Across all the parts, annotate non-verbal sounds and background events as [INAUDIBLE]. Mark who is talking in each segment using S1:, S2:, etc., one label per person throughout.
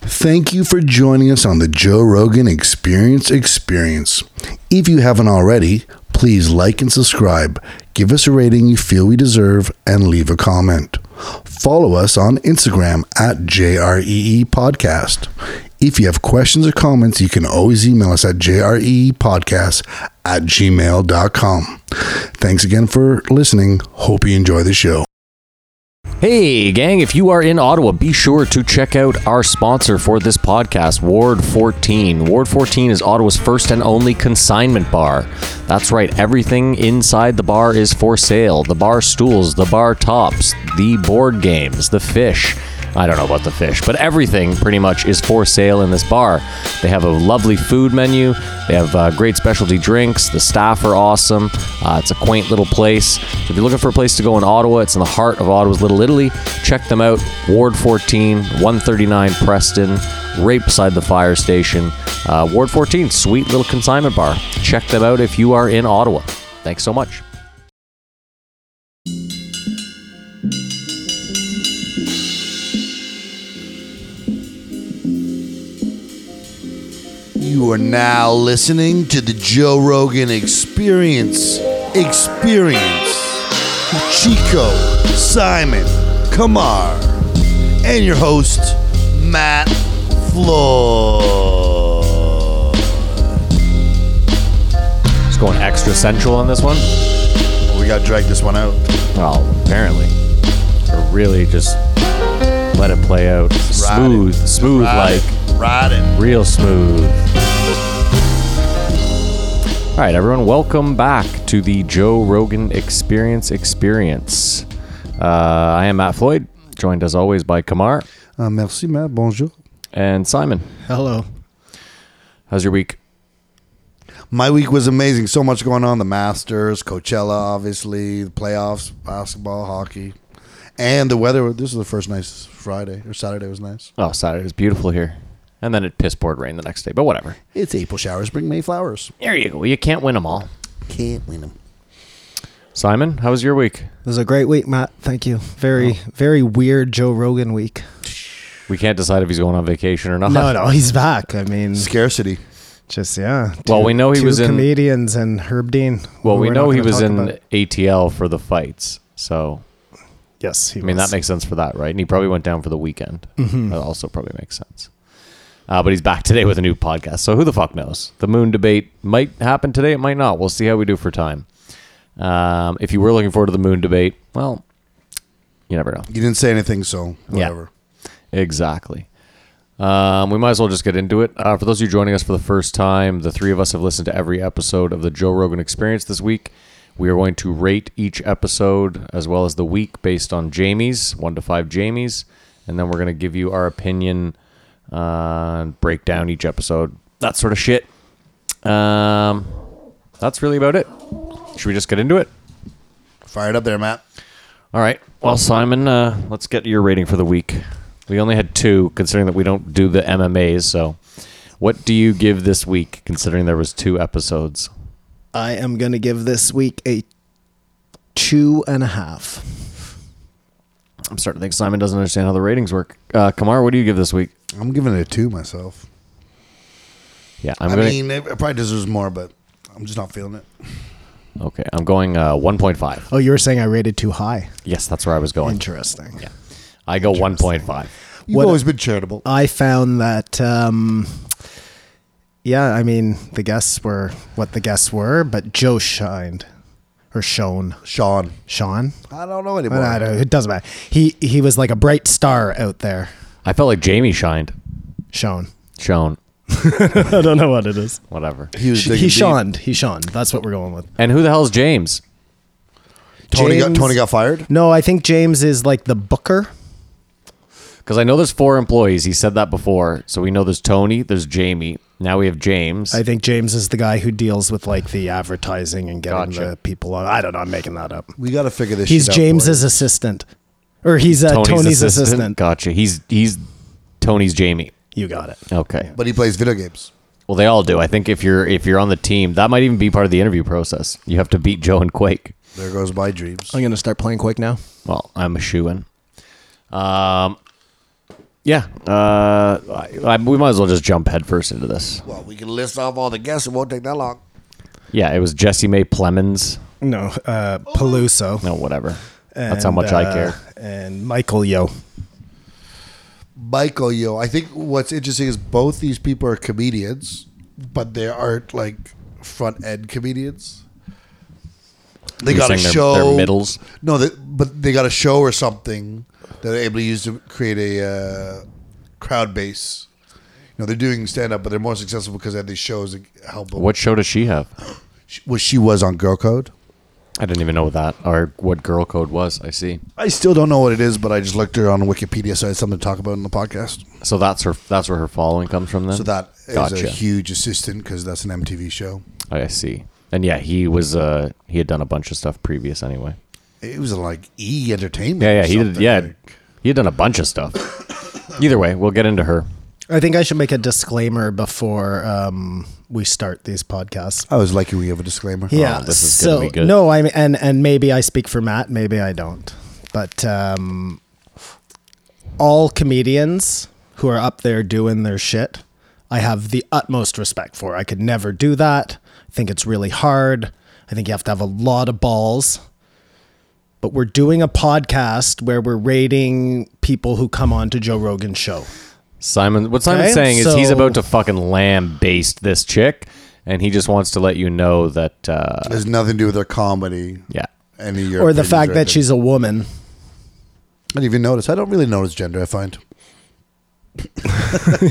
S1: Thank you for joining us on the Joe Rogan Experience Experience. If you haven't already, please like and subscribe, give us a rating you feel we deserve, and leave a comment. Follow us on Instagram at JREE E Podcast. If you have questions or comments, you can always email us at jreepodcast E at gmail.com. Thanks again for listening. Hope you enjoy the show.
S2: Hey, gang, if you are in Ottawa, be sure to check out our sponsor for this podcast, Ward 14. Ward 14 is Ottawa's first and only consignment bar. That's right, everything inside the bar is for sale the bar stools, the bar tops, the board games, the fish. I don't know about the fish, but everything pretty much is for sale in this bar. They have a lovely food menu. They have uh, great specialty drinks. The staff are awesome. Uh, it's a quaint little place. If you're looking for a place to go in Ottawa, it's in the heart of Ottawa's Little Italy. Check them out. Ward 14, 139 Preston, right beside the fire station. Uh, Ward 14, sweet little consignment bar. Check them out if you are in Ottawa. Thanks so much.
S1: You are now listening to the Joe Rogan Experience. Experience. Chico, Simon, Kamar, and your host, Matt Floyd.
S2: It's going extra central on this one.
S1: We got to drag this one out.
S2: Well, apparently. Or really just let it play out.
S1: Ride it.
S2: Smooth, smooth
S1: Ride
S2: like.
S1: it. Ride it.
S2: Real smooth. All right, everyone, welcome back to the Joe Rogan Experience Experience. Uh, I am Matt Floyd, joined as always by Kamar
S1: Uh, merci, Matt. Bonjour.
S2: and Simon.
S3: Hello.
S2: How's your week?
S1: My week was amazing. So much going on. The Masters, Coachella, obviously, the playoffs, basketball, hockey, and the weather. This is the first nice Friday or Saturday was nice.
S2: Oh, Saturday was beautiful here. And then it piss poured rain the next day, but whatever.
S1: It's April showers bring May flowers.
S2: There you go. You can't win them all.
S1: Can't win them.
S2: Simon, how was your week?
S3: It was a great week, Matt. Thank you. Very, very weird Joe Rogan week.
S2: We can't decide if he's going on vacation or not.
S3: No, [LAUGHS] no, he's back. I mean,
S1: Scarcity.
S3: just yeah.
S2: Well, we know he
S3: two
S2: was in-
S3: comedians and Herb Dean.
S2: [LAUGHS] Well,
S3: who
S2: we
S3: we're
S2: know
S3: not
S2: he
S3: gonna
S2: was
S3: talk
S2: in
S3: about.
S2: ATL for the fights, so
S3: Yes, Mm-hmm. he
S2: I mean, that
S3: was.
S2: makes sense for that, right? And he probably went down for the weekend. That also probably makes sense. Uh, but he's back [LAUGHS] today with a new podcast. So who the fuck knows? The moon debate might happen today. It might not. We'll see how we do for time. Um, if you were looking forward to the moon debate, well, you never know.
S1: You didn't say anything, so
S2: Yeah.
S1: whatever.
S2: Exactly. Um, we might as well just get into it. Uh, for those of you joining us for the first time, the three of us have listened to every episode of the Joe Rogan Experience this week. We are going to rate each episode as well as the week based on Jamie's, one to five Jamie's, and then we're going to give you our opinion, uh, and break down each episode, that sort of shit. Um, that's really about it. Should we just get into it?
S1: Fire it up there, Matt.
S2: All right. Well, Simon, uh, let's get your rating for the week. We only had two, considering that we don't do the MMAs. So, what do you give this week, considering there was two episodes?
S3: I am gonna give this week a two and a half.
S2: I'm starting to think Simon doesn't understand how the ratings work. Uh, Kamar, what do you give this week?
S1: I'm giving it a two myself.
S2: Yeah,
S1: i
S2: I'm going.
S1: mean, it it probably deserves more, but I'm just not feeling it.
S2: okay, I'm going uh, 1.5.
S3: Oh, you were saying I rated too high.
S2: Yes, that's where I was going.
S3: Interesting.
S2: Yeah, I go 1.5.
S1: You've
S3: What-
S1: always been charitable.
S3: I found that, um, yeah, I mean, the guests were what the guests were, but Joe shined or shone.
S1: Sean.
S3: Sean?
S1: I don't know anymore.
S3: I don't, it doesn't matter. He he was like a bright star out there,
S2: I felt like Jamie shined,
S3: Sean.
S2: shone,
S3: [LAUGHS] I don't know what it is.
S2: whatever.
S1: He was digging
S3: he
S1: deep.
S3: shoned. He shoned. That's what we're going with.
S2: And who the hell's James?
S1: Tony got,
S3: James-
S1: Tony got fired.
S3: No, I think James is like the booker.
S2: Because I know there's four employees. He said that before, so we know there's Tony, there's Jamie. Now we have James.
S3: I think James is the guy who deals with like the advertising and getting
S2: Gotcha.
S3: the people on. I don't know. I'm making that up.
S1: We got to figure this
S3: He's
S1: shit out.
S3: James's assistant, or he's uh, Tony's, assistant.
S2: Gotcha. He's he's Tony's Jamie.
S3: You got it.
S2: Okay.
S1: But he plays video games.
S2: Well, they all do. I think if you're if you're on the team, that might even be part of the interview process. You have to beat Joe and Quake.
S1: There goes my dreams.
S3: I'm gonna start playing Quake now.
S2: Well, I'm a shoe in. Um, Yeah. Uh, I, I, we might as well just jump headfirst into this.
S4: Well, we can list off all the guests. It won't take that long.
S2: Yeah, it was Jesse May Plemons.
S3: No, uh, Peluso.
S2: No, whatever. That's how much I
S3: uh,
S2: care.
S3: And Michael Yo.
S4: Michael Yo. I think what's interesting is both these people are comedians, but they aren't like front end comedians. They
S2: You're
S4: got a
S2: saying they're-
S4: show.
S2: they're middles?
S4: No, they, but they got a show or something that they're able to use to create a uh, crowd base. You know, they're doing stand up, but they're more successful because they had these shows that help them.
S2: What show does she have?
S4: Well, she was on Girl Code.
S2: I didn't even know that or what girl code was. I see.
S4: I still don't know what it is, but I just looked her on Wikipedia, so I had something to talk about in the podcast.
S2: So that's her. That's where her following comes from. Then.
S4: So that is
S2: Gotcha.
S4: a huge assistant because that's an MTV show.
S2: I see. And yeah, he was. Uh, he had done a bunch of stuff previous anyway.
S4: It was like E Entertainment.
S2: Yeah,
S4: or
S2: yeah. He did.
S4: something,
S2: Yeah,
S4: like-
S2: he had done a bunch of stuff. Either way, we'll get into her.
S3: I think I should make a disclaimer before um, we start these podcasts.
S4: I was lucky we have a disclaimer.
S3: Yeah.
S2: Oh, this is
S3: so
S2: gonna be good.
S3: no, I mean, and and maybe I speak for Matt, maybe I don't. But um, all comedians who are up there doing their shit, I have the utmost respect for. I could never do that. I think it's really hard. I think you have to have a lot of balls. But we're doing a podcast where we're rating people who come on to Joe Rogan's show.
S2: Simon, what Simon's
S3: Okay,
S2: saying is he's
S3: so-
S2: about to fucking lamb baste this chick, and he just wants to let you know that. Uh,
S4: It has nothing to do with her comedy.
S2: yeah.
S4: Any of your
S3: or the
S4: opinions
S3: fact
S4: or
S3: that
S4: anything.
S3: she's a woman.
S4: I didn't even notice. I don't really notice gender, I find.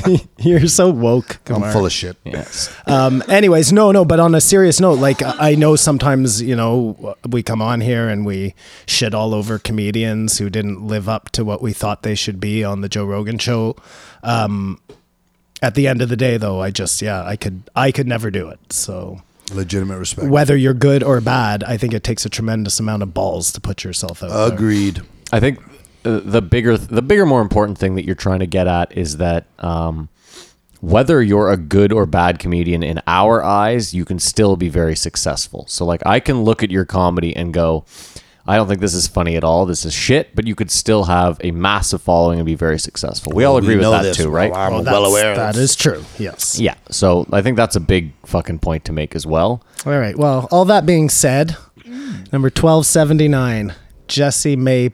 S3: [LAUGHS] You're so woke.
S4: I'm full of shit.
S2: Yes.
S3: um, anyways, no, no, but on a serious note, like I I know sometimes, you know, we come on here and we shit all over comedians who didn't live up to what we thought they should be on the Joe Rogan show. Um, at the end of the day though, I just, yeah, I could, I could never do it. So
S4: Legitimate respect.
S3: whether you're good or bad, I think it takes a tremendous amount of balls to put yourself
S4: Uh,
S3: out there.
S4: Agreed.
S2: I think uh, the bigger, the bigger, more important thing that you're trying to get at is that um, whether you're a good or bad comedian in our eyes, you can still be very successful. So, like, I can look at your comedy and go, I don't think this is funny at all. This is shit. But you could still have a massive following and be very successful. We all
S4: Well, we
S2: agree with
S4: know
S2: that
S4: this.
S2: too, right?
S4: Well, I'm
S3: Well,
S4: well
S3: that's-
S4: aware.
S3: That is true. Yes.
S2: Yeah. So I think that's a big fucking point to make as well.
S3: All right. Well, all that being said, number 1279, Jesse May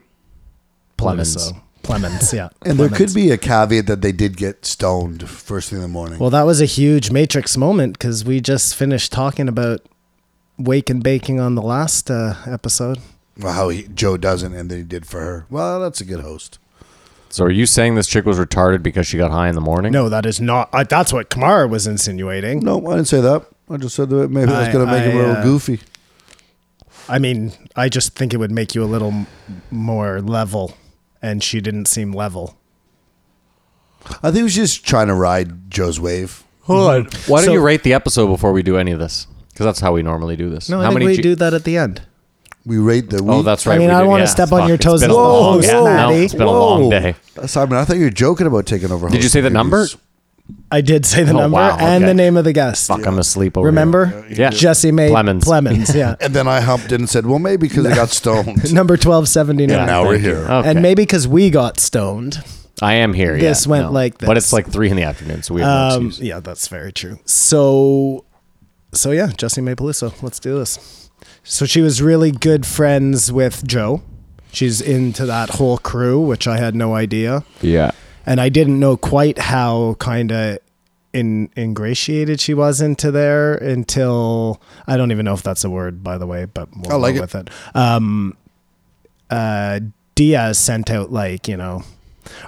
S2: Plemons.
S3: Plemons. Plemons, [LAUGHS] yeah.
S4: And there
S3: Plemons.
S4: could be a caveat that they did get stoned first thing in the morning.
S3: Well, that was a huge Matrix moment because we just finished talking about wake and baking on the last uh, episode.
S4: Well, how he, Joe doesn't, and then he did for her. Well, that's a good host.
S2: So are you saying this chick was retarded because she got high in the morning?
S3: No, that is not. I, that's what Kamara was insinuating.
S4: No, I didn't say that. I just said that maybe that's
S3: I-
S4: going to make him a
S3: I,
S4: little
S3: uh,
S4: goofy.
S3: I mean, I just think it would make you a little m- more level, and she didn't seem level.
S4: I think he was just trying to ride Joe's wave.
S2: Hold on. Why don't
S3: So-
S2: you rate the episode before we do any of this? Because that's how we normally do this.
S3: No, I
S2: how
S3: think we
S2: G-
S3: do that at the end.
S4: We rate the.
S2: Oh,
S4: week-
S2: that's right.
S3: I mean,
S2: we
S3: I
S2: do,
S3: don't wanna
S2: yeah.
S3: step on
S2: Fuck,
S3: your
S2: it's
S3: toes
S2: been
S3: at
S2: a
S3: all,
S2: long- yeah, no,
S3: Maddie.
S2: it's been a long day.
S4: Simon, I thought you were joking about taking over.
S2: Did you
S4: host
S2: say the
S4: duties.
S2: number?
S3: I did say the
S2: Oh,
S3: number
S2: wow,
S3: and
S2: okay.
S3: the name of the guest.
S2: Fuck, I'm asleep over here.
S3: Remember?
S2: Oh, Yeah.
S3: Jesse May
S2: Plemons. [LAUGHS]
S3: Plemons, yeah. [LAUGHS]
S4: And then I humped in and said, "Well, maybe because I got stoned."
S3: Number 1279.
S4: now we're
S2: thank you. Uh,
S4: here.
S2: Okay.
S3: And maybe because we got stoned.
S2: I am here.
S3: this
S2: yeah,
S3: went
S2: no.
S3: like
S2: But
S3: this.
S2: it's like three in the afternoon, so we have no
S3: Um,
S2: excuse.
S3: yeah, that's very true. So, so yeah, Jesse May Peluso. Let's do this. So she was really good friends with Joe. She's into that whole crew, which I had no idea,
S2: Yeah.
S3: and I didn't know quite how kind of in, ingratiated she was into there until I don't even know if that's a word, by the way, but we'll
S4: I like
S3: go
S4: it.
S3: with it. Um, uh, Diaz sent out like you know,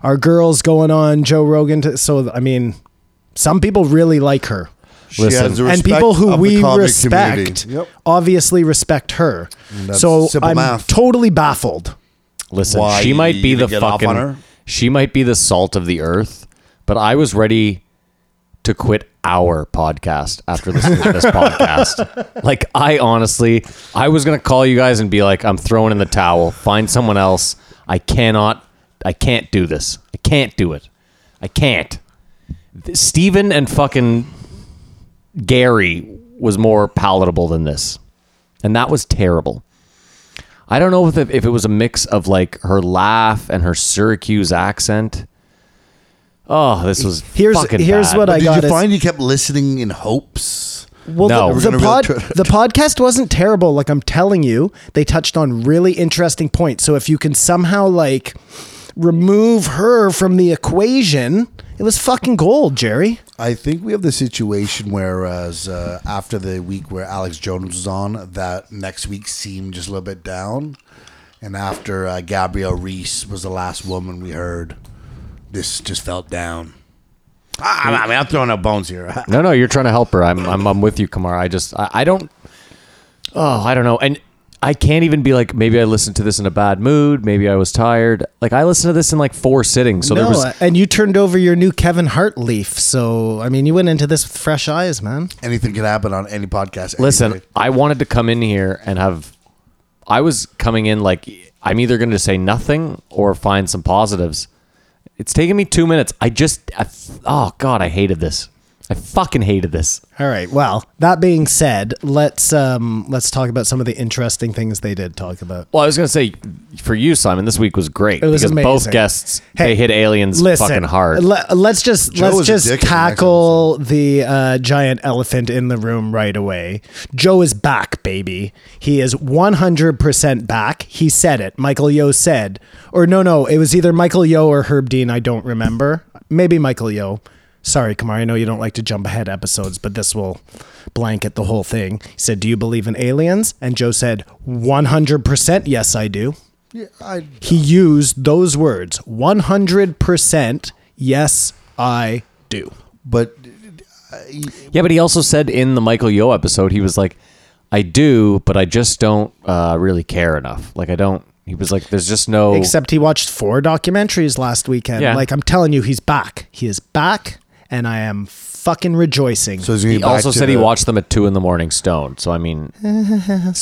S3: our girls going on Joe Rogan. To, so I mean, some people really like her
S4: She
S2: Listen.
S4: has the
S3: and
S4: respect
S3: people who
S4: of the
S3: we
S4: comedy
S3: respect
S4: community. Yep.
S3: obviously respect her.
S4: that's
S3: So
S4: simple
S3: I'm
S4: math.
S3: totally baffled.
S2: Listen,
S4: Why
S2: she might be
S4: you
S2: the
S4: get off
S2: fucking.
S4: on her?
S2: She might be the salt of the earth, but I was ready to quit our podcast after
S4: [LAUGHS]
S2: this, this podcast. Like I honestly, I was gonna call you guys and be like, "I'm throwing in the towel. Find someone else. I cannot. I can't do this. I can't do it. I can't." Th- Steven and fucking Gary was more palatable than this, and that was terrible. I don't know if it, if it was a mix of like her laugh and her Syracuse accent, Oh, this was
S3: Here's-
S2: fucking
S3: here's
S2: bad.
S3: what I
S2: But
S4: Did
S3: got
S4: you
S3: is-
S4: find you kept listening in hopes?
S3: Well,
S2: No.
S3: the,
S2: We're
S3: the,
S4: gonna
S3: pod,
S4: really try-
S3: the podcast wasn't terrible. Like I'm telling you, they touched on really interesting points. So if you can somehow like remove her from the equation, it was fucking gold, Jerry.
S4: I think we have the situation whereas uh, after the week where Alex Jones was on, that next week seemed just a little bit down, and after uh, Gabrielle Reese was the last woman we heard, this just felt down. I, I mean, I'm throwing out bones here.
S2: [LAUGHS] No, no, you're trying to help her. I'm, I'm, I'm with you, Kamar. I just, I, I don't. Oh, I don't know, and I can't even be like, maybe I listened to this in a bad mood. Maybe I was tired. Like I listened to this in like four sittings, so there
S3: no, uh,
S2: was.
S3: and you turned over your new Kevin Hart leaf. So I mean, you went into this with fresh eyes, man.
S4: Anything can happen on any podcast.
S2: Listen,
S4: anyway.
S2: I wanted to come in here and have. I was coming in like I'm either going to say nothing or find some positives. It's taken me two minutes. I just, I, oh god, I hated this. I fucking hated this.
S3: All right. Well, that being said, let's um let's talk about some of the interesting things they did talk about.
S2: Well, I was gonna say for you, Simon, this week was great
S3: was
S2: because both
S3: amazing.
S2: guests
S3: Hey,
S2: they hit aliens
S3: Listen,
S2: fucking hard.
S3: le- let's just let's
S4: is a
S3: just
S4: dick in the next
S3: tackle the uh, giant elephant in the room right away. Joe is back, baby. He is one hundred percent back. He said it. Michael Yo said, or no, no, it was either Michael Yo or Herb Dean. I don't remember. Maybe Michael Yo. Sorry, Kamar. I know you don't like to jump ahead episodes, but this will blanket the whole thing. He said, "Do you believe in aliens?" And Joe said, "100%. Yes, I do."
S4: Yeah, I
S3: he used those words 100% yes i do
S4: but
S2: yeah, but he also said in the Michael Yo episode, he was like, "I do, but I just don't uh, really care enough. Like I don't." He was like, "There's just no."
S3: except he watched four documentaries last weekend
S2: Yeah.
S3: like i'm telling you he's back he is back and i am fucking rejoicing
S4: so
S3: so,
S4: he's gonna
S2: he
S4: get back
S2: also
S4: to
S2: said he
S4: the-
S2: watched them at two in the morning, stoned. So I mean, wow,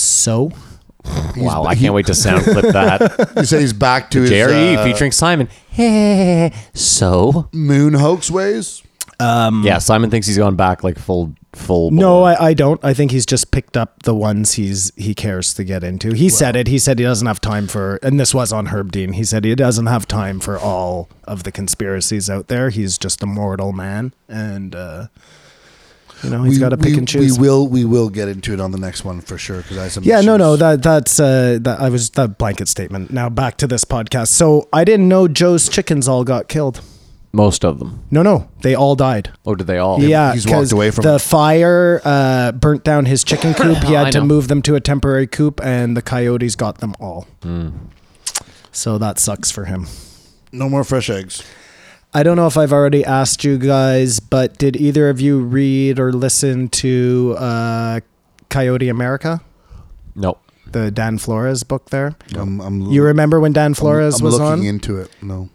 S2: I can't
S3: [LAUGHS]
S2: wait to sound clip that.
S4: He said he's back to his
S2: Jerry
S4: uh,
S2: featuring Simon. Hey, so
S3: Mm.
S4: moon hoax ways.
S2: yeah, Simon thinks he's gone back like full, full.
S3: no
S2: bore.
S3: I, I don't i think he's just picked up the ones he's he cares to get into he said it he said he doesn't have time for and this was on herb dean he said he doesn't have time for all of the conspiracies out there he's just a mortal man and uh you know he's got to pick
S4: we,
S3: and choose
S4: We will we will get into it on the next one for sure because I have some
S3: Yeah, no,
S4: issues.
S3: no, that that's uh, that I was that blanket statement. Now back to this podcast. So I didn't know Joe's chickens all got killed.
S2: most of them.
S3: No, no, they all died.
S2: Oh, did they all?
S3: yeah,
S4: he's walked
S3: 'cause
S4: away from
S3: the
S4: it.
S3: fire. Uh, burnt down his
S4: [LAUGHS]
S3: chicken coop. He
S2: I
S3: had to
S2: know.
S3: move them to a temporary coop, and the coyotes got them all.
S4: Hmm.
S3: So that sucks for him.
S4: no more fresh eggs.
S3: I don't know if I've already asked you guys, but did either of you read or listen to uh, Coyote America,
S2: No.
S3: the Dan Flores book? There,
S4: I'm, I'm,
S3: you remember when Dan Flores
S4: I'm
S3: was
S4: looking
S3: on?
S4: into it. No,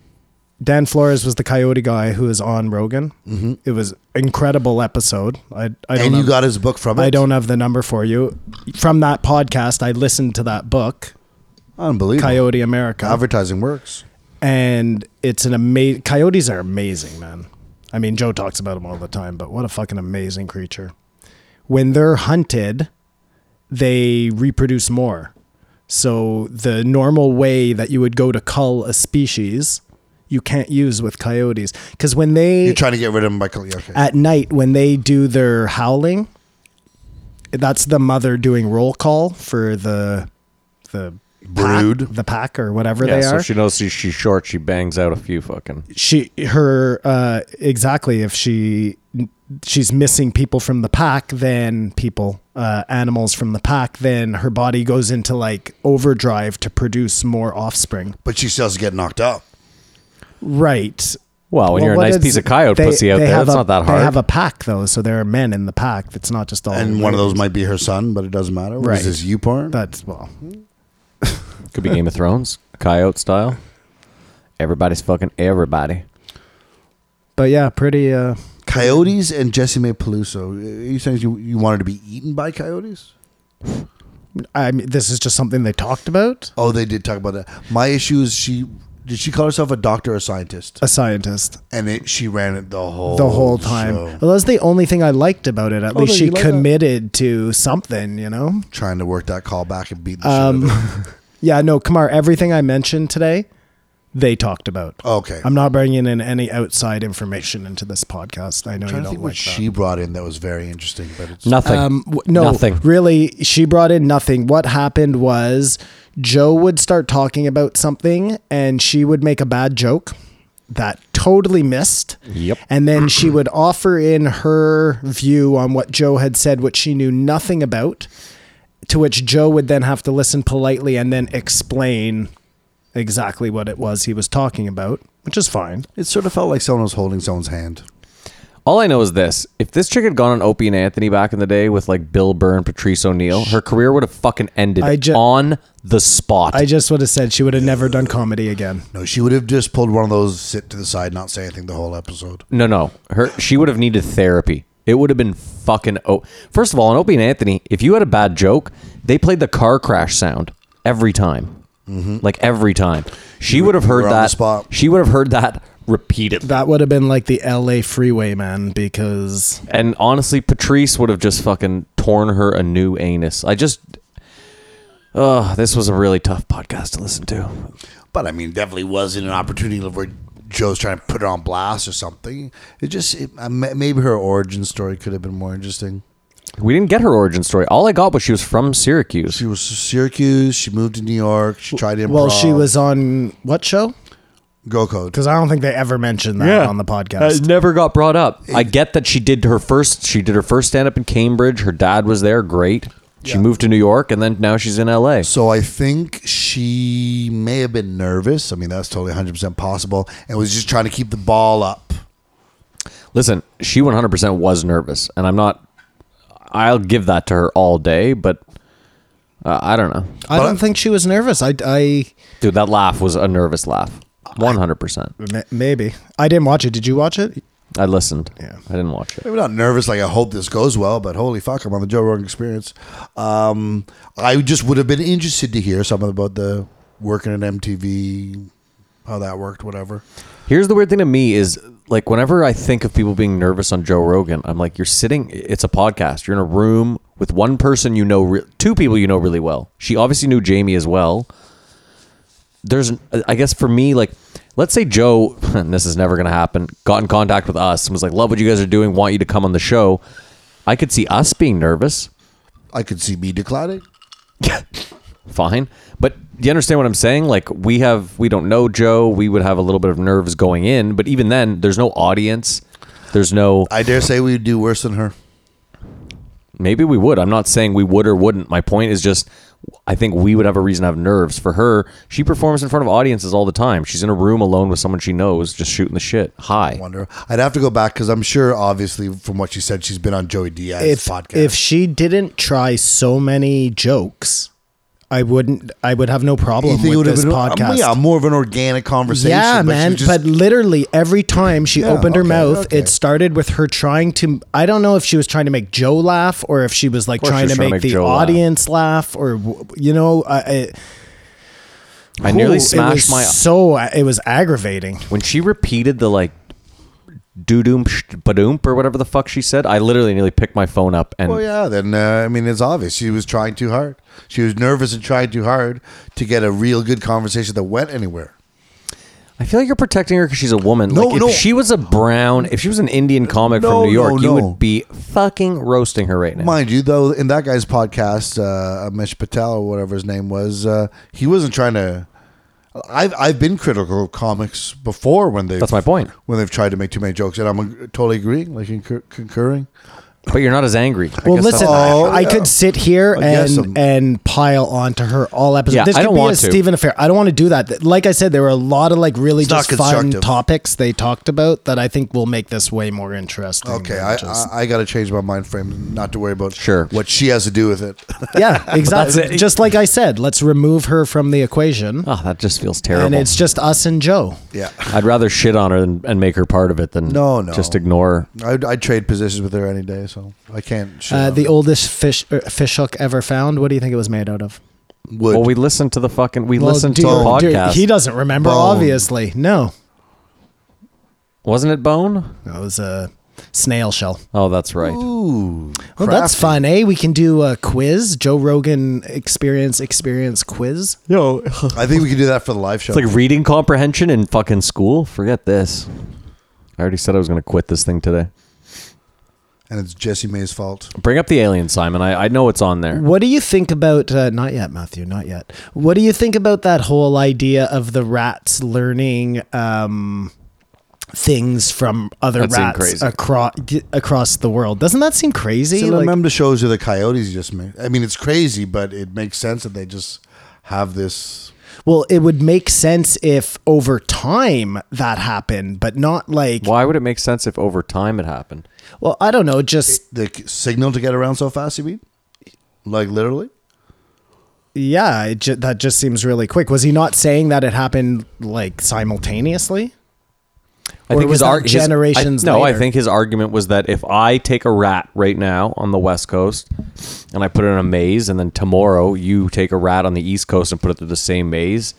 S3: Dan Flores was the coyote guy who was on Rogan. Mm-hmm. It was incredible episode. I, I don't
S4: and
S3: have,
S4: you got his book from it.
S3: I don't have the number for you. From that podcast, I listened to that book,
S4: Unbelievable.
S3: Coyote America,
S4: Advertising works.
S3: and it's an amazing. Coyotes are amazing, man. I mean, Joe talks about them all the time, but what a fucking amazing creature. When they're hunted, they reproduce more. So the normal way that you would go to cull a species, you can't use with coyotes because when they
S4: You're trying to get rid of him by Coyote. Okay.
S3: at night when they do their howling that's the mother doing roll call for the the
S4: Brood.
S3: pack, the pack or whatever
S2: Yeah,
S3: they
S2: so
S3: are
S2: if she knows she, she's short. She bangs out a few fucking.
S3: she her uh exactly if she she's missing people from the pack then people uh animals from the pack then her body goes into like overdrive to produce more offspring
S4: But she still has to get knocked out.
S3: right
S2: Well, when
S3: Well,
S2: Oh, you're a
S3: what
S2: nice
S3: is-
S2: piece of coyote
S3: they-
S2: pussy out
S3: they
S2: there,
S3: have
S2: it's
S3: a-
S2: not that
S3: They have
S2: hard.
S3: a pack though, so there are men in the pack. It's not just all.
S4: And one of those might be her son, but it doesn't matter. What
S3: Oh, Right.
S4: Is this you porn?
S3: That's well.
S2: Could be Game of Thrones, coyote style. Everybody's fucking everybody.
S3: But yeah, pretty. Uh,
S4: coyotes and Jesse May Peluso. Are you saying you, you wanted to be eaten by coyotes?
S3: I mean, this is just something they talked about.
S4: Oh, they did talk about that. My issue is she did she call herself a doctor or scientist?
S3: A scientist
S4: And it, she ran it the whole
S3: the whole time.
S4: show.
S3: Well, that's the only thing I liked about it. At
S4: Oh,
S3: least
S4: you
S3: she
S4: like that?
S3: committed to something, you know.
S4: trying to work that call back and beat the shit out
S3: Um,
S4: of it.
S3: yeah, no, Kamar. Everything I mentioned today, they talked about.
S4: Okay.
S3: [LAUGHS] I'm not bringing in any outside information into this podcast. I know you
S4: trying
S3: don't
S4: to think
S3: like
S4: what
S3: that.
S4: she brought in that was very interesting, but it's
S2: Nothing.
S3: Um, w- no,
S2: Nothing.
S3: really, she brought in nothing. What happened was Joe would start talking about something and she would make a bad joke that totally missed.
S2: Yep.
S3: And then she would offer in her view on what Joe had said, which she knew nothing about, to which Joe would then have to listen politely and then explain exactly what it was he was talking about, which is fine.
S4: it sort of felt like someone was holding someone's hand.
S2: All I know is this: if this chick had gone on Opie and Anthony back in the day with like Bill Burr and Patrice O'Neill, her career would have fucking ended
S3: I ju-
S2: on the spot.
S3: I just would have said she would have never done comedy again.
S4: No, she would have just pulled one of those sit to the side, not say anything the whole episode.
S2: no, no, her she would have needed therapy. It would have been fucking. Oh, first of all, on Opie and Anthony, if you had a bad joke, they played the car crash sound every time, like every time. She would have
S4: Mm-hmm. were
S2: heard
S4: on the
S2: that.
S4: spot.
S2: She would have heard that repeatedly.
S3: That would have been like the LA freeway, man, because
S2: And honestly, Patrice would have just fucking torn her a new anus. I just. Oh, this was a really tough podcast to listen to.
S4: But I mean, definitely wasn't an opportunity where Joe's trying to put it on blast or something. It just it, I ma- maybe her origin story could have been more interesting.
S2: We didn't get her origin story. All I got was she was from Syracuse.
S4: She was from Syracuse. She moved to New York. She tried improv.
S3: well, she was on what show?
S4: Go Code.
S3: Because I don't think they ever mentioned that on the podcast.
S4: Uh,
S2: It never got brought up. I get that she did her first. She did her first stand up in Cambridge. Her dad was there. Great. She moved to New York, and then now she's in L.A.
S4: So I think she may have been nervous. I mean, that's totally 100% possible and was just trying to keep the ball up.
S2: Listen, she 100% was nervous, and I'm not. I'll give that to her all day, but uh, I don't know,
S3: I don't think she was nervous. I, I
S2: dude. That laugh was a nervous laugh. 100%.
S3: m- maybe I didn't watch it. Did you watch it?
S2: I listened.
S3: Yeah.
S2: I didn't watch it.
S4: Maybe not nervous, like I hope this goes well, but holy fuck, I'm on the Joe Rogan experience. Um, I just would have been interested to hear something about the working at MTV, how that worked, whatever.
S2: Here's the weird thing to me is like whenever I think of people being nervous on Joe Rogan, I'm like, you're sitting. It's a podcast. You're in a room with one person you know, re- two people you know really well. She obviously knew Jamie as well. There's, I guess, for me, like, let's say Joe, [LAUGHS] and this is never gonna happen, got in contact with us and was like, love what you guys are doing, want you to come on the show. I could see us being nervous.
S4: I could see me declining.
S2: fine. But do you understand what I'm saying? Like we have, we don't know Joe. We would have a little bit of nerves going in, but even then, there's no audience. There's no.
S4: I dare say we'd do worse than her.
S2: Maybe we would. I'm not saying we would or wouldn't. My point is just, I think we would have a reason to have nerves. For her, she performs in front of audiences all the time. She's in a room alone with someone she knows, just shooting the shit. Hi.
S4: Wonder. I'd have to go back because I'm sure, obviously, from what she said, she's been on Joey Diaz's
S3: If
S4: podcast.
S3: if she didn't try so many jokes, I wouldn't. I would have no
S4: you
S3: problem
S4: think it
S3: with
S4: would have
S3: this
S4: been uh,
S3: podcast.
S4: yeah, more of an organic conversation?
S3: Yeah,
S4: but she
S3: man.
S4: was just-
S3: but literally every time she
S4: Yeah,
S3: opened her
S4: okay,
S3: mouth,
S4: okay.
S3: it started with her trying to. I don't know if she was trying to make Joe laugh or if she was like
S2: course she
S3: trying
S2: was
S3: to
S2: trying
S3: make,
S2: to make
S3: the
S2: Joe laugh.
S3: audience laugh, or w- you know, I, I,
S2: I nearly
S3: Ooh,
S2: smashed
S3: it was
S2: my.
S3: So it was aggravating.
S2: When she repeated the like. Doo-doom, badoomp, or whatever the fuck she said. I literally nearly picked my phone up and
S4: Well, yeah, then uh, I mean, it's obvious she was trying too hard. She was nervous and trying too hard to get a real good conversation that went anywhere.
S2: I feel like you're protecting her because she's a woman.
S4: No,
S2: like if
S4: no.
S2: she was a brown, if she was an Indian comic
S4: No,
S2: from New York,
S4: no,
S2: you
S4: no.
S2: would be fucking roasting her right now.
S4: Mind you, though, in that guy's podcast, uh, Amish Patel or whatever his name was, uh, he wasn't trying to. I've I've been critical of comics before when they
S2: That's my point.
S4: when they've tried to make too many jokes, and I'm uh, totally agreeing, like concur- concurring.
S2: But you're not as angry. I
S3: Well,
S2: guess that's-
S3: listen,
S4: Oh,
S3: I, I
S4: yeah.
S3: could sit here
S4: I guess I'm-
S3: and and pile onto her all episode.
S2: Yeah,
S3: this
S2: I
S3: could
S2: don't
S3: be
S2: want
S3: a
S2: to.
S3: Stephen affair. I don't want to do that. Th- Like I said, there were a lot of like really
S4: not
S3: just fun
S4: constructive.
S3: topics they talked about that I think will make this way more interesting.
S4: Okay,
S3: than
S4: I, [LAUGHS]
S3: just-
S4: I I got to change my mind frame, not to worry about
S2: Sure.
S4: what she has to do with it. [LAUGHS]
S3: yeah, exactly.
S2: it.
S3: Just like I said, let's remove her from the equation,
S2: oh, that just feels
S3: and
S2: terrible.
S3: it's just us and Joe.
S4: [LAUGHS] yeah,
S2: I'd rather shit on her and, and make her part of it than
S4: No, no.
S2: just ignore her.
S4: I'd, I'd trade positions with her any day, so I can't. shit
S3: Uh,
S4: on
S3: the
S4: her.
S3: oldest fish er, fish hook ever found. What do you think it was made out of?
S4: wood.
S2: Well, we listened to the fucking we
S3: Well,
S2: listened to
S3: dude,
S2: the
S3: dude,
S2: podcast.
S3: he doesn't remember,
S4: Bone.
S3: obviously. No,
S2: Wasn't it bone?
S3: it was a snail shell.
S2: Oh, that's right.
S4: Ooh.
S3: Well, that's
S4: crafty.
S3: fun, eh? We can do a quiz, Joe Rogan experience experience quiz.
S2: Yo, it's
S4: I think we could do that for the live show.
S2: like reading comprehension in fucking school. Forget this. I already said I was going to quit this thing today.
S4: and it's Jesse May's fault.
S2: Bring up the alien, Simon. I, I know it's on there.
S3: What do you think about uh, not yet, Matthew? Not yet. What do you think about that whole idea of the rats learning um, things from other
S2: That seemed
S3: rats
S2: crazy.
S3: across across the world? Doesn't that seem crazy?
S4: Similar
S3: Like-
S4: member shows are the coyotes just made. I mean, it's crazy, but it makes sense that they just have this.
S3: well, it would make sense if over time that happened, but not like.
S2: Why would it make sense if over time it happened?
S3: Well, I don't know. Just
S4: The c- signal to get around so fast, you mean? Like literally?
S3: yeah, it ju- that just seems really quick. Was he not saying that it happened like simultaneously?
S2: I
S3: Or
S2: think his
S3: was that
S2: ar- his-
S3: generations
S2: I, no, I
S3: later?
S2: think his argument was that if I take a rat right now on the West Coast and I put it in a maze, and then tomorrow you take a rat on the East Coast and put it through the same maze,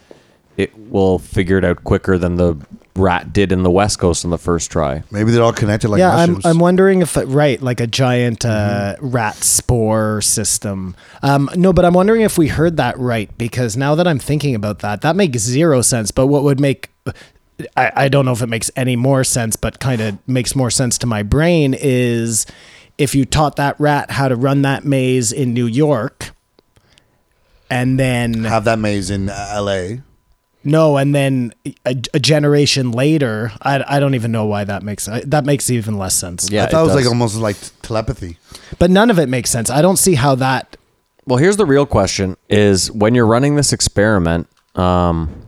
S2: it will figure it out quicker than the rat did in the West Coast on the first try.
S4: Maybe they're all connected like
S3: yeah,
S4: mushrooms. Mm-hmm.
S3: I'm, I'm wondering if right, like a giant uh, rat spore system. Um, no, but I'm wondering if we heard that right because now that I'm thinking about that, that makes zero sense. But what would make I, I don't know if it makes any more sense, but kind of makes more sense to my brain is if you taught that rat how to run that maze in New York, and then
S4: have that maze in uh, L.A.
S3: no, and then a, a generation later, I, I don't even know why that makes that makes even less sense.
S2: Yeah,
S4: I thought it,
S2: it
S4: was like
S2: does.
S4: almost like t- telepathy.
S3: but none of it makes sense. I don't see how that.
S2: Well, here's the real question: Is when you're running this experiment, um,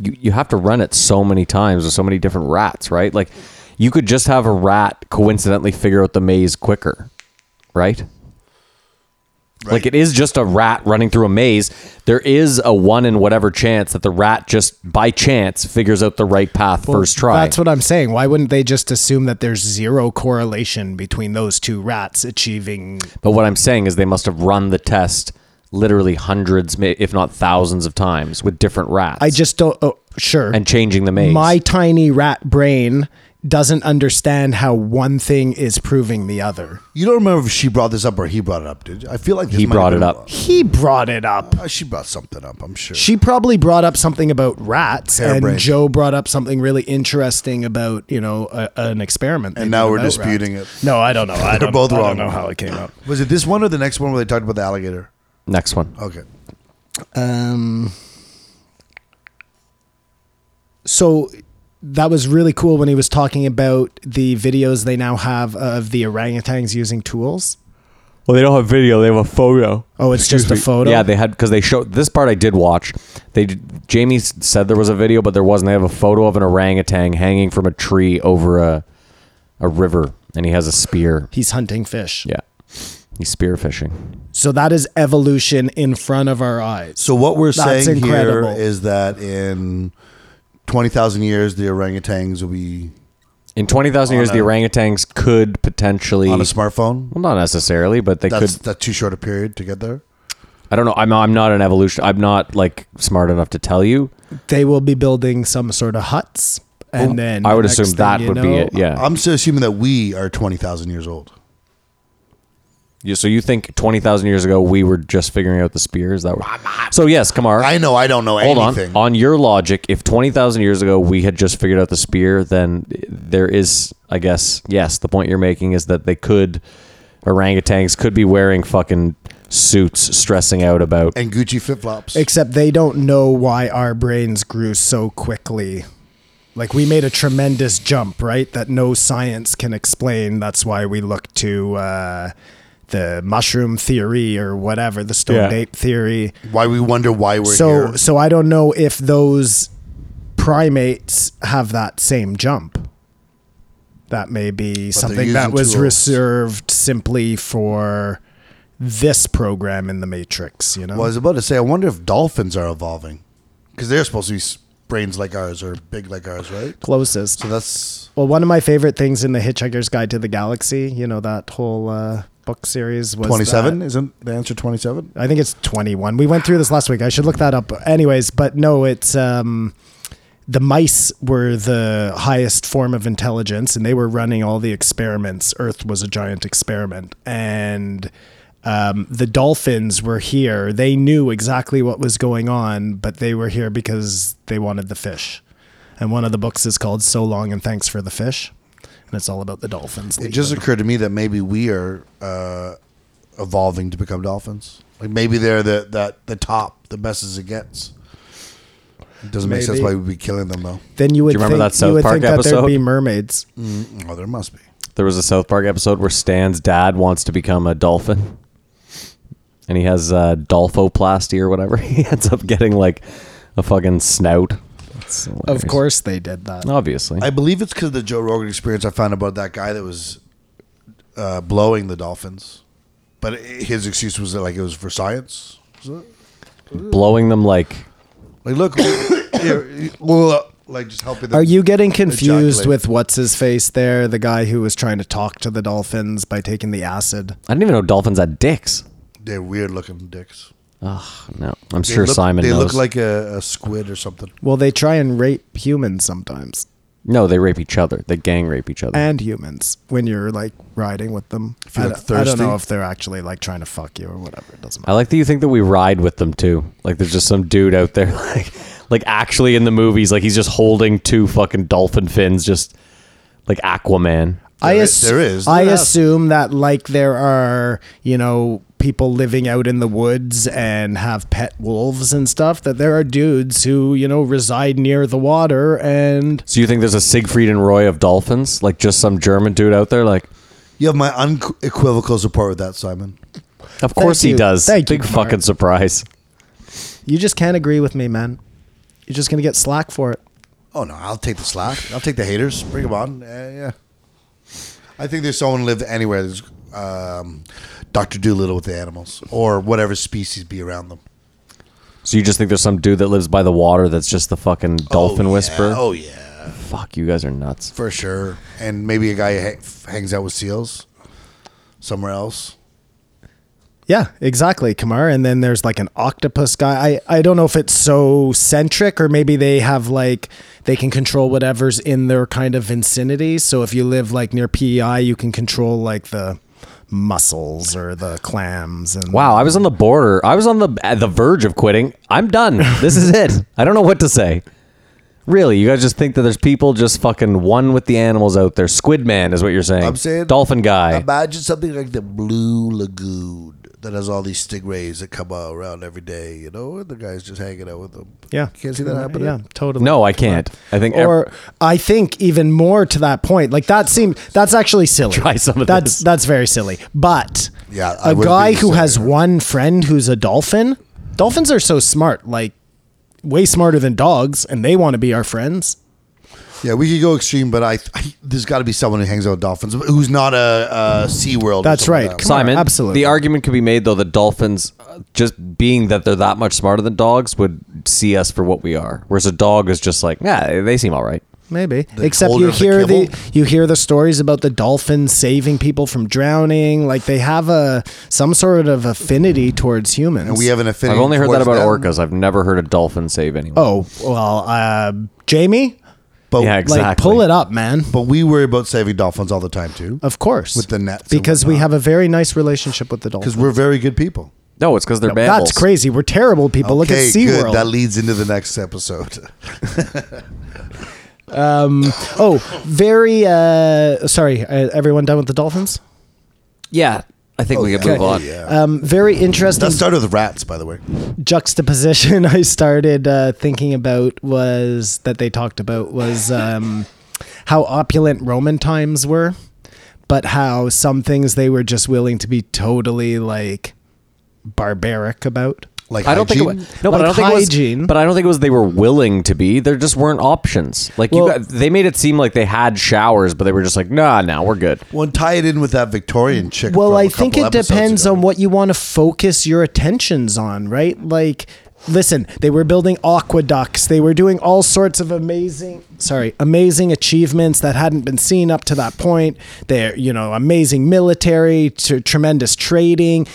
S2: you you have to run it so many times with so many different rats, right? Like, you could just have a rat coincidentally figure out the maze quicker, right? Like it is just a rat running through a maze. There is a one in whatever chance that the rat just by chance figures out the right path first try.
S3: That's what I'm saying. Why wouldn't they just assume that there's zero correlation between those two rats achieving?
S2: But what I'm saying is they must have run the test literally hundreds, ma- if not thousands of times with different rats.
S3: I just don't. Oh, sure.
S2: and changing the maze.
S3: My tiny rat brain doesn't understand how one thing is proving the other.
S4: You don't remember if she brought this up or he brought it up, did you? I feel like this
S2: He
S4: might have
S2: brought it
S4: been-
S2: up.
S3: He brought it up.
S4: Uh, she brought something up. I'm sure.
S3: She probably brought up something about rats, and
S4: Harebrained.
S3: Joe brought up something really interesting about you know a, an experiment. they
S4: And
S3: did
S4: now we're
S3: about rats.
S4: disputing it.
S3: No, I don't know. I
S4: They're
S3: don't,
S4: both
S3: I
S4: wrong.
S3: don't know how it came up.
S4: was it this one or the next one where they talked about the alligator?
S2: Next one.
S4: Okay.
S3: Um, so that was really cool when he was talking about the videos they now have of the orangutans using tools.
S2: Well, they don't have video; they have a photo.
S3: Oh, it's just a photo.
S2: Yeah, they had because they showed this part. I did watch. They did- Jamie s- said there was a video, but there wasn't. They have a photo of an orangutan hanging from a tree over a a river, and he has a spear.
S3: He's hunting fish.
S2: Yeah, he's spear fishing.
S3: So that is evolution in front of our eyes.
S4: So what we're
S3: That's
S4: saying
S3: incredible.
S4: here is that in twenty thousand years, the orangutans will be
S2: In twenty thousand years,
S4: a-
S2: the orangutans could potentially.
S4: on a smartphone.
S2: well, not necessarily, but they
S4: That's
S2: could.
S4: that's too short a period to get there.
S2: I don't know. I'm I'm not an evolution. I'm not like smart enough to tell you.
S3: they will be building some sort of huts, and then
S2: Oh, I would
S3: the next
S2: assume
S3: thing
S2: that
S3: you
S2: would be
S3: know-
S2: it. Yeah.
S4: I'm still assuming that we are twenty thousand years old.
S2: You, so you think twenty thousand years ago we were just figuring out the spear? Is that what- so? Yes, Kamar.
S4: I know I don't know
S2: Hold on.
S4: anything.
S2: On your logic, if twenty thousand years ago we had just figured out the spear, then there is, I guess, yes. The point you're making is that they could orangutans could be wearing fucking suits, stressing out about.
S4: and Gucci flip flops.
S3: Except they don't know why our brains grew so quickly. Like we made a tremendous jump, right? That no science can explain. That's why we look to uh, the mushroom theory or whatever, the stone
S2: Yeah.
S3: ape theory.
S4: why we wonder why we're
S3: so,
S4: here.
S3: so I don't know if those primates have that same jump. That may be something that
S4: using
S3: was
S4: tools.
S3: reserved simply for this program in the Matrix. You know,
S4: Well, I was about to say, I wonder if dolphins are evolving because they're supposed to be s- brains like ours or big like ours, right?
S3: closest.
S4: So that's
S3: Well, one of my favorite things in the Hitchhiker's Guide to the Galaxy, you know, that whole uh, book series was
S4: twenty-seven.
S3: that-
S4: is Isn't the answer twenty-seven?
S3: I think it's 21. We went through this last week. I should look that up. Anyways, but no, it's um, the mice were the highest form of intelligence and they were running all the experiments earth was a giant experiment and um, the dolphins were here they knew exactly what was going on but they were here because they wanted the fish and one of the books is called so long and thanks for the fish and it's all about the dolphins
S4: It just occurred to me that maybe we are uh, evolving to become dolphins. Like maybe they're the that the top, the best as it gets. It doesn't make sense
S3: Maybe.
S4: why we'd be killing them though.
S3: then you would
S2: you
S3: think,
S2: remember that South
S3: you would
S2: Park
S3: think that
S2: episode? Mm.
S3: there'd be mermaids
S4: Oh, there must be.
S2: There was a South Park episode where Stan's dad wants to become a dolphin, and he has uh, dolphoplasty or whatever. [LAUGHS] He ends up getting like a fucking snout. It's hilarious.
S3: of course they did that
S2: obviously.
S4: I believe it's because of the Joe Rogan experience I found about that guy that was uh, blowing the dolphins, but i his excuse was that like it was for science.
S2: blowing them like
S4: Like, look, [COUGHS] here, well, uh, like just helping. Them.
S3: Are you getting confused
S4: Ejaculate.
S3: with what's his face there, the guy who was trying to talk to the dolphins by taking the acid?
S2: I didn't even know dolphins had dicks.
S4: They're weird looking dicks.
S2: Oh, no, I'm
S4: They
S2: sure
S4: look-
S2: Simon
S4: They
S2: knows.
S4: look like a, a squid or something.
S3: Well, they try and rape humans sometimes
S2: no, they rape each other. They gang rape each other.
S3: and humans when you're like riding with them. If
S4: you
S3: I,
S4: look
S3: don't- I don't
S4: thirsty.
S3: know if they're actually like trying to fuck you or whatever. It doesn't
S2: I
S3: matter.
S2: like that you think that we ride with them too. Like there's just some dude out there, [LAUGHS] like, like actually in the movies, like he's just holding two fucking dolphin fins, just like Aquaman.
S3: I
S4: There is- there is.
S3: I
S4: There is.
S3: assume that like there are, you know, people living out in the woods and have pet wolves and stuff. That there are dudes who you know reside near the water and
S2: So you think there's a Siegfried and Roy of dolphins? Like just some German dude out there? Like,
S4: You have my unequivocal support with that, Simon.
S2: of course he
S3: you.
S2: does.
S3: Thank you,
S2: Big
S3: Mark.
S2: fucking surprise.
S3: You just can't agree with me, man. You're just gonna get slack for it.
S4: Oh no, I'll take the slack. I'll take the haters. Bring them on. Uh, yeah. I think there's someone lived anywhere. There's um, Doctor Doolittle with the animals or whatever species be around them.
S2: So you just think there's some dude that lives by the water that's just the fucking dolphin
S4: Oh, yeah.
S2: whisperer?
S4: Oh yeah,
S2: Fuck, you guys are nuts.
S4: for sure. And maybe a guy ha- hangs out with seals somewhere else.
S3: Yeah, exactly, Kamar. And then there's like an octopus guy. I, I don't know if it's so centric or maybe they have like they can control whatever's in their kind of vicinity. So if you live like near PEI, you can control like the mussels or the clams and
S2: Wow, I was on the border. I was on the at the verge of quitting. I'm done. This is it. I don't know what to say. Really, you guys just think that there's people just fucking one with the animals out there. Squid man is what you're saying.
S4: I'm saying
S2: dolphin guy.
S4: Imagine something like the Blue Lagoon that has all these stingrays that come out around every day. You know, and the guy's just hanging out with them.
S3: Yeah.
S4: can't see that happening.
S3: Yeah, totally.
S2: no, I can't. I think ev-
S3: or I think even more to that point. Like that seemed that's actually silly.
S2: Try some of this.
S3: that's that's very silly. But
S4: Yeah, I
S3: a
S4: would
S3: guy
S4: be
S3: who has
S4: silly.
S3: one friend who's a dolphin. Dolphins are so smart, like way smarter than dogs, and they want to be our friends.
S4: Yeah, we could go extreme, but I, I there's got to be someone who hangs out with dolphins who's not a, a Sea World. or
S3: That's
S4: something
S3: right.
S4: like that.
S3: Come on,
S2: Simon,
S3: absolutely.
S2: The argument could be made though that dolphins, uh, just being that they're that much smarter than dogs, would see us for what we are. Whereas a dog is just like, yeah, they seem all right.
S3: Maybe.
S4: The
S3: Except
S4: colder
S3: you
S4: the
S3: hear the,
S4: kibble.
S3: you hear the stories about the dolphins saving people from drowning. Like they have a some sort of affinity towards humans.
S4: And we have an affinity.
S2: I've only heard that
S4: towards
S2: about
S4: them,
S2: orcas. I've never heard a dolphin save anyone.
S3: oh well, uh, Jamie,
S4: But,
S2: yeah, exactly.
S3: like pull it up, man.
S4: but we worry about saving dolphins all the time too,
S3: Of course.
S4: With the nets and
S3: Because we
S4: whatnot.
S3: have a very nice relationship with the
S4: because
S3: dolphins.
S4: we're very good people.
S2: No, it's because they're mammals.
S3: That's crazy. We're terrible people. Look at
S4: okay, good. That
S3: SeaWorld.
S4: leads into the next episode.
S3: oh, very uh sorry, uh, everyone done with the dolphins?
S2: Yeah, I think we can [LAUGHS]
S4: yeah.
S2: move on.
S4: Oh, yeah.
S3: Um very interesting
S4: that started with rats, by the way.
S3: juxtaposition [LAUGHS] I started uh thinking about was that they talked about was um how opulent Roman times were, but how some things they were just willing to be totally like barbaric about.
S4: Like
S2: I don't think it
S4: hygiene?
S2: was, no, but
S3: Like
S2: I don't think it was-
S3: hygiene.
S2: but I don't think it was they were willing to be. There just weren't options. Like you,
S3: Well-
S2: got, they made it seem like they had showers, but they were just like, nah, nah, we're good.
S4: Well, and tie it in with that Victorian chick.
S3: Well,
S4: from a
S3: I think
S4: couple
S3: it
S4: episodes
S3: depends
S4: ago.
S3: on what you want to focus your attentions on, right? Like, listen, they were building aqueducts, they were doing all sorts of amazing, sorry, amazing achievements that hadn't been seen up to that point. They're, you know, amazing military, tr tremendous trading.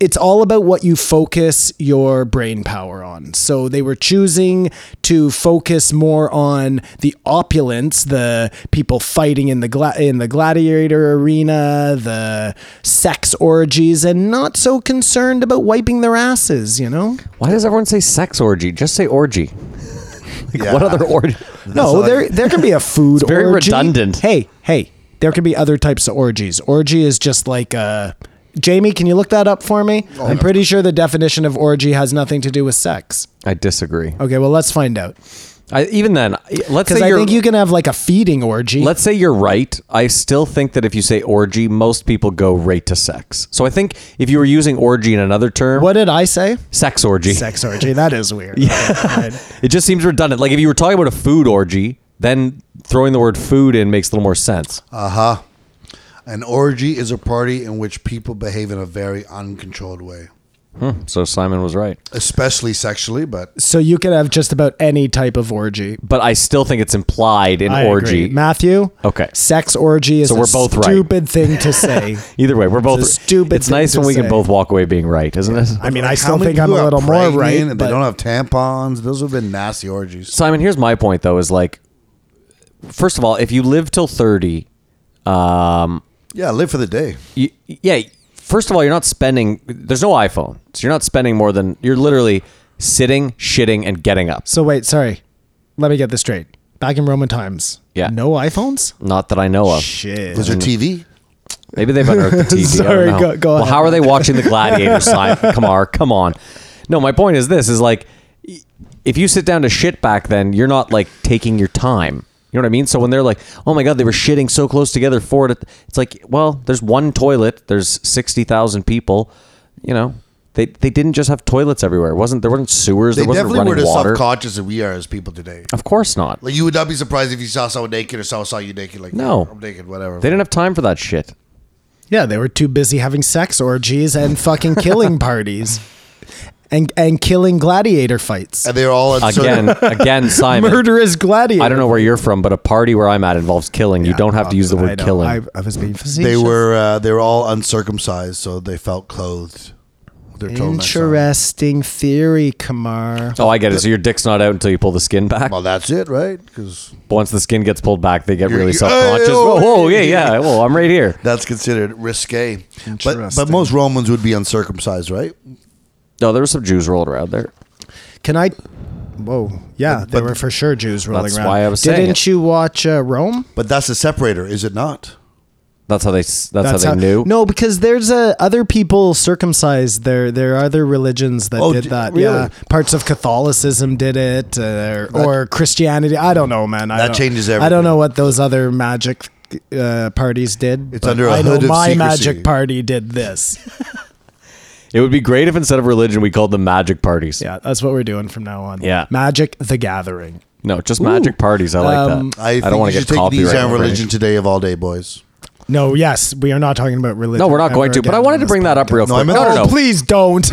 S3: it's all about what you focus your brain power on. So they were choosing to focus more on the opulence, the people fighting in the gla- in the gladiator arena, the sex orgies, and not so concerned about wiping their asses. You know,
S2: Why does everyone say sex orgy? Just say orgy. Like,
S4: Yeah.
S2: What other orgy?
S3: no,
S4: all I-
S3: there there can
S2: [LAUGHS]
S3: be a food
S2: very
S3: orgy.
S2: redundant.
S3: Hey, hey, there can be other types of orgies. Orgy is just like uh Jamie, can you look that up for me?
S2: Oh,
S3: I'm pretty sure the definition of orgy has nothing to do with sex.
S2: I disagree.
S3: Okay, well, let's find out.
S2: I, even then, let's
S3: Because
S2: say
S3: I
S2: you're.
S3: think you can have like a feeding orgy.
S2: Let's say you're right. I still think that if you say orgy, most people go right to sex. So I think if you were using orgy in another term,
S3: what did I say?
S2: sex orgy?
S3: Sex orgy. That is weird.
S2: [LAUGHS]
S3: Okay, fine.
S2: It just seems redundant. Like if you were talking about a food orgy, then throwing the word food in makes a little more sense.
S4: Uh-huh. An orgy is a party in which people behave in a very uncontrolled way,
S2: So Simon was right.
S4: especially sexually, but
S3: So you could have just about any type of orgy.
S2: But I still think it's implied in
S3: I
S2: orgy.
S3: agree. Matthew.
S2: Okay.
S3: Sex orgy is
S2: So
S3: a
S2: we're both right.
S3: stupid thing
S2: [LAUGHS]
S3: to say.
S2: Either way, we're both
S3: It's a stupid
S2: It's nice
S3: thing
S2: when
S3: to
S2: we
S3: say.
S2: can both walk away being right, isn't it?
S3: I mean, I
S4: Like, how
S3: still
S4: many
S3: think I'm
S4: people
S3: a
S4: are
S3: little more
S4: pregnant
S3: right.
S4: And
S3: but-
S4: they don't have tampons. Those have been nasty orgies.
S2: Simon, here's my point though: is like, first of all, if you live till thirty, um,
S4: Yeah, live for the day.
S2: you, yeah. First of all, you're not spending. There's no iPhone, so you're not spending more than you're literally sitting, shitting, and getting up.
S3: So wait, sorry. Let me get this straight. Back in Roman times,
S2: Yeah.
S3: no iPhones.
S2: Not that I know of.
S3: Shit.
S4: Was Mm. there TV?
S2: Maybe they've
S3: [LAUGHS]
S2: unearthed the TV.
S3: Sorry,
S2: I don't know.
S3: go- go
S2: well,
S3: ahead.
S2: how are they watching the
S3: [LAUGHS]
S2: Gladiator slide? Come on, come on. No, my point is this: is like, if you sit down to shit back then, you're not like taking your time. You know what I mean? So when they're like, "Oh my god, they were shitting so close together," for it, it's like, well, there's one toilet. There's sixty thousand people. You know, they they didn't just have toilets everywhere. It wasn't there? Wasn't sewers?
S4: They
S2: there wasn't
S4: definitely were
S2: running
S4: as
S2: water.
S4: subconscious as we are as people today.
S2: Of course not.
S4: Like you would not be surprised if you saw someone naked or someone saw you naked. Like
S2: No.
S4: I'm naked, whatever.
S2: They didn't have time for that
S4: [LAUGHS]
S2: shit.
S3: Yeah, they were too busy having sex orgies and
S2: [LAUGHS]
S3: fucking killing parties, and and killing gladiator fights.
S4: and they're all at certain-
S2: Again, again, Simon.
S3: Murderous gladiator.
S2: I don't know where you're from, but a party where I'm at involves killing. you don't have to use the
S3: I
S2: word
S3: know.
S2: killing.
S3: I, I was being
S4: [LAUGHS]
S3: facetious.
S4: They were uh, they were all uncircumcised, so they felt clothed. with Their toe messed up.
S3: interesting theory, Kamar.
S2: oh, I get it. So your dick's not out until you pull the skin back.
S4: Well, that's it, right? Because
S2: But Once the skin gets pulled back, they get really
S4: you-
S2: self conscious.
S4: Hey,
S2: Whoa,
S4: oh,
S2: whoa, yeah,
S4: hey.
S2: yeah. Whoa, I'm right here.
S4: that's considered risque. But but
S3: Interesting.
S4: most Romans would be uncircumcised, right?
S2: No, there were some Jews rolled around there.
S3: Can I? Whoa, yeah, there were for sure Jews rolling
S2: That's
S3: around.
S2: why I was saying
S3: Didn't
S2: it.
S3: you watch uh, Rome?
S4: But that's a separator, is it not?
S2: That's how they. s- That's, how they knew.
S3: No, because there's uh, other people circumcised. There, there are other religions that
S4: Oh,
S3: did
S4: d-
S3: that.
S4: really?
S3: Yeah, parts of Catholicism did it, uh, or, or Christianity. I don't know, man. I
S4: That
S3: don't-
S4: changes
S3: I don't
S4: everything.
S3: know what those other magic uh, parties did.
S4: It's
S3: but
S4: under a
S3: I know
S4: hood of
S3: my
S4: secrecy.
S3: magic party did this.
S2: It would be great if instead of religion, we called them magic parties.
S3: Yeah, that's what we're doing from now on.
S2: Yeah.
S3: Magic the Gathering.
S2: No, just magic parties. I like
S3: Um,
S2: that.
S4: I,
S2: I,
S4: think
S2: don't want
S4: you
S2: to
S4: should
S2: get
S4: take these
S2: copyright.
S4: and
S2: infringement.
S4: religion today of all day, boys.
S3: No, yes, we are not talking about religion.
S2: No, we're not going to. But I wanted to bring that up real
S4: No,
S2: quick.
S4: I meant-
S2: no, no,
S3: Oh,
S2: no.
S3: please don't.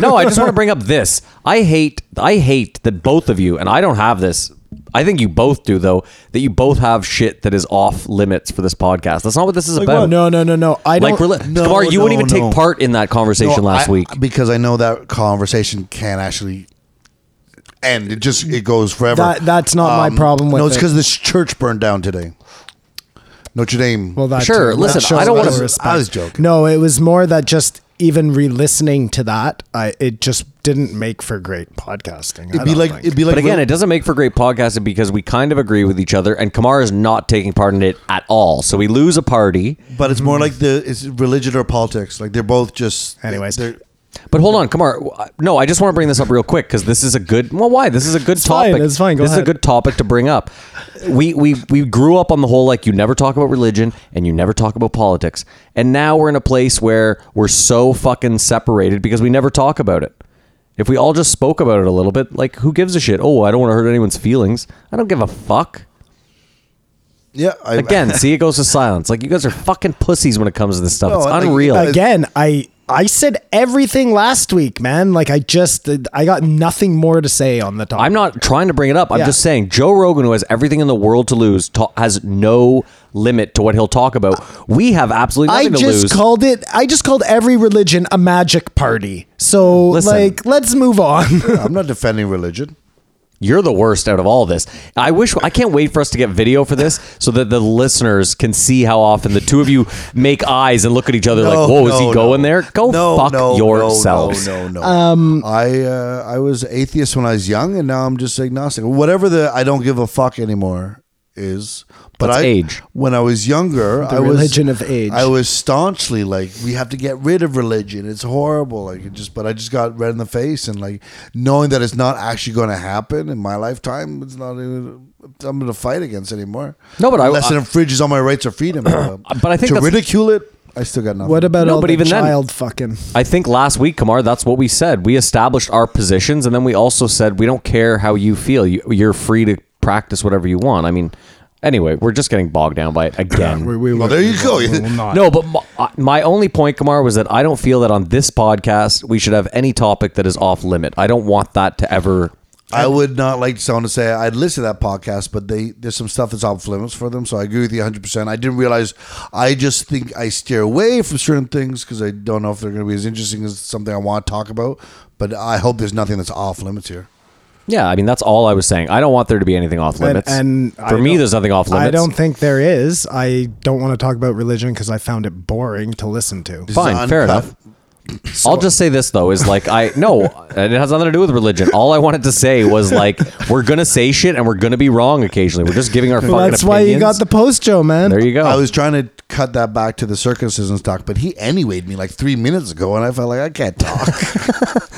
S2: [LAUGHS] no, I just
S3: [LAUGHS]
S2: want to bring up this. I hate I hate that both of you and I don't have this. I think you both do though, that you both have shit that is off limits for this podcast. That's not what this is
S3: Like,
S2: about.
S3: what? no, no, no, no. I
S2: Like
S3: don't.
S2: reli-
S4: no,
S2: Kamar, you wouldn't
S4: no,
S2: even
S4: no.
S2: take part in that conversation
S4: No,
S2: last
S4: I-
S2: week.
S4: because I know that conversation can actually end. It just it goes forever. Um,
S3: That- that's not my problem with
S4: no, it's
S3: it.
S4: because this church burned down today. Notre Dame.
S3: Well, that
S2: Sure,
S3: too.
S2: listen,
S3: That shows
S2: I don't
S3: a
S2: wanna-
S3: little respect.
S4: I was joking.
S3: No, it was more that just even re-listening to that, I it just didn't make for great podcasting.
S4: it'd be like it'd be like
S2: but again, it doesn't make for great podcasting because we kind of agree with each other, and Kamar is not taking part in it at all. So we lose a party.
S4: But it's
S3: Mm-hmm.
S4: more like the it's religion or politics. Like they're both just
S3: Anyways.
S4: they're-
S2: But hold on, Kamar. No, I just want to bring this up real quick because this is a good. Well, why? This is a good
S3: fine,
S2: topic.
S3: it's fine, go
S2: this
S3: ahead.
S2: is a good topic to bring up. We we we grew up on the whole like you never talk about religion and you never talk about politics, and now we're in a place where we're so fucking separated because we never talk about it. If we all just spoke about it a little bit, like who gives a shit? Oh, I don't want to hurt anyone's feelings. I don't give a fuck.
S4: yeah. I,
S2: Again, see, it goes to silence. Like you guys are fucking pussies when it comes to this stuff.
S4: No,
S2: it's
S4: like,
S2: unreal.
S4: uh,
S3: again, I I said everything last week, man. Like I just I got nothing more to say on the topic.
S2: I'm not trying to bring it up. I'm
S3: Yeah.
S2: just saying Joe Rogan, who has everything in the world to lose, ta- has no limit to what he'll talk about. We have absolutely
S3: I
S2: nothing to
S3: just
S2: lose.
S3: called it. I just called every religion a magic party. So,
S2: Listen.
S3: like, let's move on.
S4: [LAUGHS] I'm not defending religion.
S2: You're the worst out of all this. I wish I can't wait for us to get video for this so that the listeners can see how often the two of you make eyes and look at each other like, "Whoa, is he
S4: no,
S2: going
S4: no.
S2: there? Go
S4: No,
S2: fuck
S4: no,
S2: yourselves."
S4: No, no, no. Um, I uh, I was atheist when I was young, and now I'm just agnostic. Whatever the I don't give a fuck anymore is. But
S2: That's
S4: I,
S2: age.
S4: When I was younger, I was
S3: religion of age.
S4: I was staunchly like, we have to get rid of religion. It's horrible. Like it just, but I just got red in the face, and like knowing that it's not actually going to happen in my lifetime, it's not. Even, I'm going to fight against anymore.
S2: No, but I-
S4: unless
S2: I-
S4: it infringes on my rights
S2: [CLEARS THROAT]
S4: of freedom. but
S2: I think
S4: to
S2: that's-
S4: ridicule it, I still got nothing.
S3: [LAUGHS] what about
S2: No,
S3: all
S2: but
S3: the
S2: even then-
S3: child fucking?
S2: I think last week, Kamar, that's what we said. We established our positions, and then we also said we don't care how you feel. You- You're free to practice whatever you want. I mean, anyway, we're just getting bogged down by
S3: [CLEARS THROAT]
S2: it again.
S3: We
S4: Well,
S3: will-
S4: there you
S3: we
S4: go.
S3: will-
S4: [LAUGHS]
S3: we will not.
S2: No, but my, uh, my only point, Kamar, was that I don't feel that on this podcast we should have any topic that is off limit. I don't want that to ever.
S4: I would not like someone to say I'd listen to that podcast, but they there's some stuff that's off limits for them. So I agree with you 100. percent I didn't realize. I just think I steer away from certain things because I don't know if they're going to be as interesting as something I want to talk about. But I hope there's nothing that's off limits here.
S2: Yeah, I mean that's all I was saying. I don't want there to be anything off
S3: And-
S2: limits.
S3: and
S2: for
S3: I
S2: me,
S3: don't-
S2: there's nothing off limits.
S3: I don't think there is. I don't want to talk about religion because I found it boring to listen to.
S2: Fine,
S4: It's
S2: fair
S4: uncut.
S2: enough. I'll just say this though is like I no, and it has nothing to do with religion. All I wanted to say was like we're gonna say shit and we're gonna be wrong occasionally. We're just giving our fucking.
S3: That's why you got
S2: opinions.
S3: the post, Joe, man.
S2: There you go.
S4: I was trying to cut that back to the circuses and talk, but he anywayed me like three minutes ago, and I felt like I
S2: [LAUGHS]
S4: can't talk.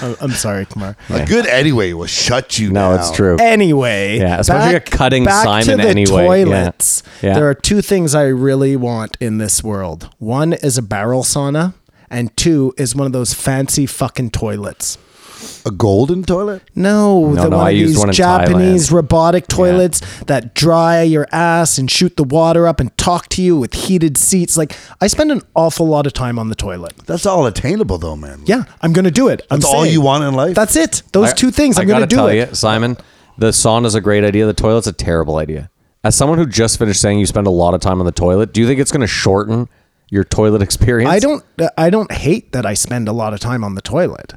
S3: Oh, I'm sorry, Kumar.
S4: A good anyway will shut you.
S2: no,
S4: down.
S2: it's true.
S3: Anyway,
S2: Yeah, especially
S3: back-
S2: you're cutting
S3: back
S2: Simon
S3: to the
S2: anyway. Yeah.
S3: Toilets.
S2: Yeah.
S3: There are two things I really want in this world. One is a barrel sauna, and two is one of those fancy fucking toilets.
S4: A golden toilet.
S3: No,
S2: No,
S3: the
S2: no,
S3: one
S2: I
S3: of
S2: used
S3: these
S2: one in
S3: Japanese robotic toilets that dry your ass and shoot the water up and talk to you with heated seats. Like I spend an awful lot of time on the toilet.
S4: That's all attainable though, man.
S3: Yeah, I'm gonna do it.
S4: That's all you want in life.
S3: That's it. Those
S2: I-
S3: two things.
S2: I
S3: I'm gonna
S2: gotta
S3: do
S2: tell
S3: it.
S2: you, Simon. The sauna's a great idea. The toilet's a terrible idea. As someone who just finished saying you spend a lot of time on the toilet, do you think it's gonna shorten your toilet experience?
S3: I don't. I don't hate that I spend a lot of time on the toilet.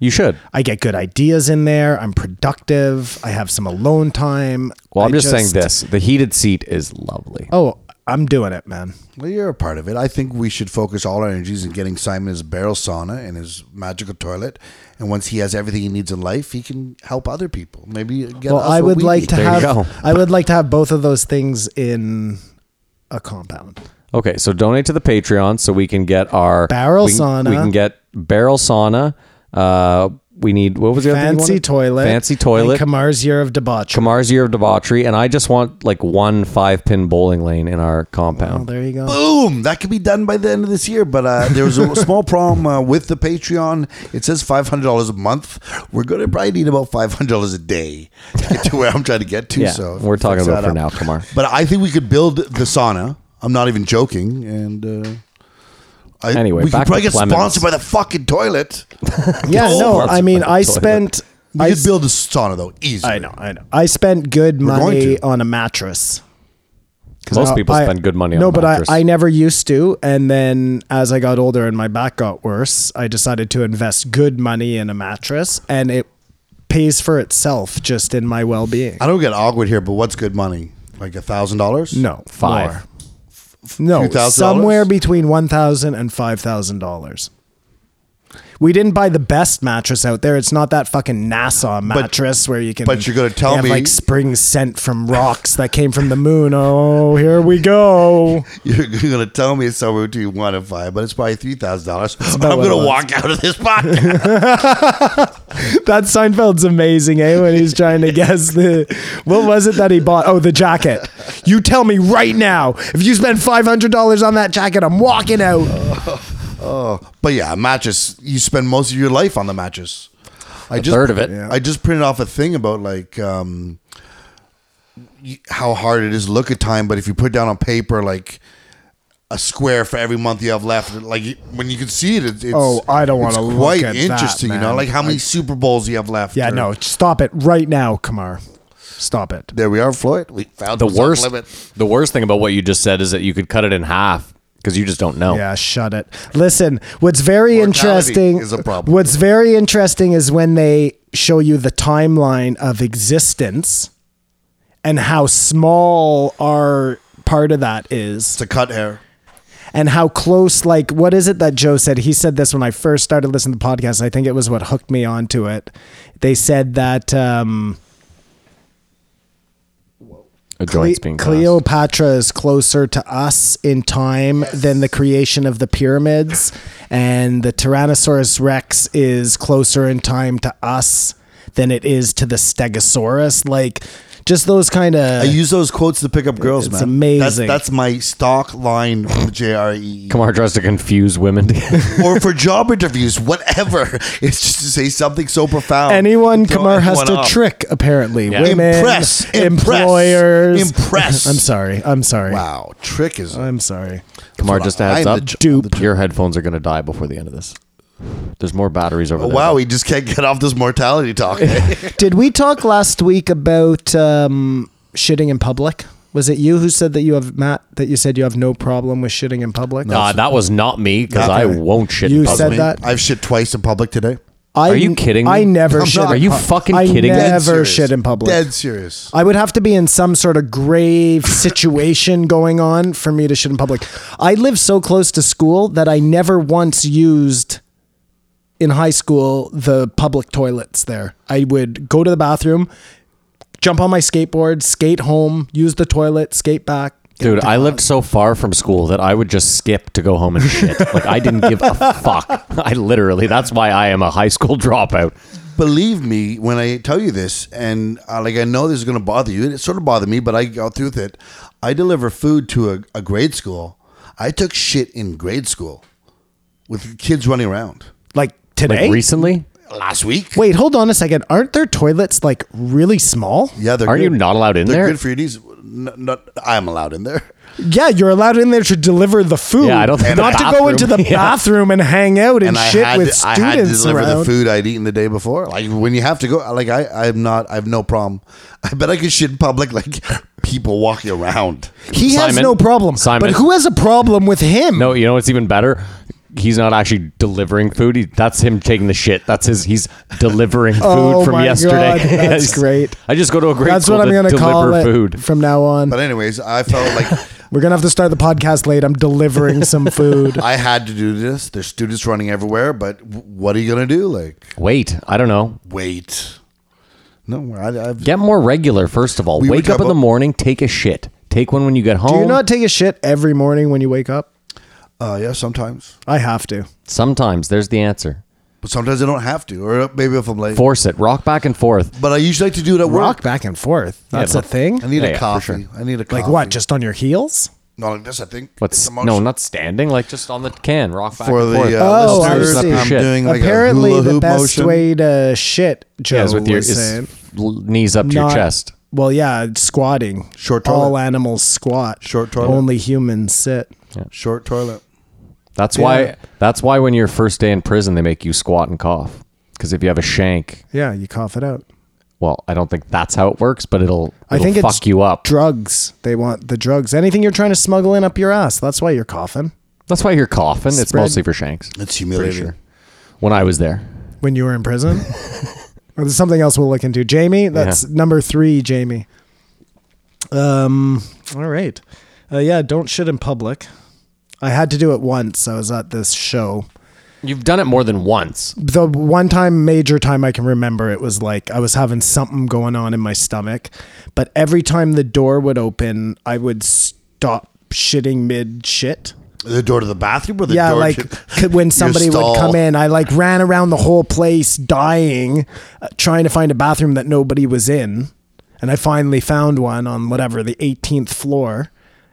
S2: You should.
S3: I get good ideas in there. I'm productive. I have some alone time.
S2: Well, I'm
S3: I
S2: just, saying this. The heated seat is lovely.
S3: Oh, I'm doing it, man.
S4: Well, you're a part of it. I think we should focus all our energies in getting Simon his barrel sauna and his magical toilet. And once he has everything he needs in life, he can help other people. Maybe get
S3: Well,
S4: us
S3: I
S4: what
S3: would
S4: we
S3: like
S4: need.
S3: to
S2: There you go.
S3: have. I would like to have both of those things in a compound.
S2: Okay, so donate to the Patreon so we can get our
S3: Barrel
S2: we can-
S3: sauna.
S2: We can get barrel sauna. Uh, we need what was the other thing you
S3: Fancy
S2: wanted?
S3: toilet.
S2: Fancy toilet.
S3: And Kamar's year of debauchery.
S2: Kamar's year of debauchery, and I just want like one five pin bowling lane in our
S3: Oh,
S2: compound.
S3: there you
S2: [LAUGHS]
S3: go.
S4: Boom! That could be done by the end of this year. But uh, there was
S3: [LAUGHS]
S4: a small problem uh, with the Patreon. It says five hundred dollars a month. We're going to probably need about five hundred dollars a day to get to where I'm trying to get to.
S2: Yeah,
S4: so
S2: we're talking
S4: fix
S2: about
S4: that
S2: for now, Kumar.
S4: [LAUGHS] But I think we could build the sauna. I'm not even joking. And uh, I,
S2: Anyway,
S4: we
S2: back
S4: could probably
S2: to
S4: get
S2: Clemens.
S4: sponsored by the fucking toilet.
S3: Yeah,
S4: Oh,
S3: no.
S2: that's
S3: I mean,
S2: a
S3: I
S2: toilet.
S3: spent.
S4: We
S3: I,
S4: could build a sauna though, easily.
S3: I know. I know. I spent good
S4: going
S3: money
S4: to.
S3: on a mattress. 'Cause
S2: Most
S3: I-
S2: people
S3: I-
S2: spend good money on
S3: No,
S2: a
S3: but I,
S2: mattress.
S3: I never used to. And then as I got older and my back got worse, I decided to invest good money in a mattress and it pays for itself just in my well being.
S4: I don't get awkward here, but what's good money? Like a thousand dollars?
S3: No.
S2: Five.
S3: more. No,
S4: $2,000?
S3: somewhere between one thousand and five thousand dollars. We didn't buy the best mattress out there. It's not that fucking NASA mattress where you can.
S4: but you're gonna tell
S3: they have
S4: me-
S3: like spring scent from rocks that came from the moon. Oh, here
S4: [LAUGHS]
S3: we go.
S4: You're gonna tell me it's somewhere between one and five, but it's probably three thousand dollars. I'm
S3: about what it
S4: gonna
S3: was.
S4: walk out of this podcast. [LAUGHS]
S3: That Seinfeld's amazing, eh? When he's trying to guess the what was it that he bought? Oh, the jacket. You tell me right now if you spend five hundred dollars on that jacket, I'm walking out.
S4: but yeah, a mattress. You spend most of your life on the mattress. I just
S2: third of it.
S4: I just printed off a thing about like um, y- how hard it is to look at time, but if you put down on paper like a square for every month you have left. Like when you can see it, it's
S3: Oh, I don't
S4: it's
S3: wanna look
S4: quite
S3: at that,
S4: interesting, you know,
S3: man.
S4: like how many
S3: I-
S4: Super Bowls you have left.
S3: Yeah,
S4: or-
S3: no, stop it right now, Kamar. Stop it.
S4: There we are, Floyd. We found
S2: The
S4: what's off
S2: worst,
S4: limit.
S2: the worst thing about what you just said is that you could cut it in half because you just don't know.
S3: Yeah, shut it. Listen, what's very
S4: Mortality
S3: interesting
S4: is a problem.
S3: What's very interesting is when they show you the timeline of existence and how small our part of that is
S4: It's a cut hair.
S3: and how close like what is it that joe said he said this when i first started listening to the podcast i think it was what hooked me onto it they said that um,
S2: A
S3: Cle-
S2: joint's being Cleo.
S3: cleopatra is closer to us in time than the creation of the pyramids and the tyrannosaurus rex is closer in time to us than it is to the stegosaurus like just those kind
S4: I
S3: of
S4: use those quotes to pick up girls,
S3: it's
S4: man.
S3: amazing.
S4: That's, that's my stock line from the
S3: [LAUGHS]
S4: JRE.
S2: Kamar tries to confuse women.
S4: E.
S2: [LAUGHS]
S4: or for job interviews, whatever. [LAUGHS] It's just to say something so profound.
S3: anyone
S4: Throw
S3: Kamar has
S4: everyone
S3: to
S4: off.
S3: trick apparently
S2: Yeah.
S3: women
S4: Impress, impress,
S3: employers
S4: impress.
S3: [LAUGHS] i'm sorry i'm sorry
S4: Wow, trick is.
S3: I'm sorry.
S2: Kamar, just a heads
S4: I'm
S2: up,
S4: the j-
S3: Dupe.
S2: your headphones are going to die before the end of this. There's more batteries over
S4: Oh,
S2: there.
S4: wow, we just can't get off this mortality
S3: [LAUGHS]
S4: talk.
S3: Did we talk last week about um, shitting in public? Was it you who said that you have Matt that you said you have no problem with shitting in public?
S2: Nah, that was not me because I
S4: Okay.
S2: won't shit.
S3: You
S2: in public.
S3: said that-
S4: I've shit twice in public today.
S3: I,
S2: Are you kidding
S3: I
S2: me?
S3: never
S4: I'm
S3: shit.
S4: not-
S3: in
S4: Are you
S3: pub-
S2: fucking
S3: I
S2: kidding me?
S4: Dead
S3: Never
S4: serious.
S3: shit in public.
S4: Dead serious.
S3: I would have to be in some sort of grave situation going on for me to shit in public. I live so close to school that I never once used in high school the public toilets there. I would go to the bathroom, jump on my skateboard, skate home, use the toilet, skate back. get
S2: Dude,
S3: to
S2: I
S3: class.
S2: lived so far from school that I would just skip to go home and
S3: [LAUGHS]
S2: shit. like I didn't give a fuck. I literally. That's why I am a high school [LAUGHS] dropout.
S4: Believe me when I tell you this, and uh, like I know this is going to bother you. and It sort of bothered me, but I got through with it. I deliver food to a, a grade school. I took shit in grade school with kids running around
S3: like
S2: Like
S3: today.
S2: recently,
S4: last week.
S3: Wait, hold on a second. Aren't their toilets like really small?
S4: Yeah, they're
S2: aren't you
S4: good.
S2: not allowed in
S4: They're
S2: there?
S4: good for your knees. N- not- I'm allowed in there.
S3: Yeah, you're allowed in there to deliver the food.
S2: Yeah, I don't think
S3: not
S2: the
S3: to go
S2: bathroom-
S3: into the
S2: Yeah.
S3: bathroom and hang out and,
S4: And I
S3: shit
S4: had,
S3: with
S4: to, I had to
S3: students
S4: deliver the
S3: around.
S4: food I'd eaten the day before. Like when you have to go, like I, I'm not, I have no problem. [LAUGHS] I bet I could shit in public, like [LAUGHS] people walking around.
S3: He has
S2: Simon.
S3: no problem.
S2: Simon.
S3: But who has a problem with him?
S2: no, you know what's even better? He's not actually delivering food. He, that's him taking the shit. That's his. He's delivering food
S3: [LAUGHS] Oh
S2: from
S3: my
S2: yesterday. [LAUGHS]
S3: God, that's
S2: Yes.
S3: great.
S2: I just go to a grade
S3: That's
S2: school
S3: what I'm
S2: to
S3: going to
S2: deliver
S3: call it
S2: food.
S3: from now on.
S4: But anyways, I felt like
S3: We're going to have to start the podcast late. I'm delivering
S2: [LAUGHS]
S3: some food.
S4: I had to do this. There's students running everywhere, but w- what are you gonna do? Like,
S2: Wait, I don't know.
S4: wait. No, I, I've,
S2: Get more regular first of all.
S4: We were
S2: Wake up in
S4: talking
S2: the
S4: about-
S2: morning, take a shit. Take one when you get home.
S3: Do you not take a shit every morning when you wake up?
S4: uh, yeah, sometimes,
S3: I have to.
S2: Sometimes there's the answer.
S4: but sometimes I don't have to, or maybe if I'm late.
S2: Force it. Rock back and forth.
S4: But I usually like to do it at
S3: Rock
S4: work.
S3: back and forth. That's
S2: but-
S3: a thing.
S4: I need
S2: Yeah,
S4: a
S2: yeah, for
S4: coffee.
S2: sure.
S4: I need a coffee.
S3: Like what? Just on your heels?
S4: not like this. I think. It's
S2: What's
S4: the most-
S2: no, not standing, like just on the can, rock back
S4: for
S2: and
S4: the
S2: forth.
S4: uh,
S3: Oh, I
S4: listeners,
S3: see.
S4: I'm doing like a
S3: Apparently,
S4: hula
S3: the
S4: hoop
S3: best
S4: motion.
S3: way to shit, Joe
S2: yeah, it's with your
S3: was
S2: it's
S3: saying,
S2: l- knees up to your
S3: not-
S2: chest.
S3: Well, yeah, squatting.
S4: Short
S3: All
S4: toilet.
S3: animals squat.
S4: Short toilet.
S3: Only humans sit.
S4: Short toilet.
S2: That's
S3: Yeah.
S2: why. That's why when your first day in prison, they make you squat and cough. Because if you have a shank,
S3: Yeah, you cough it out.
S2: well, I don't think that's how it works, but it'll, it'll
S3: I think
S2: fuck
S3: it's
S2: you up.
S3: Drugs. They want the drugs. Anything you're trying to smuggle in up your ass. That's why you're coughing.
S2: that's why you're coughing. It's
S3: Spread-
S2: mostly for shanks.
S4: It's humiliating.
S2: sure. When I was there,
S3: When you were in prison. Well, There's something else we'll look into. Jamie, that's
S2: Yeah.
S3: number three, Jamie. Um. All right. Uh, yeah. Don't shit in public. I had to do it once. I was at this show.
S2: you've done it more than once.
S3: the one time major time I can remember it was like I was having something going on in my stomach, but every time the door would open, I would stop shitting mid shit.
S4: The door to the bathroom or the
S3: yeah,
S4: door
S3: like [LAUGHS]
S4: to [LAUGHS]
S3: c- when somebody would
S4: stall.
S3: come in, I like ran around the whole place dying, uh, trying to find a bathroom that nobody was in, and I finally found one on whatever the 18th floor,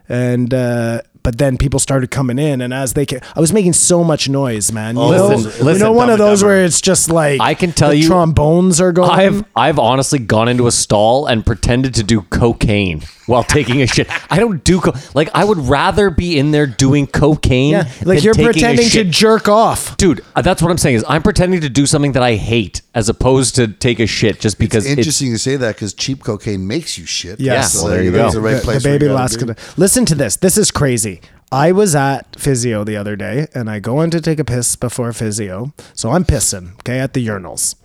S3: and uh, But then people started coming in, and as they came, I was making so much noise, man. You
S4: Oh,
S3: know,
S2: Listen,
S3: you
S2: listen,
S3: know one
S4: Dumb
S3: of
S4: and
S3: those
S4: Dumber.
S3: where it's just like
S2: I can tell
S3: the
S2: you-
S3: trombones are going.
S2: I've I've honestly gone into a stall and pretended to do cocaine while taking a shit. I don't do co- like I would rather be in there doing cocaine.
S3: yeah, like
S2: than
S3: you're
S2: taking a
S3: pretending to
S2: shit.
S3: jerk off.
S2: Dude, uh, that's what I'm saying is I'm pretending to do something that I hate as opposed to take a shit just because it's,
S4: Interesting you say that because cheap cocaine makes you shit.
S3: Yes.
S2: well, there you
S4: that's
S2: go.
S4: The right
S3: the,
S4: place
S3: the
S4: where you
S3: baby
S4: gotta
S3: last
S4: be.
S3: gonna listen to this. This is crazy. I was at physio the other day, and I go in to take a piss before physio, so I'm pissing okay at the urinals,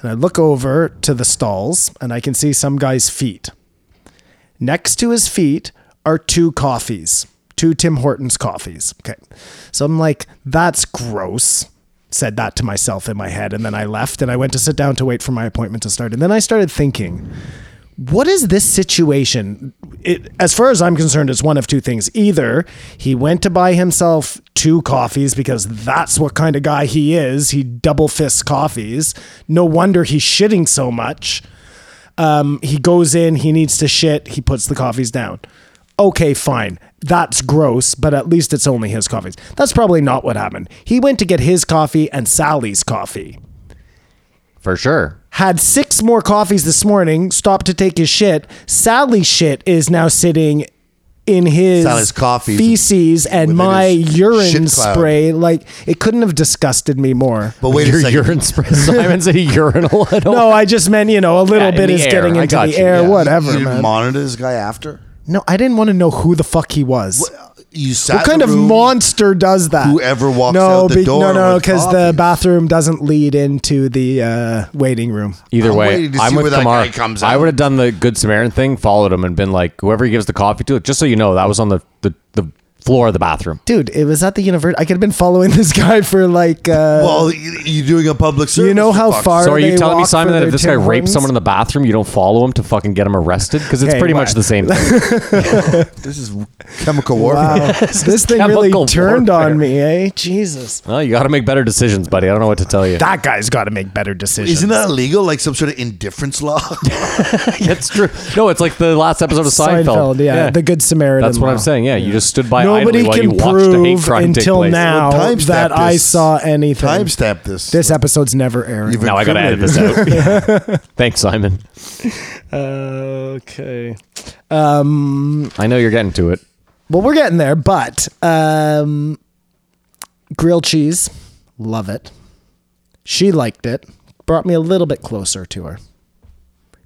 S3: and I look over to the stalls, and I can see some guy's feet. Next to his feet are two coffees, two Tim Hortons coffees. Okay. So I'm like, that's gross. Said that to myself in my head. And then I left and I went to sit down to wait for my appointment to start. And then I started thinking, what is this situation? It, as far as I'm concerned, it's one of two things. Either he went to buy himself two coffees because that's what kind of guy he is. He double fists coffees. No wonder he's shitting so much Um, he goes in, he needs to shit, he puts the coffees down. Okay, fine. That's gross, but at least it's only his coffees. That's probably not what happened. He went to get his coffee and Sally's coffee.
S2: for sure.
S3: Had six more coffees this morning, stopped to take his shit. Sally's shit is now sitting in his
S4: Sally's coffees
S3: feces and
S4: within
S3: my
S4: his
S3: urine
S4: shit cloud.
S3: spray. Like, it couldn't have disgusted me more.
S4: But wait
S2: Your
S4: a second.
S2: urine spray. Simon's a urinal. I don't
S3: No, I just meant, you know, a little
S2: Oh. Yeah, in
S3: bit
S2: the
S3: is
S2: air.
S3: getting
S2: I
S3: into
S2: got
S3: the
S2: you.
S3: air,
S2: Yeah.
S3: whatever,
S4: you didn't
S3: man.
S4: monitor this guy after?
S3: no, I didn't want to know who the fuck he was.
S4: You sat
S3: What
S4: in
S3: kind
S4: the
S3: of
S4: room.
S3: monster does that?
S4: Whoever walks out the door
S3: No, no,
S4: with
S3: because the
S4: coffees.
S3: bathroom doesn't lead into the uh, waiting room.
S2: Either
S4: I'm
S2: way,
S4: waiting to
S2: I'm
S4: see
S2: with
S4: where that
S2: Kamar.
S4: guy comes
S2: I
S4: out.
S2: would have done the Good Samaritan thing, followed him, and been like, whoever he gives the coffee to, just so you know, that was on the the, the floor of the bathroom.
S3: Dude, it was at the university. I could have been following [LAUGHS] this guy for like. Uh,
S4: Well, you- you're doing a public service.
S3: you know
S4: for
S3: how
S4: fuck's
S3: far.
S2: so are you
S3: they
S2: telling me,
S3: walk
S2: Simon,
S3: for
S2: that if
S3: their
S2: this guy
S3: Tim
S2: rapes
S3: Hortons?
S2: someone in the bathroom, you don't follow him to fucking get him arrested? Because it's
S3: Okay,
S2: pretty much
S3: what?
S2: the
S3: [LAUGHS]
S2: same thing.
S4: sake. This is chemical warfare.
S2: [LAUGHS]
S3: Wow, this thing really
S2: chemical
S3: turned
S2: warfare.
S3: on me, eh? Jesus,
S2: well, you got to make better decisions, buddy. I don't know what to tell
S3: [LAUGHS]
S2: you.
S3: that guy's got to make better
S4: [LAUGHS]
S3: decisions.
S4: Isn't that illegal? Like some sort of indifference
S3: [LAUGHS]
S4: law?
S2: That's true. No, it's like the last episode of Seinfeld.
S3: yeah, the Good Samaritan.
S2: That's what I'm
S3: law.
S2: saying. Yeah, you just stood by
S3: Nobody
S2: idly while you
S3: can
S2: watched a hate
S3: prove
S2: crime take
S3: until
S2: place.
S3: now
S4: Well, timestamp
S3: that I
S4: this.
S3: saw anything.
S4: Timestamp this.
S3: This episode's never airing.
S4: You've
S2: Now I got to edit this out.
S3: [LAUGHS]
S2: Thanks, Simon.
S3: Okay. Um,
S2: I know you're getting to it.
S3: well, we're getting there, but um, grilled cheese, love it. She liked it. Brought me a little bit closer to her.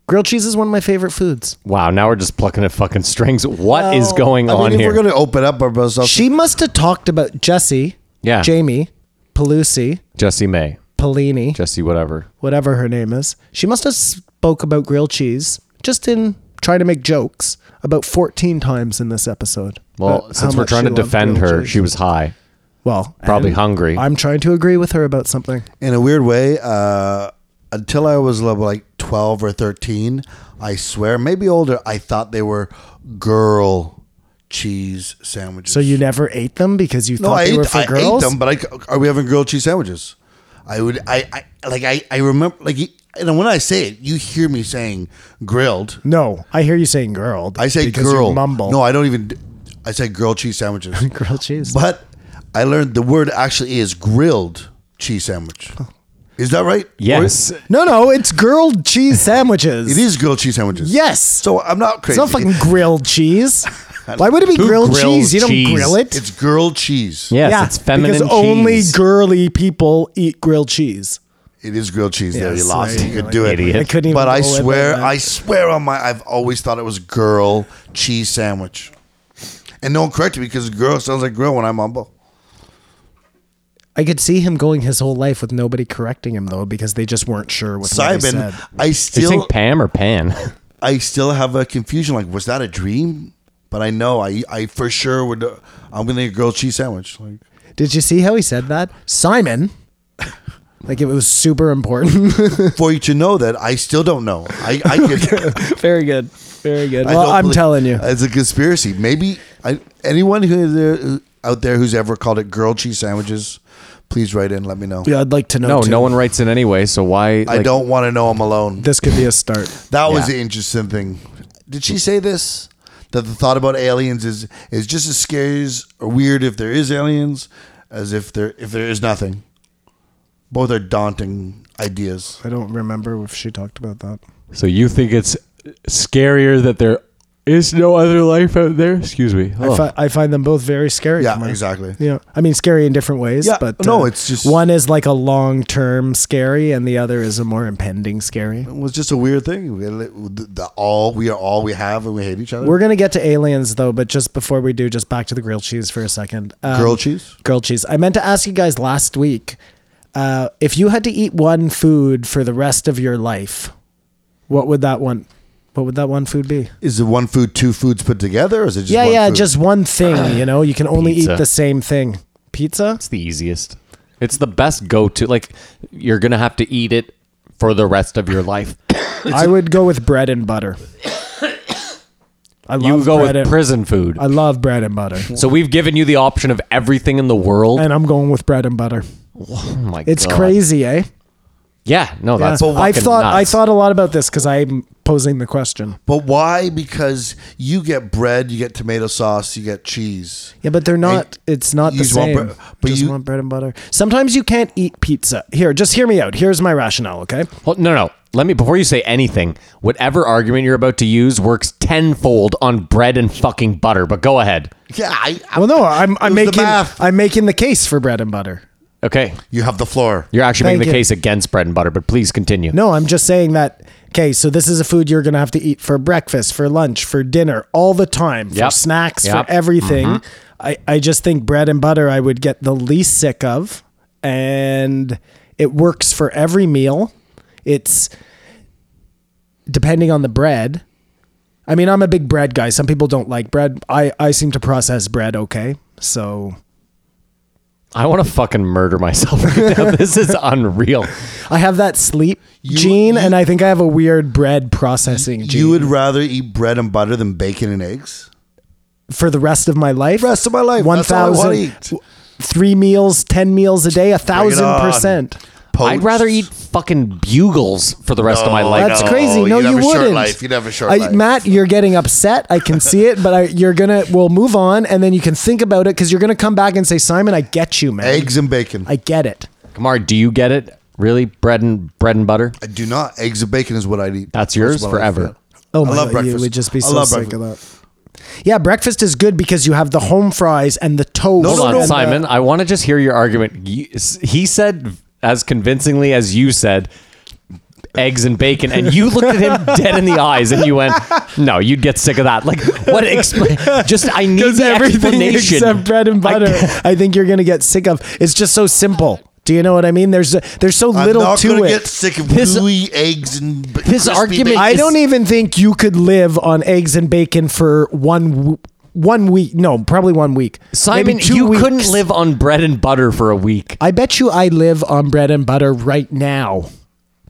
S3: Grilled cheese is one of my favorite foods.
S2: Wow, now we're just plucking at fucking strings. What is
S3: Well,
S2: going
S4: I mean,
S2: on
S4: if
S2: here?
S4: we're gonna open up our ourselves,
S3: She must have talked about Jesse,
S2: Yeah.
S3: Jamie, Pelusi,
S2: Jesse May,
S3: Polini,
S2: Jesse whatever.
S3: whatever her name is. She must have spoke about grilled cheese just in trying to make jokes about 14 times in this episode.
S2: Well,
S3: about how
S2: since we're
S3: much
S2: trying
S3: she
S2: to
S3: loved
S2: defend
S3: grilled
S2: her,
S3: cheese.
S2: she was high,
S3: well
S2: probably
S3: and-
S2: hungry.
S3: I'm trying to agree with her about something.
S4: in a weird way, uh, until I was level, like twelve or thirteen, I swear, maybe older, I thought they were girl cheese sandwiches.
S3: So you never ate them because you
S4: no,
S3: thought
S4: I
S3: they
S4: ate,
S3: were for
S4: I
S3: girls.
S4: ate them, but I, c- are we having grilled cheese sandwiches? I would, I, I like, I, I remember, like, you- and when I say it, you hear me saying grilled.
S3: No, I hear you saying girl.
S4: I say
S3: because
S4: girl.
S3: You mumble.
S4: No, I don't even. d- I say grilled cheese sandwiches.
S3: [LAUGHS] grilled cheese.
S4: But I learned the word actually is grilled cheese sandwich.
S3: Oh.
S4: Is that right?
S2: yes.
S4: Or-
S3: no, no, it's grilled cheese sandwiches.
S4: it is grilled cheese sandwiches.
S3: Yes.
S4: So I'm not
S3: It's
S4: crazy.
S3: not fucking
S4: [LAUGHS]
S3: grilled cheese. Why would it be
S2: Who
S3: grilled
S2: grills
S3: cheese? You don't
S2: cheese?
S3: grill it.
S4: It's grilled cheese.
S2: yes, it's feminine
S3: Because
S2: cheese.
S3: only girly people eat grilled cheese.
S4: It is grilled cheese. there,
S3: Yes,
S4: you lost.
S3: there
S4: it.
S3: you
S4: You
S3: go.
S4: could do it.
S2: Idiot.
S3: I couldn't even.
S4: But I
S3: go with
S4: swear,
S3: it, man.
S4: I swear on my, I've always thought it was girl cheese sandwich. And don't correct me because girl sounds like grill when I mumble.
S3: I could see him going his whole life with nobody correcting him though, because they just weren't sure what Simon.
S4: Simon,
S3: said.
S4: I
S2: Do you
S4: still
S2: think Pam or Pan? [LAUGHS]
S4: I still have a confusion. Like, was that a dream? But I know I, I for sure would. uh, I'm gonna eat a grilled cheese sandwich.
S3: [LAUGHS]
S4: Like,
S3: Did you see how he said that,
S4: [LAUGHS]
S3: Simon? Like it was super important. [LAUGHS]
S4: for you to know that I still don't know. I, I could.
S3: Very good. Very good.
S4: I
S3: well,
S4: don't
S3: I'm
S4: believe-
S3: telling you.
S4: it's a conspiracy. Maybe I, anyone who is there, who- out there who's ever called it grilled cheese sandwiches, please write in. Let me know.
S3: yeah, I'd like to know.
S2: no,
S3: too.
S2: no one writes it anyway, so why?
S4: I
S2: like-
S4: don't want to know. I'm alone.
S3: This could be a start.
S4: That was
S2: Yeah.
S4: the interesting thing. Did she say this? that the thought about aliens is is just as scary as or weird if there is aliens as if there if there is nothing. Both are daunting ideas.
S3: I don't remember if she talked about that.
S5: So you think it's scarier that there is no other life out there? Excuse me.
S3: I,
S5: Oh.
S3: fi- I find them both very scary.
S4: Yeah,
S3: to me.
S4: exactly.
S3: Yeah, I mean scary in different ways.
S4: Yeah,
S3: but uh,
S4: no, it's just-
S3: one is like a long-term scary, and the other is a more impending scary.
S4: It was just a weird thing. We, the, the, all we are all we have, and we hate each other.
S3: We're gonna get to aliens though, but just before we do, just back to the grilled cheese for a second. Um,
S4: Grilled cheese?
S3: Grilled cheese. I meant to ask you guys last week uh, if you had to eat one food for the rest of your life, what would that one? What would that one food be?
S4: is it one food, two foods put together, or is it just
S3: yeah,
S4: one
S3: yeah,
S4: food?
S3: just one thing. You know, you can only
S2: Pizza.
S3: eat the same thing. Pizza.
S2: It's the easiest. It's the best go to. Like you're gonna have to eat it for the rest of your life.
S3: [COUGHS] I would go with bread and butter. I love
S2: You go
S3: bread
S2: with
S3: and,
S2: prison food.
S3: I love bread and butter,
S2: So we've given you the option of everything in the world.
S3: and I'm going with bread and butter.
S2: oh my
S3: It's
S2: God.
S3: crazy, eh?
S2: Yeah, no, that's
S3: Yeah. I
S2: fucking
S3: thought I
S2: nuts.
S3: thought a lot about this because I'm posing the question.
S4: But why? Because you get bread, you get tomato sauce, you get cheese.
S3: Yeah, but they're not. it's not
S4: you
S3: the
S4: just want
S3: same.
S4: bre- but
S3: just
S4: you-
S3: want bread and butter. Sometimes you can't eat pizza. Here, just hear me out. Here's my rationale. Okay.
S2: Well, no, no. Let me before you say anything. Whatever argument you're about to use works tenfold on bread and fucking butter. But go ahead.
S4: Yeah, I, I,
S3: Well, no, I'm
S4: It was
S3: I'm
S4: the
S3: making
S4: math.
S3: I'm making the case for bread and butter.
S2: Okay,
S4: you have the floor.
S2: you're actually
S3: Thank
S2: making the
S3: you.
S2: case against bread and butter. But please continue.
S3: No, I'm just saying that. Okay, so this is a food you're gonna have to eat for breakfast, for lunch, for dinner, all the time, for
S2: Yep.
S3: snacks,
S2: Yep. Mm-hmm.
S3: for everything. I I just think bread and butter I would get the least sick of, and it works for every meal. It's depending on the bread. I mean, I'm a big bread guy. Some people don't like bread. I I seem to process bread okay. So
S2: I want to fucking murder myself [LAUGHS] right now. this is unreal.
S3: I have that sleep gene, and I think I have a weird bread processing gene.
S4: You would rather eat bread and butter than bacon and eggs?
S3: for the rest of my life.
S4: Rest of my life.
S3: One
S4: That's all I wanna
S3: thousand,
S4: eat.
S3: three meals, ten meals a day, a thousand
S4: on.
S3: percent.
S2: I'd rather eat fucking bugles for the rest of my
S4: No,
S2: life.
S4: no.
S3: That's crazy.
S4: you'd
S3: No,
S4: oh, have
S3: you
S4: a short
S3: wouldn't.
S4: life. You'd have a short
S3: I-
S4: life.
S3: Matt, you're getting upset. I can see it, but I, you're gonna. We'll move on, and then you can think about it because you're gonna come back and say, Simon, I get you, man.
S4: eggs and bacon. I,
S3: I get it.
S2: Kamar, do you get it? Really, bread and bread and butter.
S4: do not. Eggs and bacon is what I'd eat.
S2: That's yours
S4: Most of my life,
S2: forever.
S4: yeah.
S3: Oh
S4: I
S3: my
S4: love
S3: god, you
S4: breakfast.
S3: would just be
S4: I
S3: so
S4: love
S3: sick of that. Yeah, breakfast is good because you have the home fries and the toast.
S4: No,
S2: Hold
S4: no,
S2: on,
S4: no,
S2: Simon. I want to just hear your argument. You- He said as convincingly as you said eggs and bacon, and you looked at
S3: [LAUGHS]
S2: him dead in the eyes, and you went, "No, you'd get sick of that." Like what? Expl- just I
S3: [LAUGHS]
S2: need the
S3: everything
S2: explanation.
S3: except bread and
S2: I
S3: butter. I, think you're gonna get sick of. It's just so simple. Do you know what I mean? There's there's so
S4: I'm
S3: little
S4: not
S3: to
S4: gonna
S3: it.
S4: get sick of
S2: This-
S4: gooey eggs and b-
S2: this
S4: crispy
S2: argument
S4: bacon.
S3: I
S2: is-
S3: don't even think you could live on eggs and bacon for one w- one week. No, probably one week.
S2: Simon,
S3: Maybe two
S2: you
S3: weeks.
S2: couldn't live on bread and butter for a week.
S3: I bet you I live on bread and butter right now.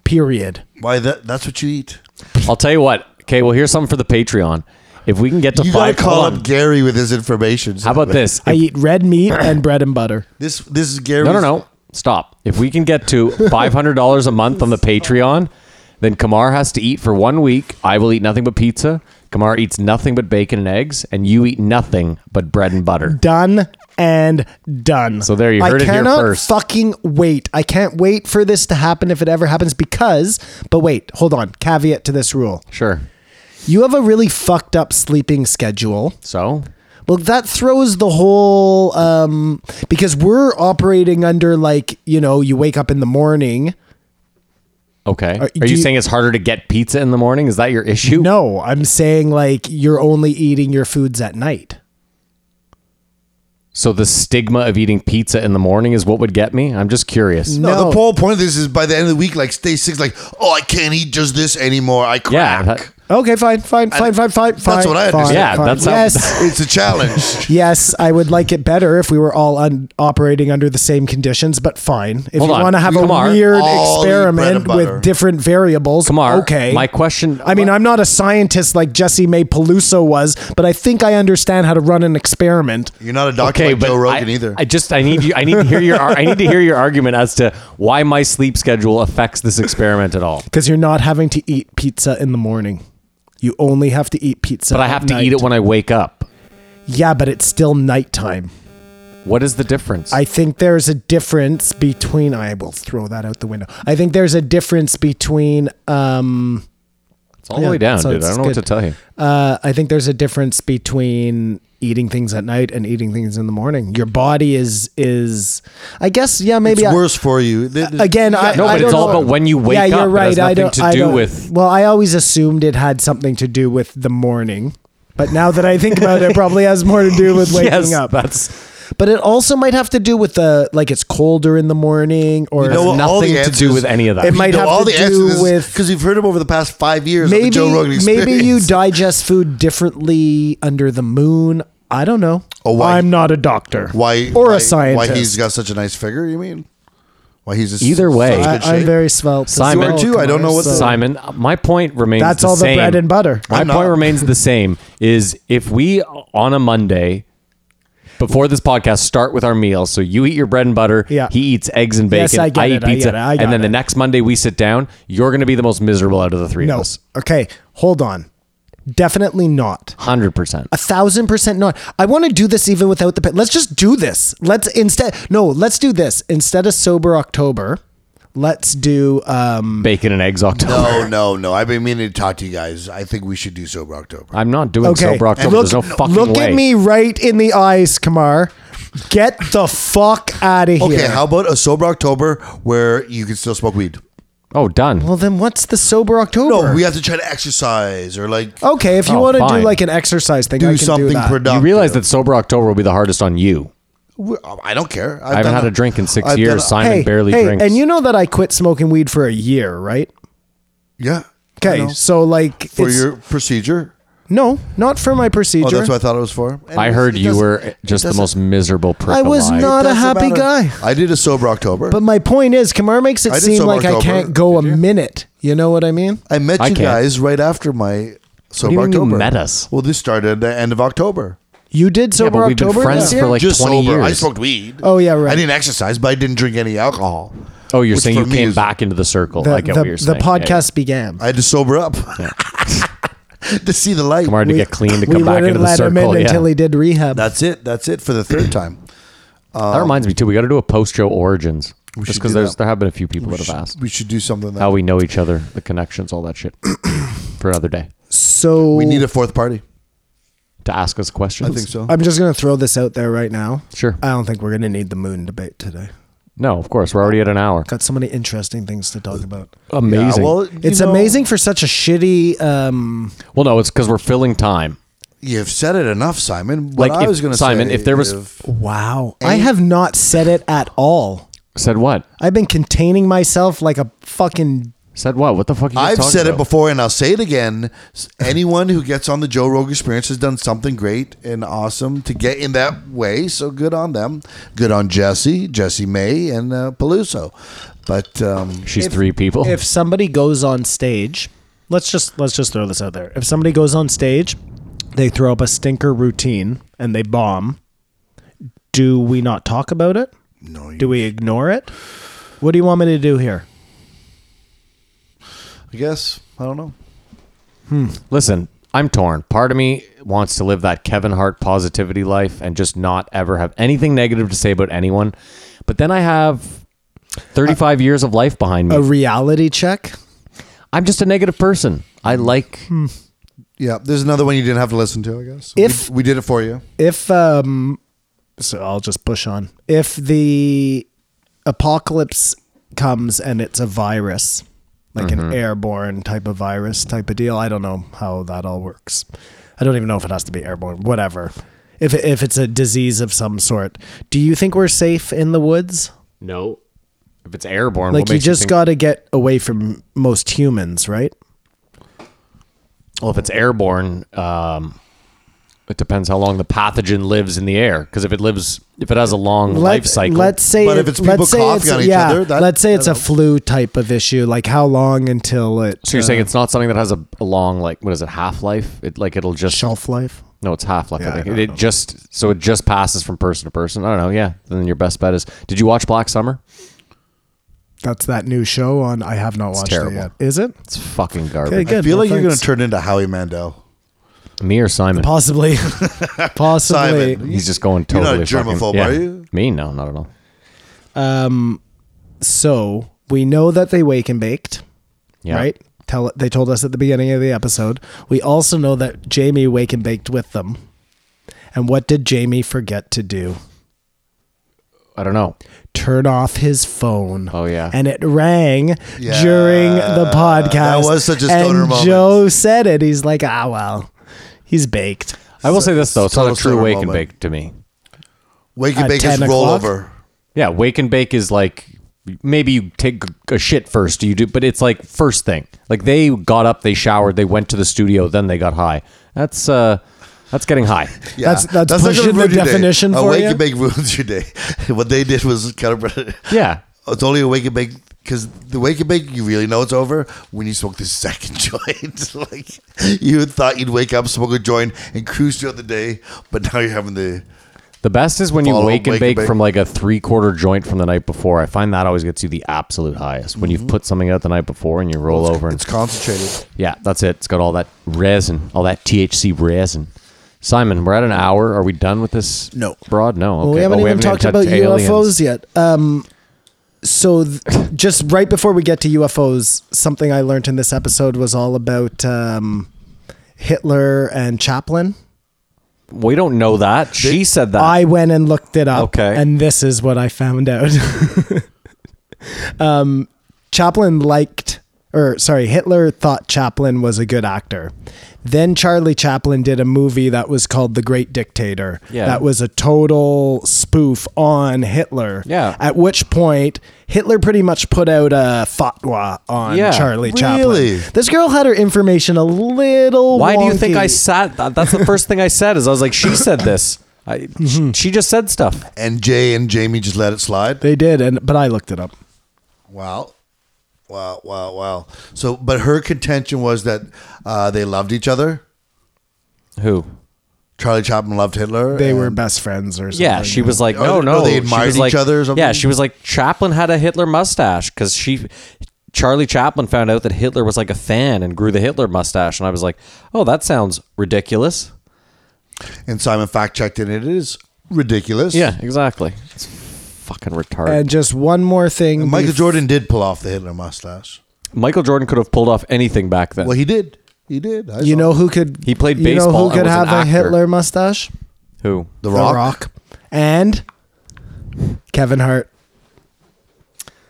S3: Period.
S4: Why that? That's what you eat.
S2: I'll tell you what. Okay, well, here's something for the Patreon. If we can get to
S4: You gotta
S2: five,
S4: call
S2: hold
S4: up
S2: on.
S4: Gary with his information.
S2: How about this?
S3: I eat red meat and bread and butter.
S4: This this is Gary.
S2: No, no, no. Stop. If we can get to $500 a month on the Patreon, then Kamar has to eat for one week. I will eat nothing but pizza. Kamar eats nothing but bacon and eggs, and you eat nothing but bread and butter.
S3: done and done.
S2: So there you heard
S3: I
S2: it here
S3: cannot
S2: first.
S3: Fucking wait! I can't wait for this to happen if it ever happens. Because, but wait, hold on. Caveat to this rule:
S2: Sure.
S3: you have a really fucked up sleeping schedule.
S2: So,
S3: Well, that throws the whole um, because we're operating under like you know you wake up in the morning.
S2: okay. Are,
S3: do
S2: you
S3: you-
S2: saying it's harder to get pizza in the morning? Is that your issue?
S3: No, I'm saying like you're only eating your foods at night.
S2: So, the stigma of eating pizza in the morning is what would get me? I'm just curious.
S4: No,
S3: No.
S4: the whole point of this is by the end of the week, like stay six, like, oh, I can't eat just this anymore. I
S2: Yeah.
S4: crack.
S2: that-
S3: Okay, fine, fine, fine, fine, fine. That's
S4: what I
S3: fine,
S4: understand.
S2: Yeah,
S3: fine.
S2: that's how- [LAUGHS]
S3: yes.
S4: it's a challenge.
S3: Yes, I would like it better if we were all un- operating under the same conditions, but fine. If
S2: Hold
S3: you
S2: on.
S3: want to have a
S2: Kamar,
S3: weird
S4: all eat bread and
S3: experiment
S4: butter.
S3: with different variables,
S2: Kamar,
S3: okay.
S2: my question.
S3: I mean, I'm not a scientist like Jesse May Peluso was, but I think I understand how to run an experiment.
S4: You're not a doctor like Joe Rogan
S2: I,
S4: either.
S2: I just I need you I need to hear your ar- I need to hear your argument as to why my sleep schedule affects this experiment at all.
S3: Because you're not having to eat pizza in the morning. You only have to eat pizza.
S2: But I
S3: at
S2: have to eat it
S3: night.
S2: when I wake up.
S3: Yeah, but it's still nighttime.
S2: What is the difference?
S3: I think there's a difference between. I will throw that out the window. I think there's a difference between. Um,
S2: it's all the
S3: yeah,
S2: way down,
S3: so
S2: dude. I
S3: it's
S2: don't know what to
S3: good.
S2: tell you.
S3: uh, I think there's a difference between eating things at night and eating things in the morning. Your body is is. I guess yeah, maybe
S4: it's
S3: I-
S4: worse for you. Th- th-
S3: Again, I
S2: No,
S3: I
S2: but it's
S3: don't
S2: all
S3: know.
S2: about when you wake
S3: yeah,
S2: up.
S3: You're right.
S2: It has
S3: I
S2: nothing
S3: don't.
S2: to
S3: I
S2: do
S3: don't-
S2: with.
S3: Well, I always assumed it had something to do with the morning, but now that I think about it, it probably has more to do with
S2: [LAUGHS]
S3: waking
S2: Yes,
S3: up.
S2: that's
S3: But it also might have to do with the like it's colder in the morning, or
S4: You know what? all
S2: nothing to
S4: the
S2: do
S4: answers-
S2: with any of that.
S3: It might
S4: you know,
S3: have
S4: all
S3: to
S4: the
S3: do
S4: answers
S3: with-
S4: because you've heard him over the past five years. on the
S3: maybe
S4: Joe Rogan experience.
S3: maybe you digest food differently under the moon. I don't know.
S4: Oh, why-
S3: I'm not a doctor.
S4: why
S3: or
S4: why-
S3: a scientist?
S4: Why he's got such a nice figure? You mean? Why he's just
S2: Either way.
S4: such
S3: I,
S4: good
S3: I'm
S4: shape?
S3: very svelte. as
S2: Simon-
S3: well,
S2: You
S4: are too. I don't know what
S3: so-
S4: the-
S2: Simon, my point remains
S3: That's
S2: the
S3: all the
S2: same.
S3: bread and butter.
S2: My
S4: I'm
S2: point
S4: not.
S2: remains the same is if we on a Monday before this podcast start with our meal, so you eat your bread and butter,
S3: Yeah.
S2: he eats eggs and bacon,
S3: Yes, I get
S2: eat
S3: it, I get
S2: pizza,
S3: it, I got
S2: and then the
S3: it.
S2: next Monday we sit down, you're going to be the most miserable out of the three of
S3: No.
S2: us.
S3: Okay. Hold on. Definitely not.
S2: 100%.
S3: A thousand percent not. I want to do this even without the. pa- Let's just do this. Let's instead. No, let's do this instead of sober October. Let's do. um
S2: Bacon and eggs October.
S4: No, no, no. I've been meaning to talk to you guys. I think we should do sober October.
S2: I'm not doing
S3: Okay.
S2: sober October.
S3: Look,
S2: There's no fucking
S3: look
S2: way.
S3: at me right in the eyes, Kamar. Get the fuck out of
S4: Okay,
S3: here.
S4: how about a sober October where you can still smoke weed?
S2: Oh, done.
S3: well, then what's the sober October?
S4: No, we have to try to exercise or like
S3: okay, if you
S2: Oh,
S3: want to
S2: fine.
S3: do like an exercise thing, I
S4: do
S3: can
S4: something
S3: do that.
S4: productive.
S2: you realize that sober October will be the hardest on you.
S4: We- I don't care. I've
S2: I haven't
S4: done
S2: had a
S4: that.
S2: drink in 6
S4: I've done
S2: years.
S4: that.
S2: Simon
S3: hey,
S2: barely
S3: hey,
S2: drinks.
S3: and you know that I quit smoking weed for a year, right?
S4: Yeah. I
S3: Okay,
S4: know.
S3: so like
S4: For
S3: it's-
S4: your procedure.
S3: no, not for my procedure.
S4: Oh, that's what I thought it was for. Anyways,
S2: I heard
S4: it
S2: you
S4: doesn't-
S2: were just the
S4: doesn't-
S2: most miserable prick
S3: I was
S2: alive.
S3: not a
S4: doesn't
S3: happy
S4: matter.
S3: guy.
S4: I did a sober October.
S3: But my point is, Kamar makes it
S4: I did
S3: seem
S4: sober
S3: like I
S4: October.
S3: can't go a minute. You know what I mean?
S4: I met
S2: I
S4: you
S2: can't.
S4: guys right after my sober
S2: you mean you
S4: October.
S2: met us?
S4: Well, this started at the end of October.
S3: You did
S2: Yeah,
S3: sober
S2: but we've
S3: October.
S2: been friends
S3: this
S2: for
S3: year?
S2: like
S4: Just
S2: 20
S4: sober.
S2: years.
S4: I smoked weed.
S3: Oh, yeah, right.
S4: I didn't exercise, but I didn't drink any alcohol.
S2: Oh, you're
S4: Which
S2: saying you
S4: for me
S2: came
S4: is-
S2: back into the circle.
S3: the,
S2: I get
S3: the,
S2: what you're
S3: the
S2: saying.
S3: podcast began.
S4: I had to sober up [LAUGHS] to see the light.
S2: Yeah. Hard to
S3: We-
S2: get clean to come back
S3: wouldn't
S2: into the
S3: let him
S2: circle.
S3: in until
S2: yeah.
S3: he did rehab.
S4: That's it. That's it for the third [CLEARS THROAT] time.
S2: that reminds me too. We got to do a post show origins. Just
S4: should
S2: because
S4: do
S2: there's
S4: that.
S2: there have been a few people that have asked
S4: We should do something. That
S2: how we know each other, the connections, all that shit, [CLEARS THROAT] for another day
S3: so
S4: we need a fourth party.
S2: to ask us questions.
S4: I think so.
S3: I'm just gonna throw this out there right now.
S2: Sure.
S3: I don't think we're gonna need the moon debate today.
S2: no, of course we're already at an hour.
S3: Got so many interesting things to talk about.
S2: Amazing.
S4: Yeah,
S2: well,
S4: well, you
S3: It's
S4: know,
S3: amazing for such a shitty. Um,
S2: no, it's because we're filling time.
S4: You've said it enough, Simon. What
S2: Like
S4: I
S2: if-
S4: was going to say,
S2: Simon, if there was-
S3: wow, I have not said it at all.
S2: Said what?
S3: I've been containing myself like a fucking.
S2: Said what? What the fuck? Are you guys
S4: I've
S2: talking
S4: said it
S2: about?
S4: before, and I'll say it again. S- Anyone who gets on the Joe Rogan Experience has done something great and awesome to get in that way. So good on them. Good on Jesse, Jesse May, and uh, Peluso. But um,
S2: She's three people.
S3: If somebody goes on stage, let's just let's just throw this out there. If somebody goes on stage, they throw up a stinker routine and they bomb. Do we not talk about it?
S4: no,
S3: Do we ignore it? What do you want me to do here?
S4: I guess I don't know.
S2: Listen, I'm torn. Part of me wants to live that Kevin Hart positivity life and just not ever have anything negative to say about anyone. But then I have 35 years of life behind me.
S3: A reality check?
S2: I'm just a negative person. I like
S3: Hmm.
S4: Yeah, there's another one you didn't have to listen to. I guess
S3: If-
S4: we, we did it for you,
S3: If um so I'll just push on. If the apocalypse comes and it's a virus, like
S2: Mm-hmm.
S3: an airborne type of virus type of deal, I don't know how that all works. I don't even know if it has to be airborne, whatever. If if it's a disease of some sort, do you think we're safe in the woods?
S2: no. If it's airborne,
S3: Like
S2: what
S3: you
S2: makes
S3: just
S2: think-
S3: got to get away from most humans, right?
S2: Well, if it's airborne, um, it depends how long the pathogen lives in the air. Because if it lives, if it has a long life cycle,
S3: Let's say,
S4: But if it's people
S3: let's say
S4: coughing on each
S3: yeah,
S4: other, that-
S3: let's say it's a flu type of issue. Like how long until it?
S2: so you're
S3: uh,
S2: saying it's not something that has a, a long, like what is it, half life? It like it'll just
S3: shelf life?
S2: No, it's half life.
S3: Yeah,
S2: I think
S3: I
S2: it,
S3: don't
S2: it just so it just passes from person to person. I don't know. Yeah, then your best bet is. Did you watch Black Summer?
S3: That's that new show on. I have not watched
S2: terrible.
S3: it yet. Is it?
S2: It's fucking garbage.
S3: Okay, good.
S4: I feel
S3: Well,
S4: like you're going
S3: thanks.
S4: to turn into Howie Mandel.
S2: Me or Simon?
S3: possibly, [LAUGHS] possibly.
S4: Simon.
S2: He's just going
S4: You're not
S2: totally.
S4: a germaphobe,
S2: fucking, yeah.
S4: are you?
S2: Me? No, not at all.
S3: Um, so we know that they wake and baked,
S2: Yeah.
S3: right? Tell they told us at the beginning of the episode. We also know that Jamie wake and baked with them. And what did Jamie forget to do?
S2: I don't know.
S3: Turn off his phone.
S2: Oh, yeah.
S3: and it rang
S4: Yeah,
S3: during the podcast.
S4: that was such a stoner
S3: and
S4: moment.
S3: Joe said it. He's like, ah, well, he's baked.
S2: I will say this though, it's not a
S4: total
S2: true
S4: sober
S2: wake and
S4: moment.
S2: bake to me.
S4: Wake and
S3: At
S4: bake is
S3: 10 o'clock?
S4: rollover.
S2: Yeah, wake and bake is like maybe you take a shit first, you do, but it's like first thing. Like they got up, they showered, they went to the studio, then they got high. That's uh, that's getting high.
S4: Yeah.
S3: That's- that's
S4: not gonna
S3: pushing the
S4: ruin your day.
S3: definition
S4: a
S3: for
S4: wake
S3: ya?
S4: and bake ruins [LAUGHS] your day. what they did was kind of [LAUGHS]
S2: Yeah,
S4: it's only a wake and bake because the wake and bake you really know it's over when you smoke the [LAUGHS] second joint. [LAUGHS] like you thought you'd wake up, smoke a joint, and cruise throughout the day, but now you're having the
S2: the best is when you
S4: Follow
S2: wake and bake from like a three quarter joint from the night before. I find that always gets you the absolute highest when you've put something out the night before and you roll over and
S4: it's concentrated.
S2: yeah, that's it. It's got all that resin, all that THC resin. Simon, we're at an hour. Are we done with this?
S3: No.
S2: broad. No, okay.
S3: Well, we haven't
S2: Oh,
S3: even talked
S2: touched
S3: about
S2: aliens.
S3: UFOs yet. Um, so, th- just right before we get to UFOs, something I learned in this episode was all about um, Hitler and Chaplin.
S2: We don't know that. She said that.
S3: I went and looked it up.
S2: Okay.
S3: And this is what I found out. [LAUGHS] um, Chaplin liked, or sorry, Hitler thought Chaplin was a good actor. Then Charlie Chaplin did a movie that was called The Great Dictator.
S2: Yeah.
S3: That was a total spoof on Hitler.
S2: Yeah.
S3: At which point, Hitler pretty much put out a fatwa on
S2: Yeah.
S3: Charlie
S4: Really?
S3: Chaplin. This girl had her information a little.
S2: Why do you think I
S3: wonky.
S2: sat? That, that's
S3: [LAUGHS]
S2: the first thing I said. Is I was like, she said this. I,
S3: Mm-hmm.
S2: She just said stuff.
S4: And Jay and Jamie just let it slide.
S3: They did, and but I looked it up.
S4: Wow. Wow, wow, wow. So, but her contention was that uh, they loved each other.
S2: Who?
S4: Charlie Chaplin loved Hitler.
S3: They were
S4: and-
S3: best friends or something.
S2: Yeah, she was like, no,
S4: Oh, no,
S2: no.
S4: they
S2: She
S4: admired
S2: was
S4: each
S2: like-
S4: other or something?
S2: Yeah, she was like, Chaplin had a Hitler mustache because she, Charlie Chaplin found out that Hitler was like a fan and grew the Hitler mustache, and I was like, oh, that sounds ridiculous.
S4: And Simon fact checked it. and It is ridiculous.
S2: Yeah, exactly. It's fucking retarded.
S3: And just one more thing.
S4: And Michael
S3: bef-
S4: Jordan did pull off the Hitler mustache.
S2: Michael Jordan could have pulled off anything back then.
S4: Well, he did. He did. I
S3: You
S4: saw
S3: know
S4: it.
S3: who could?
S2: He played
S3: You know
S2: baseball
S3: who
S2: and
S3: could
S2: was
S3: have
S2: an
S3: a
S2: actor.
S3: Hitler mustache?
S2: Who?
S4: The Rock.
S3: The Rock and Kevin Hart.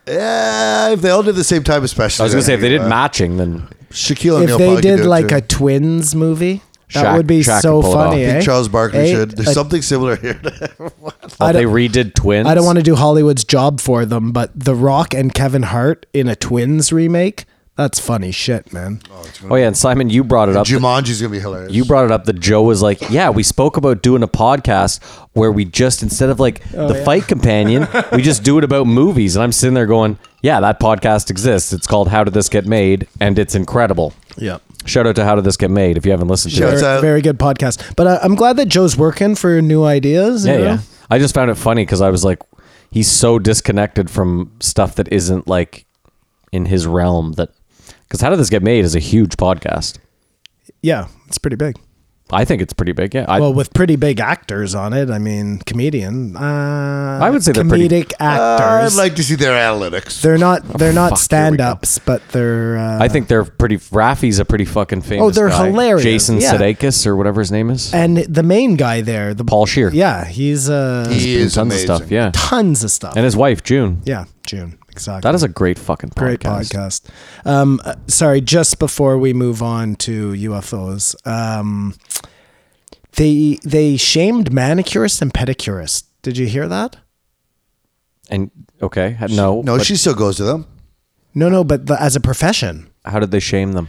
S4: Yeah, if they all did the same time,
S2: I
S4: especially.
S2: was gonna say if they did
S4: uh,
S2: matching, then
S4: Shaquille O'Neal.
S3: if they did like a Twins movie, that
S2: Shaq-
S3: would be
S2: Shaq
S3: so
S2: could pull it off.
S3: funny.
S4: I
S3: eh?
S4: think Charles Barkley
S3: Eh?
S4: should. There's
S3: I-
S4: something similar
S3: [LAUGHS]
S4: here.
S2: well,
S3: I
S2: if they
S3: don't-
S2: redid twins.
S3: I don't want to do Hollywood's job for them, but The Rock and Kevin Hart in a Twins remake. That's funny shit, man.
S2: Oh yeah, and Simon, you brought it up.
S4: Jumanji's gonna be hilarious.
S2: You brought it up that Joe was like, "Yeah, we spoke about doing a podcast where we just instead of like the fight companion, we just do it about movies." And I'm sitting there going, "Yeah, that podcast exists. It's called How Did This Get Made, and it's incredible."
S3: Yep.
S2: Shout out to How Did This Get Made if you haven't listened to
S4: Shout
S2: it.
S4: That's
S3: Very,
S4: a-
S3: very good podcast. But uh, I'm glad that Joe's working for new ideas. you
S2: Yeah,
S3: know?
S2: yeah. I just found it funny because I was like, he's so disconnected from stuff that isn't like in his realm. That because How Did This Get Made is a huge podcast.
S3: Yeah, it's pretty big.
S2: I think it's pretty big. Yeah, I,
S3: well, with pretty big actors on it. I mean, comedian. Uh,
S2: I would say they're
S3: comedic
S2: pretty- Uh,
S4: I'd
S3: actors.
S4: like to see their analytics.
S3: they're not they're
S2: Oh, fuck, here we go.
S3: not stand ups, but they're. Uh,
S2: I think they're pretty. Rafi's a pretty fucking famous.
S3: Oh, they're
S2: guy.
S3: hilarious.
S2: Jason
S3: Yeah.
S2: Sudeikis or whatever his name is.
S3: and the main guy there, the
S2: Paul Shear.
S3: Yeah, he's uh,
S4: he
S2: And
S4: is
S2: tons
S4: amazing.
S2: of stuff. Yeah,
S3: tons of stuff.
S2: and his wife June.
S3: yeah, June exactly.
S2: That is a great fucking podcast.
S3: great podcast. Um, uh, sorry, just before we move on to UFOs, um, they they shamed manicurists and pedicurists. Did you hear that?
S2: And okay, no,
S4: No,
S2: but
S4: she still goes to them.
S3: No, no, but the, as a profession.
S2: how did they shame them?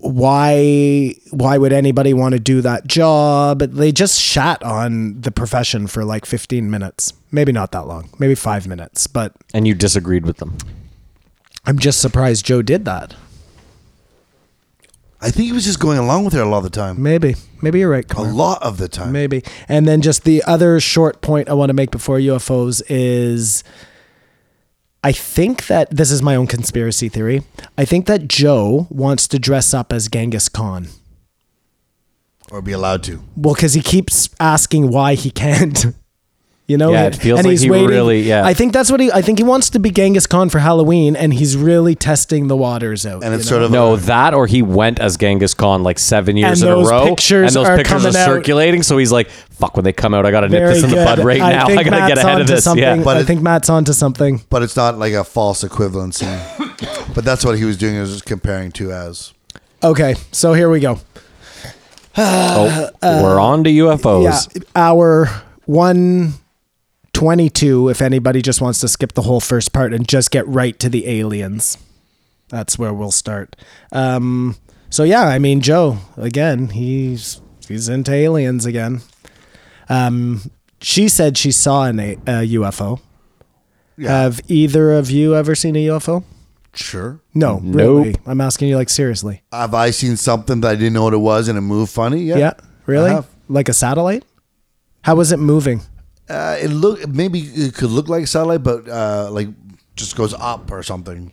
S3: why why would anybody want to do that job they just shat on the profession for like 15 minutes maybe not that long maybe five minutes but
S2: And you disagreed with them.
S3: i'm just surprised joe did that
S4: I think he was just going along with her a lot of the time.
S3: maybe maybe you're right
S4: A
S3: Connor.
S4: lot of the time.
S3: maybe and then just the other short point i want to make before ufos is I think that this is my own conspiracy theory. I think that Joe wants to dress up as Genghis Khan.
S4: or be allowed to.
S3: Well, because he keeps asking why he can't. [LAUGHS] You know,
S2: Yeah, it feels
S3: and
S2: like
S3: he's
S2: he
S3: waiting.
S2: really- yeah.
S3: I think that's what he. I think he wants to be Genghis Khan for Halloween, and he's really testing the waters out.
S4: And
S3: you
S2: [LAUGHS]
S4: it's
S3: know?
S4: sort of
S2: No, that or he went as Genghis Khan like seven years
S3: And
S2: in a
S3: those
S2: row,
S3: pictures
S2: and those
S3: are
S2: pictures are
S3: coming out.
S2: circulating. So he's like, "Fuck, when they come out, I gotta nip
S3: Very
S2: this in the
S3: good.
S2: bud right now. [LAUGHS]
S3: think
S2: I gotta
S3: Matt's
S2: get ahead of
S3: onto
S2: this."
S3: Something.
S2: Yeah,
S4: But
S3: I
S4: it-
S3: think Matt's onto something.
S4: but it's not like a false equivalency.
S3: [COUGHS]
S4: but that's what he was doing. Is just comparing to as.
S3: Okay, so here we go.
S2: oh, we're on to UFOs.
S3: Uh, Yeah, hour one twenty-two. If anybody just wants to skip the whole first part and just get right to the aliens, that's where we'll start. Um, so yeah, I mean Joe again. He's he's into aliens again. Um, she said she saw an, a, a UFO. Have either of you ever seen a UFO?
S4: Sure.
S3: No, really. I'm asking you like seriously.
S4: Have I seen something that I didn't know what it was and it moved funny? Yeah.
S3: Yeah, really?
S4: I have.
S3: Like a satellite? How was it moving?
S4: Uh, it look maybe it could look like satellite, but uh, like just goes up or something.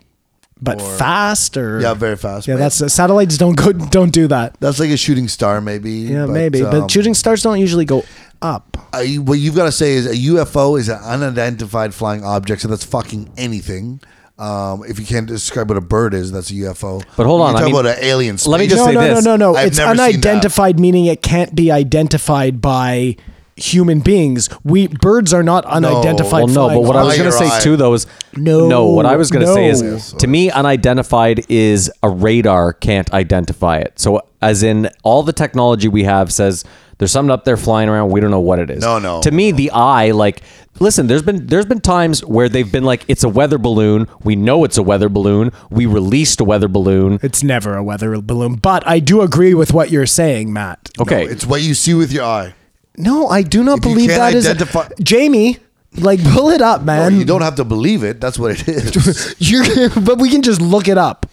S3: But fast or
S4: Yeah, very fast.
S3: Yeah,
S4: Maybe-
S3: that's satellites don't go don't do that.
S4: that's like a shooting star, maybe.
S3: Yeah, maybe.
S4: Mm, um,
S3: but shooting stars don't usually go up.
S4: Uh, you- what you've got to say is a UFO is an unidentified flying object, so that's fucking anything. Um, if you can't describe what a bird is, that's a UFO.
S2: But hold
S4: You
S2: on,
S4: talk
S2: I mean-
S4: about an alien. Space.
S2: Let me just
S3: No,
S2: say
S3: no,
S2: this.
S3: no, no, no.
S4: I've
S3: It's
S4: never seen that.
S3: unidentified, meaning it can't be identified by human beings. We birds are not unidentified.
S2: Well, no, but
S3: flying
S2: what I was
S4: Fire
S2: going to say
S4: eye.
S2: too, though, is
S3: No,
S2: no. What I was going to say
S3: no.
S2: is, to me, unidentified is a radar can't identify it. So, as in, all the technology we have says there's something up there flying around. We don't know what it is.
S4: No, no.
S2: To me, the eye, like, listen, there's been there's been times where they've been like, it's a weather balloon. We know it's a weather balloon. We released a weather balloon.
S3: It's never a weather balloon. But I do agree with what you're saying, Matt.
S2: Okay,
S4: It's what you see with your eye.
S3: No, I do not
S4: If you
S3: believe
S4: can't
S3: that is
S4: identify-
S3: Jamie. Like pull it up,
S4: No,
S3: man.
S4: you don't have to believe it. That's what it is.
S3: [LAUGHS] You're, but we can just look it up.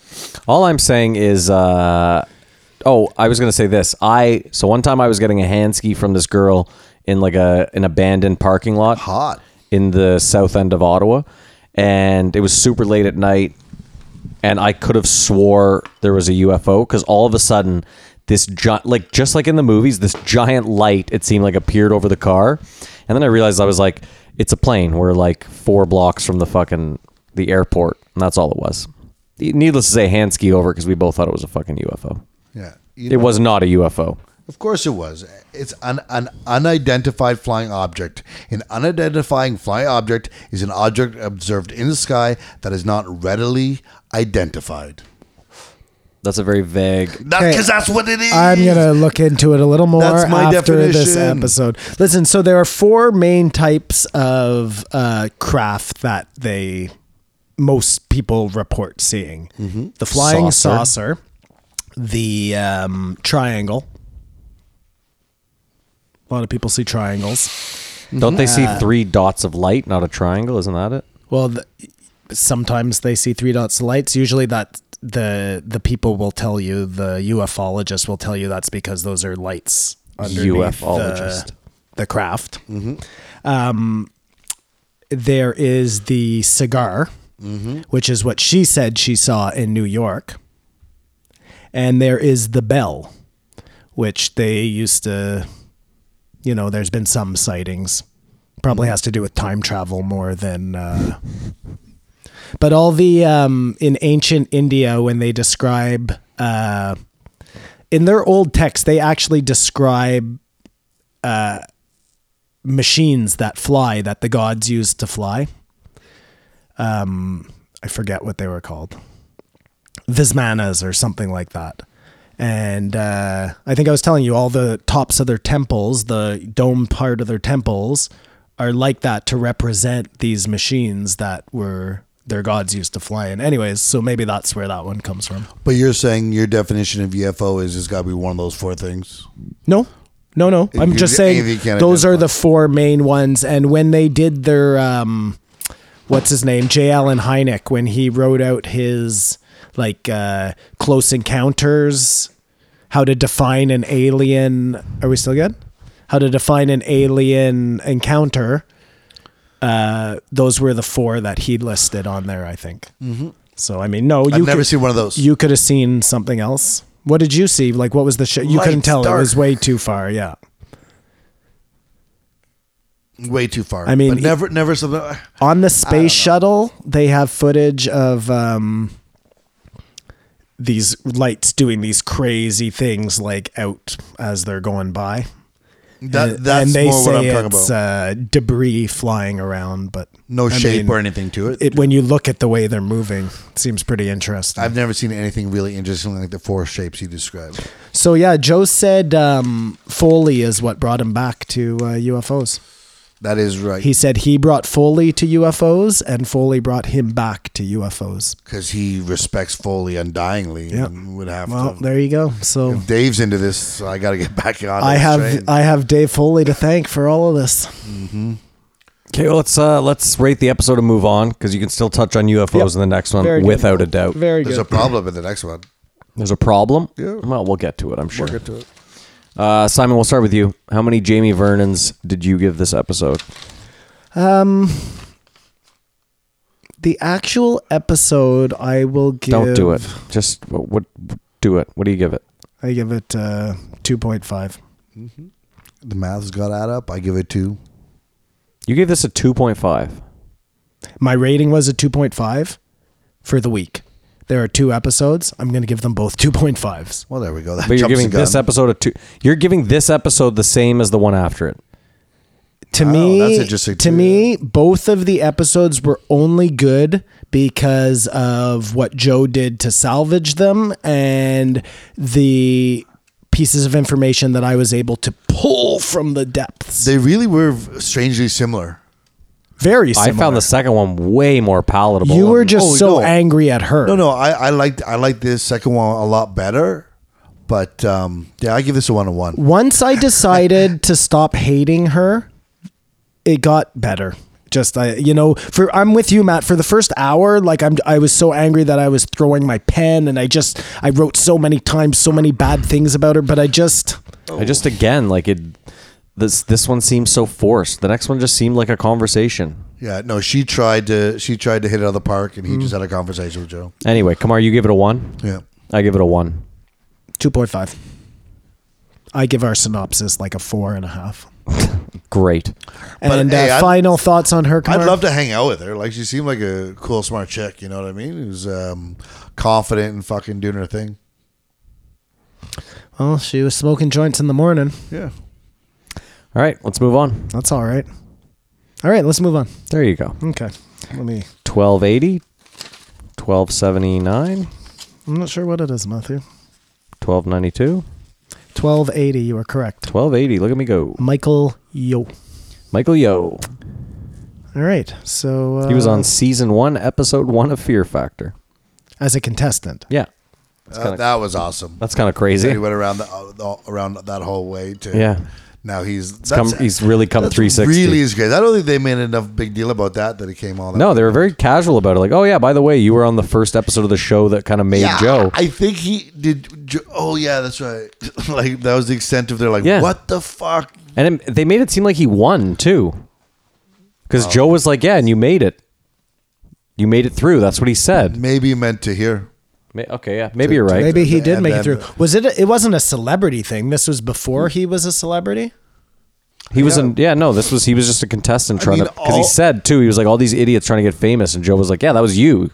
S2: All I'm saying is, uh, oh, I was gonna say this. I so one time I was getting a hand ski from this girl in like a an abandoned parking lot,
S4: Hot.
S2: in the south end of Ottawa, and it was super late at night, and I could have swore there was a UFO because all of a sudden this giant, like just like in the movies, this giant light it seemed like appeared over the car, and then I realized I was like, it's a plane. We're like four blocks from the fucking the airport, and that's all it was. Needless to say, hand ski over because we both thought it was a fucking UFO.
S4: yeah. You
S2: It was not a UFO.
S4: Of course it was. It's an, an unidentified flying object. An unidentifying flying object is an object observed in the sky that is not readily identified.
S2: That's a very vague.
S4: That's because that's what it is.
S3: I'm gonna look into it a little more
S4: That's my
S3: after this
S4: definition.
S3: episode. Listen, so there are four main types of uh, craft that they most people report seeing:
S4: Mm-hmm.
S3: the flying saucer,
S2: Saucer.
S3: the um, triangle. A lot of people see triangles.
S2: Don't they see three dots of light, not a triangle? Isn't that it?
S3: Well, th sometimes they see three dots of lights. Usually, that the the people will tell you, the ufologist will tell you that's because those are lights underneath
S2: Ufologist.
S3: the, the craft. Um, there is the cigar, which is what she said she saw in New York, and there is the bell, which they used to. You know, there's been some sightings. Probably has to do with time travel more than. Uh, but all the um, in ancient India when they describe uh, in their old texts, they actually describe uh, machines that fly that the gods used to fly. Um, I forget what they were called, vismanas or something like that. And uh, I think I was telling you all the tops of their temples, the dome part of their temples, are like that to represent these machines that were their gods used to fly in. Anyways, so maybe that's where that one comes from.
S4: but you're saying your definition of UFO is it's got to be one of those four things.
S3: No, no, no. I'm
S4: you-
S3: just
S4: anything
S3: saying
S4: you can't
S3: those are
S4: identify.
S3: the four main ones. And when they did their, um, what's his name, J. Allen Hynek, when he wrote out his like uh, close encounters, how to define an alien. Are we still good? How to define an alien encounter. uh, those were the four that he listed on there. I think. Mm-hmm. So I mean, no, you
S4: I've never
S3: could-
S4: seen one of those.
S3: You could have seen something else. What did you see? Like, what was the show? You
S4: Lights,
S3: couldn't tell. It was
S4: dark.
S3: way too
S4: [LAUGHS]
S3: far. Yeah.
S4: Way too far.
S3: I mean,
S4: but
S3: it-
S4: never, never something.
S3: on the space shuttle they have footage of um these lights doing these crazy things like out as they're going by
S4: That, that's
S3: and they
S4: more
S3: say
S4: what I'm talking
S3: it's
S4: about.
S3: uh, debris flying around but
S4: no
S3: I
S4: shape
S3: mean,
S4: or anything to it.
S3: it, when you look at the way they're moving it seems pretty interesting
S4: I've never seen anything really interesting like the four shapes you described.
S3: so yeah joe said um, foley is what brought him back to uh, ufos
S4: That is right.
S3: he said he brought foley to ufos and foley brought him back to ufos
S4: because he respects Foley undyingly.
S3: Yeah.
S4: and would have
S3: well
S4: to.
S3: there you go so
S4: Dave's into this, so I got to get back on.
S3: I
S4: this
S3: have
S4: train.
S3: I have Dave Foley to thank for all of this.
S2: Okay, well, let's uh, let's rate the episode and move on because you can still touch on UFOs in the next one
S3: Very good.
S2: without a doubt.
S3: Very
S4: There's
S3: good.
S4: a problem in the next one.
S2: There's a problem.
S4: Yeah.
S2: Well, we'll get to it. I'm sure.
S4: We'll get to it.
S2: Uh, Simon, we'll start with you. How many Jamie Vernons did you give this episode?
S3: um, the actual episode I will give.
S2: Don't do it. Just what, what? Do it. What do you give it?
S3: I give it uh, two point five.
S4: The math's got to add up. I give it two.
S2: You gave this a 2.5.
S3: My rating was a two point five for the week. There are two episodes. I'm going to give them both two point fives.
S4: Well, there we go. That
S2: But you're
S4: jumps
S2: giving
S4: the gun.
S2: this episode a two. You're giving this episode the same as the one after it.
S3: To
S4: Wow,
S3: me,
S4: that's interesting
S3: to
S4: too.
S3: me, both of the episodes were only good because of what Joe did to salvage them and the pieces of information that I was able to pull from the depths.
S4: They really were v- strangely similar.
S3: Very similar.
S2: I found the second one way more palatable.
S3: You were just
S4: Oh,
S3: so
S4: no.
S3: angry at her.
S4: No, no, I, I liked I liked this second one a lot better. But um, yeah, I give this a one on one.
S3: Once
S4: [LAUGHS]
S3: I decided to stop hating her, it got better. Just I, you know, for I'm with you, Matt. For the first hour, like I'm, I was so angry that I was throwing my pen, and I just, I wrote so many times, so many bad things about her. But I just,
S2: I just again like it. This this one seems so forced. The next one just seemed like a conversation.
S4: Yeah, no, she tried to she tried to hit it out of the park, and he just had a conversation with Joe.
S2: Anyway, Kamar, you give it a one.
S4: Mm. Yeah,
S2: I give it a one.
S3: two point five. I give our synopsis like a four and a half.
S2: Great.
S3: And
S4: But, hey,
S3: uh,
S4: I'd-
S3: final thoughts on her.
S4: I'd
S3: Kamar?
S4: love to hang out with her. Like she seemed like a cool, smart chick. You know what I mean? Who's um, confident and fucking doing her thing.
S3: Well, she was smoking joints in the morning.
S4: Yeah,
S2: All right, let's move on.
S3: That's all right. All right, let's move on.
S2: There you go.
S3: Okay, let me.
S2: 1280, 1279,
S3: I'm not sure what it is, Matthew.
S2: 1292,
S3: 1280, you are correct.
S2: 1280. Look at me go.
S3: Michael Yo.
S2: Michael Yo.
S3: All right. So uh,
S2: He was on season one, episode one of Fear Factor.
S3: as a contestant.
S2: Yeah.
S4: Uh,
S2: kinda-
S4: that was awesome.
S2: That's kind of
S4: That he
S2: crazy.
S4: went around the, uh, the- around that whole way to
S2: Yeah.
S4: Now he's
S2: It's come,
S4: that's-
S2: he's really come
S4: that's
S2: 360.
S4: Really is great. I don't think they made enough big deal about that that he came all that.
S2: no, they were very casual about it. Like, oh, yeah, by the way, you were on the first episode of the show that kind of made
S4: yeah,
S2: Joe.
S4: I think he did. Jo- Oh yeah, that's right. [LAUGHS] like that was the extent of their like.
S2: Yeah.
S4: What the fuck?
S2: and it, they made it seem like he won, too. Because Joe was like, yeah, and you made it. You made it through. That's what he said.
S4: Maybe he meant to hear.
S2: Ma- Okay, yeah. Maybe you're right.
S3: Maybe he did
S4: And
S3: make it
S4: then-
S3: through. Was it? A, it wasn't a celebrity thing. This was before he was a celebrity.
S2: He was in, yeah, no, this was, he was just a contestant trying
S4: mean,
S2: to, because he
S4: all-
S2: said too, he was like, all these idiots trying to get famous. And Joe was like, yeah, that was you.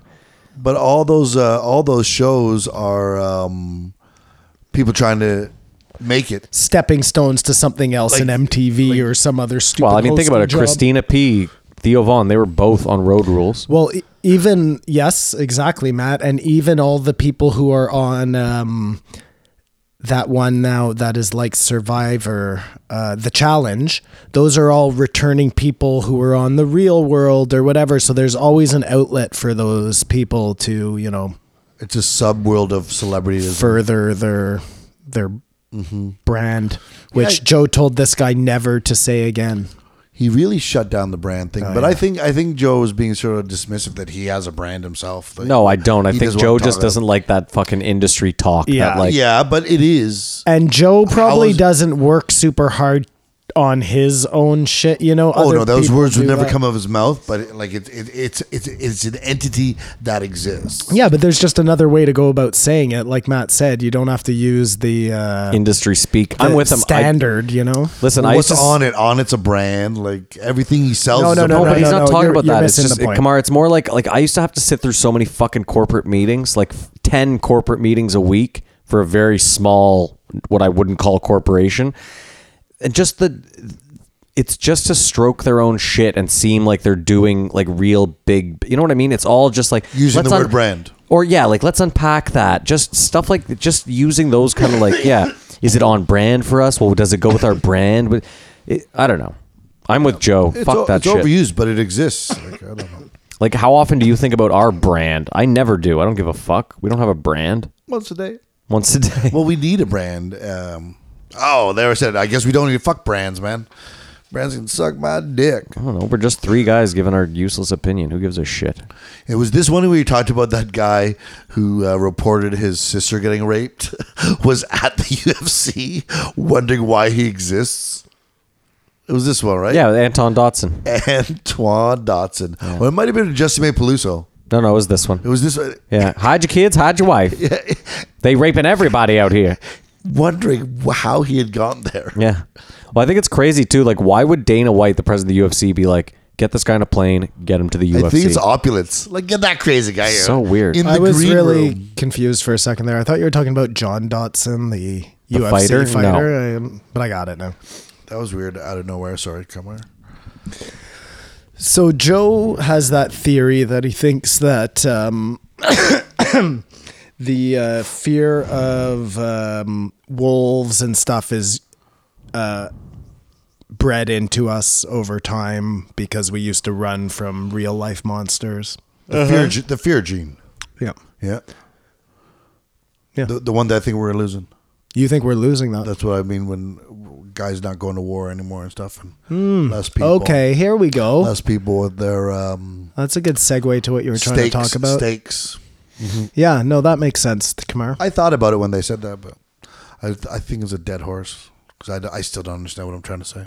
S4: But all those uh, all those shows are um, people trying to make it.
S3: Stepping stones to something else in MTV or some other stupid.
S2: Well, I mean, think about it.
S3: hosting
S2: Christina
S3: job.
S2: P., Theo Vaughn, they were both on road rules.
S3: Well, e- even yes, exactly, Matt, and even all the people who are on um, that one now that is like Survivor, uh, the challenge. Those are all returning people who are on the Real World or whatever. So there's always an outlet for those people to you know
S4: It's a sub world of celebrities.
S3: further their their brand. Which Joe told this guy never to say again.
S4: he really shut down the brand
S2: Oh,
S4: thing. but I think I think Joe was being sort of dismissive that he has a brand himself. that
S2: No, I don't. I
S4: he
S2: think
S4: doesn't
S2: Joe
S4: wanna
S2: just
S4: talk about.
S2: doesn't like that fucking industry talk.
S3: Yeah.
S2: That, like,
S4: yeah, but it is.
S3: And Joe probably
S4: is-
S3: doesn't work super hard on his own shit, you know.
S4: Oh
S3: Other
S4: no, those
S3: people
S4: words would
S3: do
S4: never
S3: that.
S4: come out of his mouth. But it, like it's it, it's it's it's an entity that exists.
S3: Yeah, but there's just another way to go about saying it. Like Matt said, you don't have to use the, uh,
S2: Industry speak. I'm
S3: the
S2: with him. I,
S3: standard, you know.
S2: listen, I
S4: What's
S2: used to-
S4: on it? On it's a brand. Like everything he sells.
S3: No,
S4: is
S3: no,
S4: a
S3: no,
S2: No,
S4: brand.
S2: but he's
S3: no,
S2: not
S3: no,
S2: talking
S3: you're-
S2: about
S3: you're
S2: that. It's
S3: missing
S2: just
S3: the point.
S2: Kamar. It's more like like I used to have to sit through so many fucking corporate meetings, like f- ten corporate meetings a week for a very small, what I wouldn't call a corporation, and just the. It's just to stroke their own shit and seem like they're doing like real big. You know what I mean? It's all just like
S4: Using
S2: let's
S4: the word brand.
S2: or yeah, like let's unpack that. Just stuff like just using those kind of like yeah, is it on brand for us? Well, does it go with our brand? But it, I don't know. I'm with Joe.
S4: It's,
S2: Fuck
S4: o-
S2: that
S4: it's
S2: shit.
S4: overused, but it exists. Like, I don't know.
S2: Like, how often do you think about our brand? I never do. I don't give a fuck. We don't have a brand.
S4: Once a day.
S2: Once a day.
S4: Well, we need a brand. Um, oh, there I said. I guess we don't need to fuck brands, man. Brands can suck my dick.
S2: [LAUGHS] I don't know. We're just three guys giving our useless opinion. Who gives a shit?
S4: It was this one where you talked about that guy who uh, reported his sister getting raped [LAUGHS] was at the UFC, wondering why he exists. It was this one, right?
S2: Yeah, Anton Dotson.
S4: [LAUGHS] Antoine Dotson. Or it might have been Justin May Peluso.
S2: No, no, it was this
S4: It
S2: one.
S4: was this one.
S2: Yeah. Hide your kids, hide your
S4: [LAUGHS]
S2: wife. They raping everybody out here.
S4: Wondering wh- how he had gotten there.
S2: Yeah. Well, I think it's crazy, too. Like, why would Dana White, the president of the UFC, be like, get this guy on a plane, get him to the UFC?
S4: I think it's opulence. Like, get that crazy guy here.
S2: So weird.
S4: In the
S3: I was
S4: green
S3: really
S4: room.
S3: confused for a second there. I thought you were talking about John Dotson, the, UFC
S2: fighter?
S3: fighter,
S2: No.
S3: um, but I got it now.
S4: That was weird out of nowhere. Sorry, come here.
S3: So Joe has that theory that he thinks that um, [COUGHS] the uh, fear of um, wolves and stuff is uh, bred into us over time because we used to run from real life monsters.
S4: The, fear,
S3: Uh-huh.
S4: ge- the fear gene.
S3: Yeah.
S4: Yeah.
S3: Yeah.
S4: The, the one that I think we're losing.
S3: You think we're losing that?
S4: That's what I mean when guys not going to war anymore and stuff, and less people.
S3: Hmm. Okay, here we go.
S4: less people with their um,
S3: That's a good segue to what you were trying
S4: stakes.
S3: to talk about.
S4: Stakes.
S3: Yeah, no, that makes sense, Kamar.
S4: I thought about it when they said that, but I, I think it's a dead horse because I, d- I still don't understand what I'm trying to say.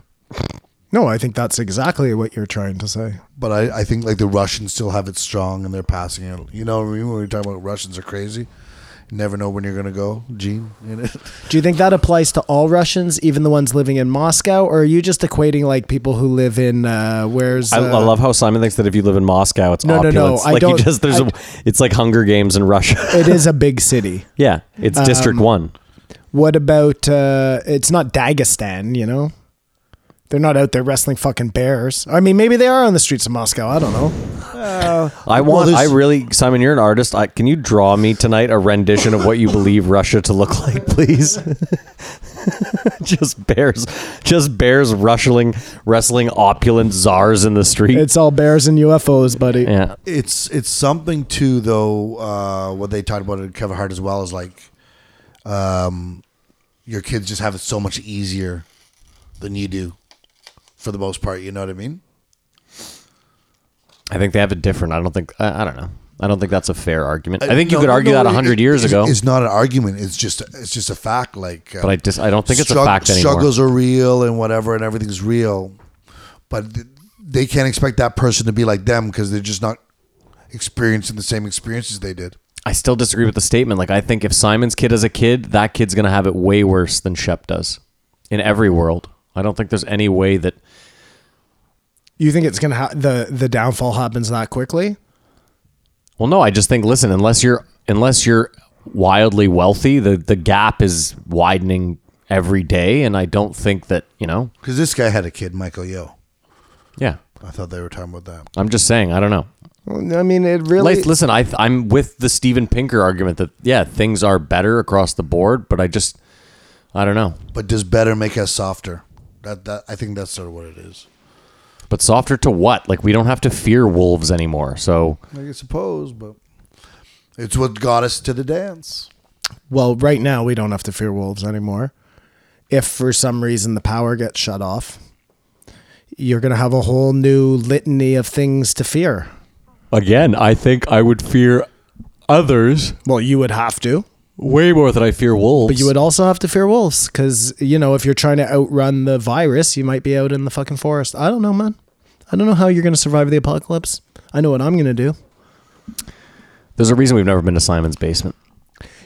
S3: No, I think that's exactly what you're trying to say.
S4: But I, I think like the Russians still have it strong and they're passing it. You know, what I mean? when we are talking about Russians are crazy, you never know when you're gonna go, Gene. You know?
S3: Do you think that applies to all Russians, even the ones living in Moscow, or are you just equating like people who live in uh, where's?
S2: I,
S3: uh,
S2: I love how Simon thinks that if you live in Moscow, it's
S3: No, no, no,
S2: opulence.
S3: I
S2: like you
S3: don't-
S2: just there's a
S3: I-
S2: it's like Hunger Games in [LAUGHS] Russia.
S3: it is a big city.
S2: yeah, it's District
S3: Um,
S2: One.
S3: What about? Uh, it's not Dagestan, you know. They're not out there wrestling fucking bears. I mean, maybe they are on the streets of Moscow. I don't know.
S2: I want. I
S4: there's-
S2: really, Simon, you're an artist. I, can you draw me tonight a rendition of what you believe Russia to look like, please? [LAUGHS] just bears, just bears wrestling, wrestling opulent czars in the street.
S3: It's all bears and UFOs, buddy.
S2: yeah,
S4: it's it's something too though uh, what they talked about in Kevin Hart as well is like um, your kids just have it so much easier than you do for the most part you know what I mean
S2: I think they have it different. I don't think. I, I don't know. I don't think that's a fair argument. I think you
S4: No,
S2: could
S4: no,
S2: argue
S4: no,
S2: that
S4: it-
S2: that hundred
S4: it-
S2: years
S4: it's-
S2: ago.
S4: it's not an argument it's just it's just a fact like uh,
S2: But I just- I don't think it's a fact anymore.
S4: struggles are real and whatever and everything's real but th- they can't expect that person to be like them because they're just not experiencing the same experiences they did
S2: I still disagree with the statement. Like, I think if Simon's kid is a kid, that kid's going to have it way worse than Shep does in every world. I don't think there's any way that.
S3: You think it's gonna ha- the the downfall happens that quickly?
S2: Well, no, I just think listen, unless you're unless you're wildly wealthy, the the gap is widening every day, and I don't think that you know.
S4: because this guy had a kid Michael Yo
S2: Yeah,
S4: I thought they were talking about that
S2: I'm just saying. I don't know.
S3: Well, I mean, it really.
S2: Like, listen, I I'm with the Steven Pinker argument that yeah, things are better across the board, but I just I don't know.
S4: but does better make us softer? That that I think that's sort of what it is.
S2: But softer to what? Like we don't have to fear wolves anymore. So
S4: I suppose, but it's what got us to the dance.
S3: Well, right now we don't have to fear wolves anymore. If for some reason the power gets shut off, you're going to have a whole new litany of things to fear.
S5: Again, I think I would fear others
S3: Well, you would have to.
S5: way more than I fear wolves.
S3: But you would also have to fear wolves because, you know, if you're trying to outrun the virus, you might be out in the fucking forest. I don't know, man. I don't know how you're going to survive the apocalypse. I know what I'm going to do.
S2: There's a reason we've never been to Simon's basement.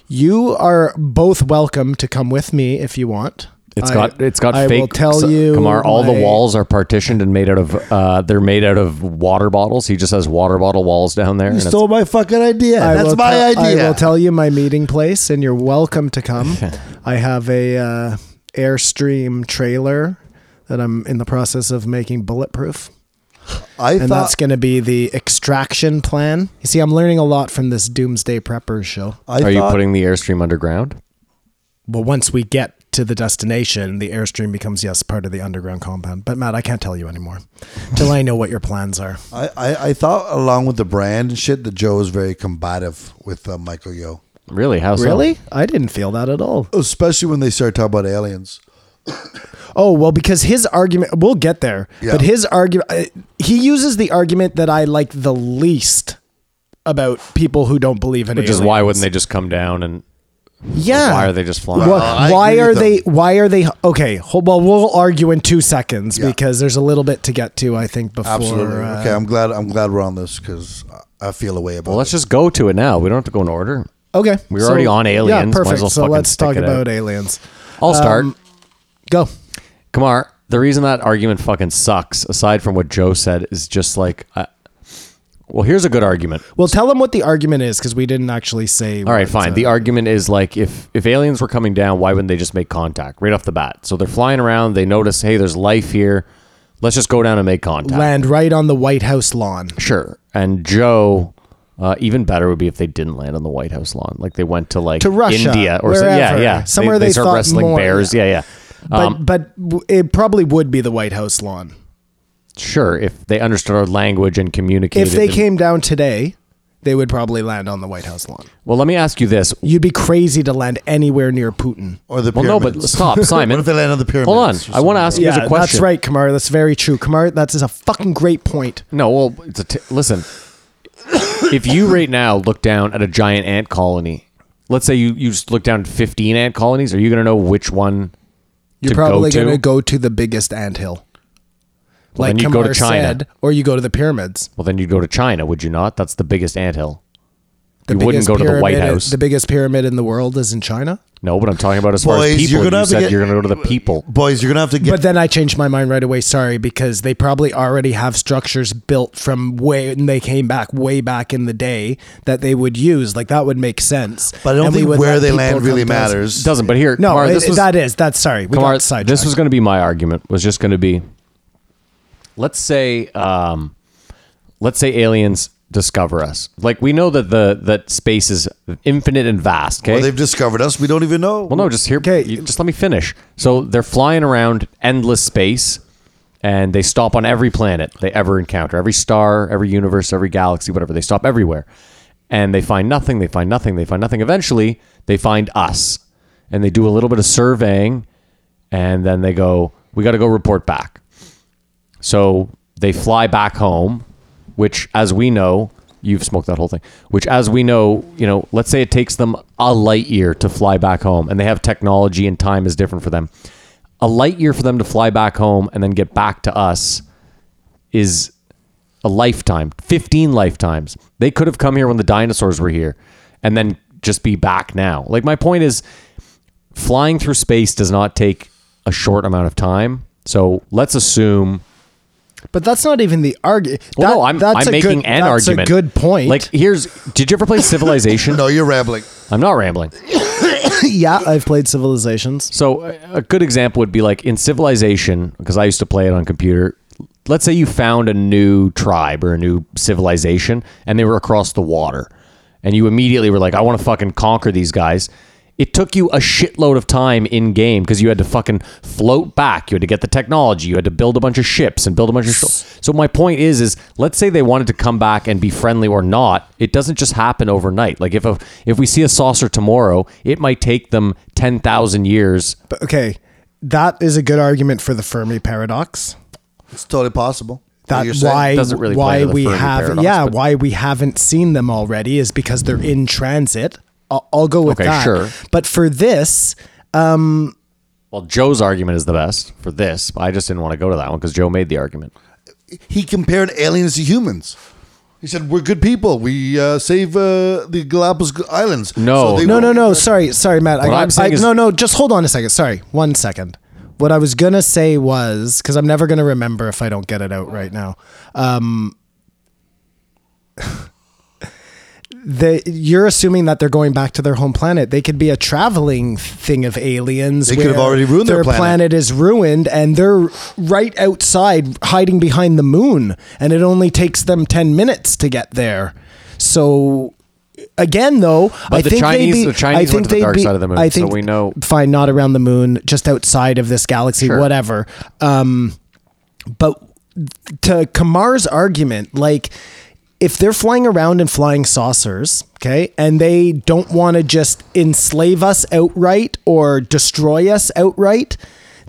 S3: You are both welcome to come with me if you want.
S2: It's
S3: I-
S2: got it's got
S3: I
S2: fake.
S3: will tell
S2: so-
S3: you,
S2: Kamar, all the
S3: my-
S2: walls are partitioned and made out of. Uh, they're made out of water bottles. He just has water bottle walls down there. and it's-
S4: Stole my fucking idea.
S3: I
S4: That's
S3: will
S4: my
S3: tell-
S4: idea.
S3: I will tell you my meeting place, and you're welcome
S4: [LAUGHS]
S3: to come. I have a uh, Airstream trailer that I'm in the process of making bulletproof,
S4: I
S3: and
S4: thought
S3: that's going to be the extraction plan. You see, I'm learning a lot from this Doomsday Preppers show.
S4: I
S2: are you
S4: thought-
S2: putting the airstream underground?
S3: But once we get to the destination, the Airstream becomes yes part of the underground compound. But Matt, I can't tell you anymore till I know what your plans are.
S4: I, I, I thought along with the brand and shit that Joe was very combative with uh, Michael Yo,
S2: Really? How so?
S3: Really? I didn't feel that at all.
S4: especially when they started talking about aliens.
S3: Oh, well, because his argument, we'll get there,
S4: Yeah.
S3: but his argument, he uses the argument that I like the least about people who don't believe in
S2: Which is why wouldn't they just come down and
S3: Yeah.
S2: why are they just flying?
S3: Well,
S4: I
S3: why
S4: agree
S3: are
S4: with
S3: they?
S4: them.
S3: Why are they? Okay, hold, well, we'll argue in two seconds
S4: Yeah.
S3: because there's a little bit to get to. I think before.
S4: Absolutely.
S3: uh,
S4: okay, I'm glad I'm glad we're on this because I feel a way about
S2: well, let's just go to it now. We don't have to go in order.
S3: okay.
S2: We were already on aliens. Might
S3: Yeah,
S2: as
S3: perfect.
S2: well
S3: so
S2: fucking
S3: let's
S2: stick
S3: talk
S2: it out.
S3: about aliens.
S2: I'll start.
S3: Um, Go.
S2: Kamar, the reason that argument fucking sucks, aside from what Joe said, is just like, uh, well, here's a good argument.
S3: Well, tell them what the argument is because we didn't actually say.
S2: All right, fine. The argument
S3: argument.
S2: is like if if aliens were coming down, why wouldn't they just make contact right off the bat? So they're flying around, they notice, hey, there's life here. Let's just go down and make contact.
S3: land right on the White House lawn.
S2: Sure. And Joe, uh, even better would be if they didn't land on the White House lawn, like they went to like
S3: To Russia,
S2: India or so, yeah,
S3: wherever.
S2: yeah,
S3: Somewhere they
S2: start
S3: thought
S2: wrestling
S3: more,
S2: bears, yeah,
S3: yeah.
S2: yeah.
S3: But
S2: Um,
S3: but w- it probably would be the White House lawn
S2: sure, if they understood our language and communicated.
S3: if they
S2: and-
S3: came down today. They would probably land on the White House lawn.
S2: well, let me ask you this:
S3: You'd be crazy to land anywhere near Putin.
S4: or the
S2: Well,
S4: pyramids.
S2: no, but stop, Simon.
S4: [LAUGHS] what if they land on the pyramids?
S2: Hold on,
S4: or
S2: I want to ask
S4: something?
S2: you guys a question.
S3: that's right, Kamar. That's very true, Kamar. That is a fucking great point.
S2: No, well, it's a t- listen. if you right now look down at a giant ant colony, let's say you, you just look down at 15 ant colonies, are you going to know which one
S3: You're
S2: to
S3: probably
S2: go to?
S3: going to go to the biggest anthill.
S2: Well, then you go to China.
S3: or you go to the pyramids.
S2: well, then you'd go to China, would you not? That's the biggest anthill.
S3: The
S2: You wouldn't
S3: biggest
S2: go to the White
S3: pyramid-
S2: House.
S3: The biggest pyramid in the world is in China.
S2: No, but I'm talking about as far as
S4: Boys,
S2: people.
S4: you're
S2: you
S4: gonna have to
S2: said
S4: get-
S2: you're going to go to the people.
S4: boys. You're gonna have to get
S3: But then I changed my mind right away. Sorry, because they probably already have structures built from way and they came back way back in the day that they would use. Like that would make sense.
S4: But I don't
S3: And we
S4: think
S3: would
S4: where
S3: let
S4: they
S3: people
S4: land
S3: come
S4: really
S3: to us.
S4: matters.
S2: Doesn't, but here,
S3: No,
S2: Kamar,
S3: it-
S2: this
S3: it-
S2: was,
S3: that is that's sorry. We
S2: Kamar,
S3: got sidetracked.
S2: this was going to be my argument. Was just going to be, let's say, um, let's say aliens discover us. Like we know that the that space is infinite and vast. Okay,
S4: Well, they've discovered us. We don't even know.
S2: Well, no, just here.
S3: Okay.
S2: you- Just let me finish. So they're flying around endless space, and they stop on every planet they ever encounter, every star, every universe, every galaxy, whatever. They stop everywhere, and they find nothing. They find nothing. They find nothing. Eventually, they find us, and they do a little bit of surveying, and then they go, "We got to go report back." So they fly back home, which, as we know, you've smoked that whole thing. Which, as we know, you know, let's say it takes them a light year to fly back home, and they have technology and time is different for them. A light year for them to fly back home and then get back to us is a lifetime, 15 lifetimes. They could have come here when the dinosaurs were here and then just be back now. Like, my point is, flying through space does not take a short amount of time. So let's assume
S3: but that's not even the argument.
S2: well, no, I'm, I'm
S3: that's a
S2: making
S3: good,
S2: an
S3: that's
S2: argument.
S3: A good point.
S2: Like, here's did you ever play Civilization?
S4: No, you're rambling.
S2: I'm not rambling.
S3: [LAUGHS] yeah, I've played Civilizations.
S2: So, a- a good example would be like in Civilization, because I used to play it on computer. Let's say you found a new tribe or a new civilization and they were across the water. And you immediately were like, I want to fucking conquer these guys. It took you a shitload of time in game because you had to fucking float back. You had to get the technology. You had to build a bunch of ships and build a bunch of. Sh- so my point is, is let's say they wanted to come back and be friendly or not. It doesn't just happen overnight. Like if a, if we see a saucer tomorrow, it might take them ten thousand years
S3: But okay, that is a good argument for the Fermi paradox.
S4: It's totally possible. What you're
S3: That's
S4: saying.
S3: why
S2: doesn't really play
S3: why
S2: to the
S3: we
S2: Fermi
S3: have
S2: paradox,
S3: yeah
S2: but- Hmm.
S3: why we haven't seen them already is because they're in transit I'll, I'll go with
S2: Okay,
S3: that.
S2: sure.
S3: But for this,
S2: Well, Joe's argument is the best for this. I just didn't want to go to that one because Joe made the argument.
S4: He compared aliens to humans. He said we're good people. We uh, save uh, the Galapagos Islands.
S2: No.
S4: they
S3: no,
S4: were-
S3: no, no. Sorry, sorry, Matt. I,
S2: What
S3: got-
S2: I'm saying
S3: I-
S2: is-
S3: no, no. Just hold on a second. Sorry, one second. What I was gonna say was because I'm never gonna remember if I don't get it out right now. Um, [LAUGHS] the, you're assuming that they're going back to their home planet. They could be a traveling thing of aliens.
S4: They could have
S3: where
S4: already ruined their planet.
S3: is ruined, and they're right outside, hiding behind the moon, and it only takes them ten minutes to get there. So. Again, though, I
S2: the
S3: think
S2: Chinese-
S3: they'd be,
S2: the Chinese
S3: I think
S2: went to the
S3: they'd
S2: dark
S3: be-
S2: side of the moon,
S3: I
S2: so
S3: think,
S2: we know-
S3: Fine, not around the moon, just outside of this galaxy,
S2: Sure.
S3: whatever. Um, but to Kamar's argument, like if they're flying around in flying saucers, okay, and they don't want to just enslave us outright or destroy us outright,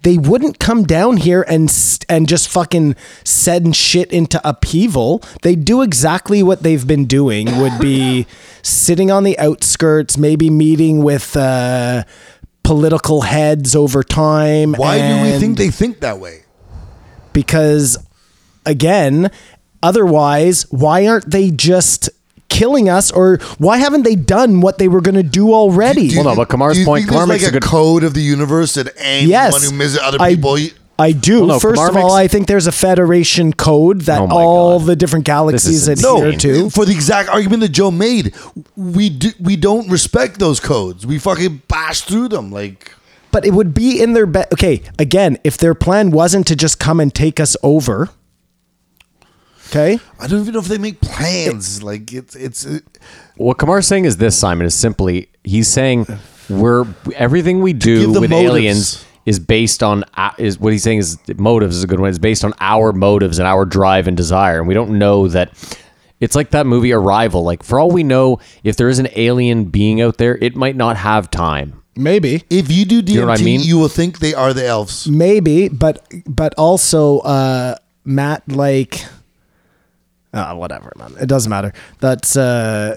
S3: they wouldn't come down here and s- and just fucking send shit into upheaval. They do exactly what they've been doing, would be sitting on the outskirts, maybe meeting with uh, political heads over time.
S4: Why do we
S3: and-
S4: think they think that way?
S3: because again otherwise why aren't they just killing us or why haven't they done what they were going to do already
S4: Do you
S2: Hold on, but
S4: think-
S2: Kamar's
S4: do you
S2: point-
S4: think there's
S2: Kamar makes
S4: like
S2: a good-
S4: code of the universe that anyone
S3: yes
S4: who misses other
S3: I-
S4: people.
S3: I, do
S2: Well, no,
S3: first
S2: Kumar
S3: of all
S2: makes-
S3: i think there's a federation code that
S2: Oh my
S3: all
S2: God.
S3: the different galaxies
S2: is
S3: adhere
S2: insane.
S3: to
S4: for the exact argument that Joe made, we do, we don't respect those codes. We fucking bash through them. Like
S3: but it would be in their best okay again if their plan wasn't to just come and take us over okay
S4: I don't even know if they make plans. like it's it's uh, it,
S2: What Kamar's saying is this, Simon, is simply he's saying we're everything we do
S4: give them
S2: with
S4: motives.
S2: aliens is based on uh, is what he's saying is motives is a good one. It's based on our motives and our drive and desire, and we don't know that. It's like that movie Arrival. Like for all we know, if there is an alien being out there, it might not have time.
S3: maybe
S4: if you do DMT, you,
S2: know what I mean?
S4: will think they are the elves.
S3: Maybe, but but also uh Matt like uh whatever, man. It doesn't matter. That's uh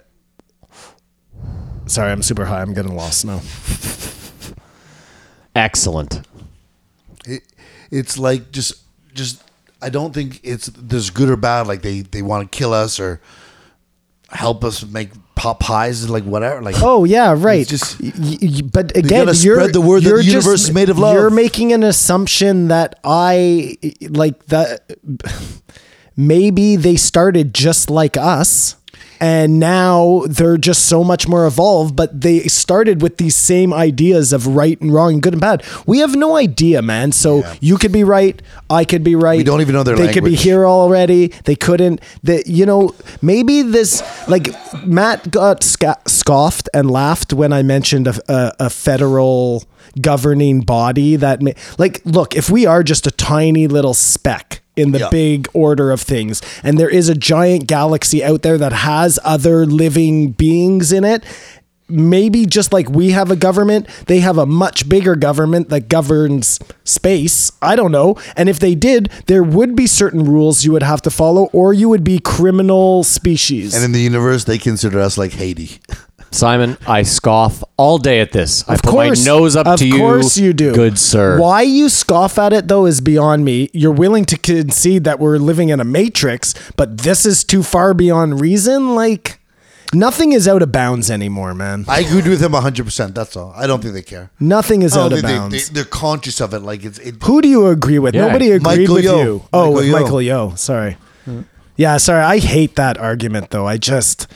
S3: Sorry, I'm super high. I'm getting lost now.
S2: Excellent.
S4: It, it's like just just I don't think it's there's good or bad. Like they they want to kill us or help us make pop pies. Like whatever. Like
S3: Oh yeah, right.
S4: just-
S3: Y- y- y- but again,
S4: gotta
S3: you're
S4: spread the word that
S3: you're
S4: the
S3: just-
S4: universe is made of love.
S3: You're making an assumption that I like that. Maybe they started just like us, and now they're just so much more evolved. But they started with these same ideas of right and wrong, good and bad. We have no idea, man. So you could be right, I could be right. We
S4: don't even know their
S3: They could be
S4: language.
S3: here already. They couldn't. That you know, maybe this like Matt got sca- scoffed and laughed when I mentioned a, a, a federal governing body that may, like look if we are just a tiny little speck in the
S4: Yeah.
S3: big order of things and there is a giant galaxy out there that has other living beings in it maybe just like we have a government, they have a much bigger government that governs space. I don't know. And if they did, there would be certain rules you would have to follow, or you would be criminal species.
S4: and in the universe they consider us like Haiti.
S2: Simon, I scoff all day at this. I
S3: of
S2: put
S3: course,
S2: my nose up
S3: of
S2: to you.
S3: course you do,
S2: Good sir.
S3: Why you scoff at it though is beyond me. You're willing to concede that we're living in a matrix, but this is too far beyond reason. Like nothing is out of bounds anymore, man.
S4: [LAUGHS] I agreed with him 100%. That's all. I don't think they care.
S3: Nothing is
S4: I
S3: out
S4: don't
S3: of
S4: think Oh, they-
S3: bounds.
S4: They, are conscious of it. Like it's it,
S3: Who do you agree with?
S2: Yeah,
S3: Nobody agreed
S4: Michael
S3: with
S4: Yo.
S3: you. Oh,
S4: Michael
S3: with
S4: Yo.
S3: Michael Yo. Sorry.
S2: Hmm.
S3: Yeah, sorry. I hate that argument though. I just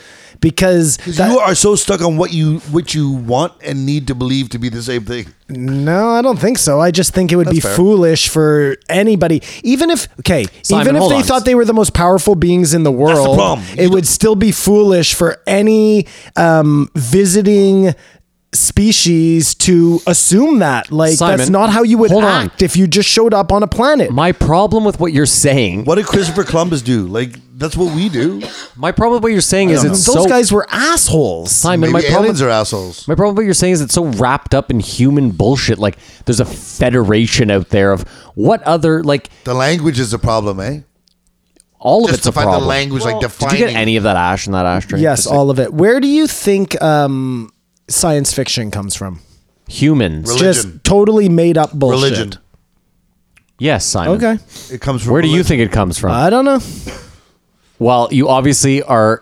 S3: because that-
S4: you are so stuck on what you what you want and need to believe to be the same thing.
S3: no, I don't think so. I just think it would be
S4: fair.
S3: foolish for anybody, even if okay,
S2: Simon,
S3: even if
S2: hold
S3: they
S2: on.
S3: thought they were the most powerful beings in the world,
S4: problem. You
S3: it would still be foolish for any um, visiting species to assume that. Like that's
S2: Simon,
S3: not how you would
S2: hold on.
S3: act if you just showed up on a planet.
S2: My problem with what you're saying,
S4: What did Christopher Columbus do? Like that's what we [LAUGHS] do.
S2: my problem with what you're saying is it's
S3: Those
S2: so
S3: guys were assholes.
S2: Simon,
S4: Maybe
S2: my problem,
S4: aliens are assholes.
S2: my problem with what you're saying is it's so wrapped up in human bullshit. Like there's a federation out there of what other like
S4: The language is a problem, eh?
S2: all of
S4: Just
S2: it's a
S4: to find
S2: problem.
S4: the language, like
S2: Did you
S4: defining.
S2: get any of that ash in that ashtray?
S3: Yes, all of it. Where do you think um, science fiction comes from.
S2: Humans.
S4: Really? Religion.
S3: Just totally made up bullshit.
S4: Religion.
S2: Yes, Simon.
S3: Okay. Uh,
S4: It comes from.
S2: Where do you
S4: religion.
S2: think it comes from?
S3: I don't know.
S2: well, you obviously are.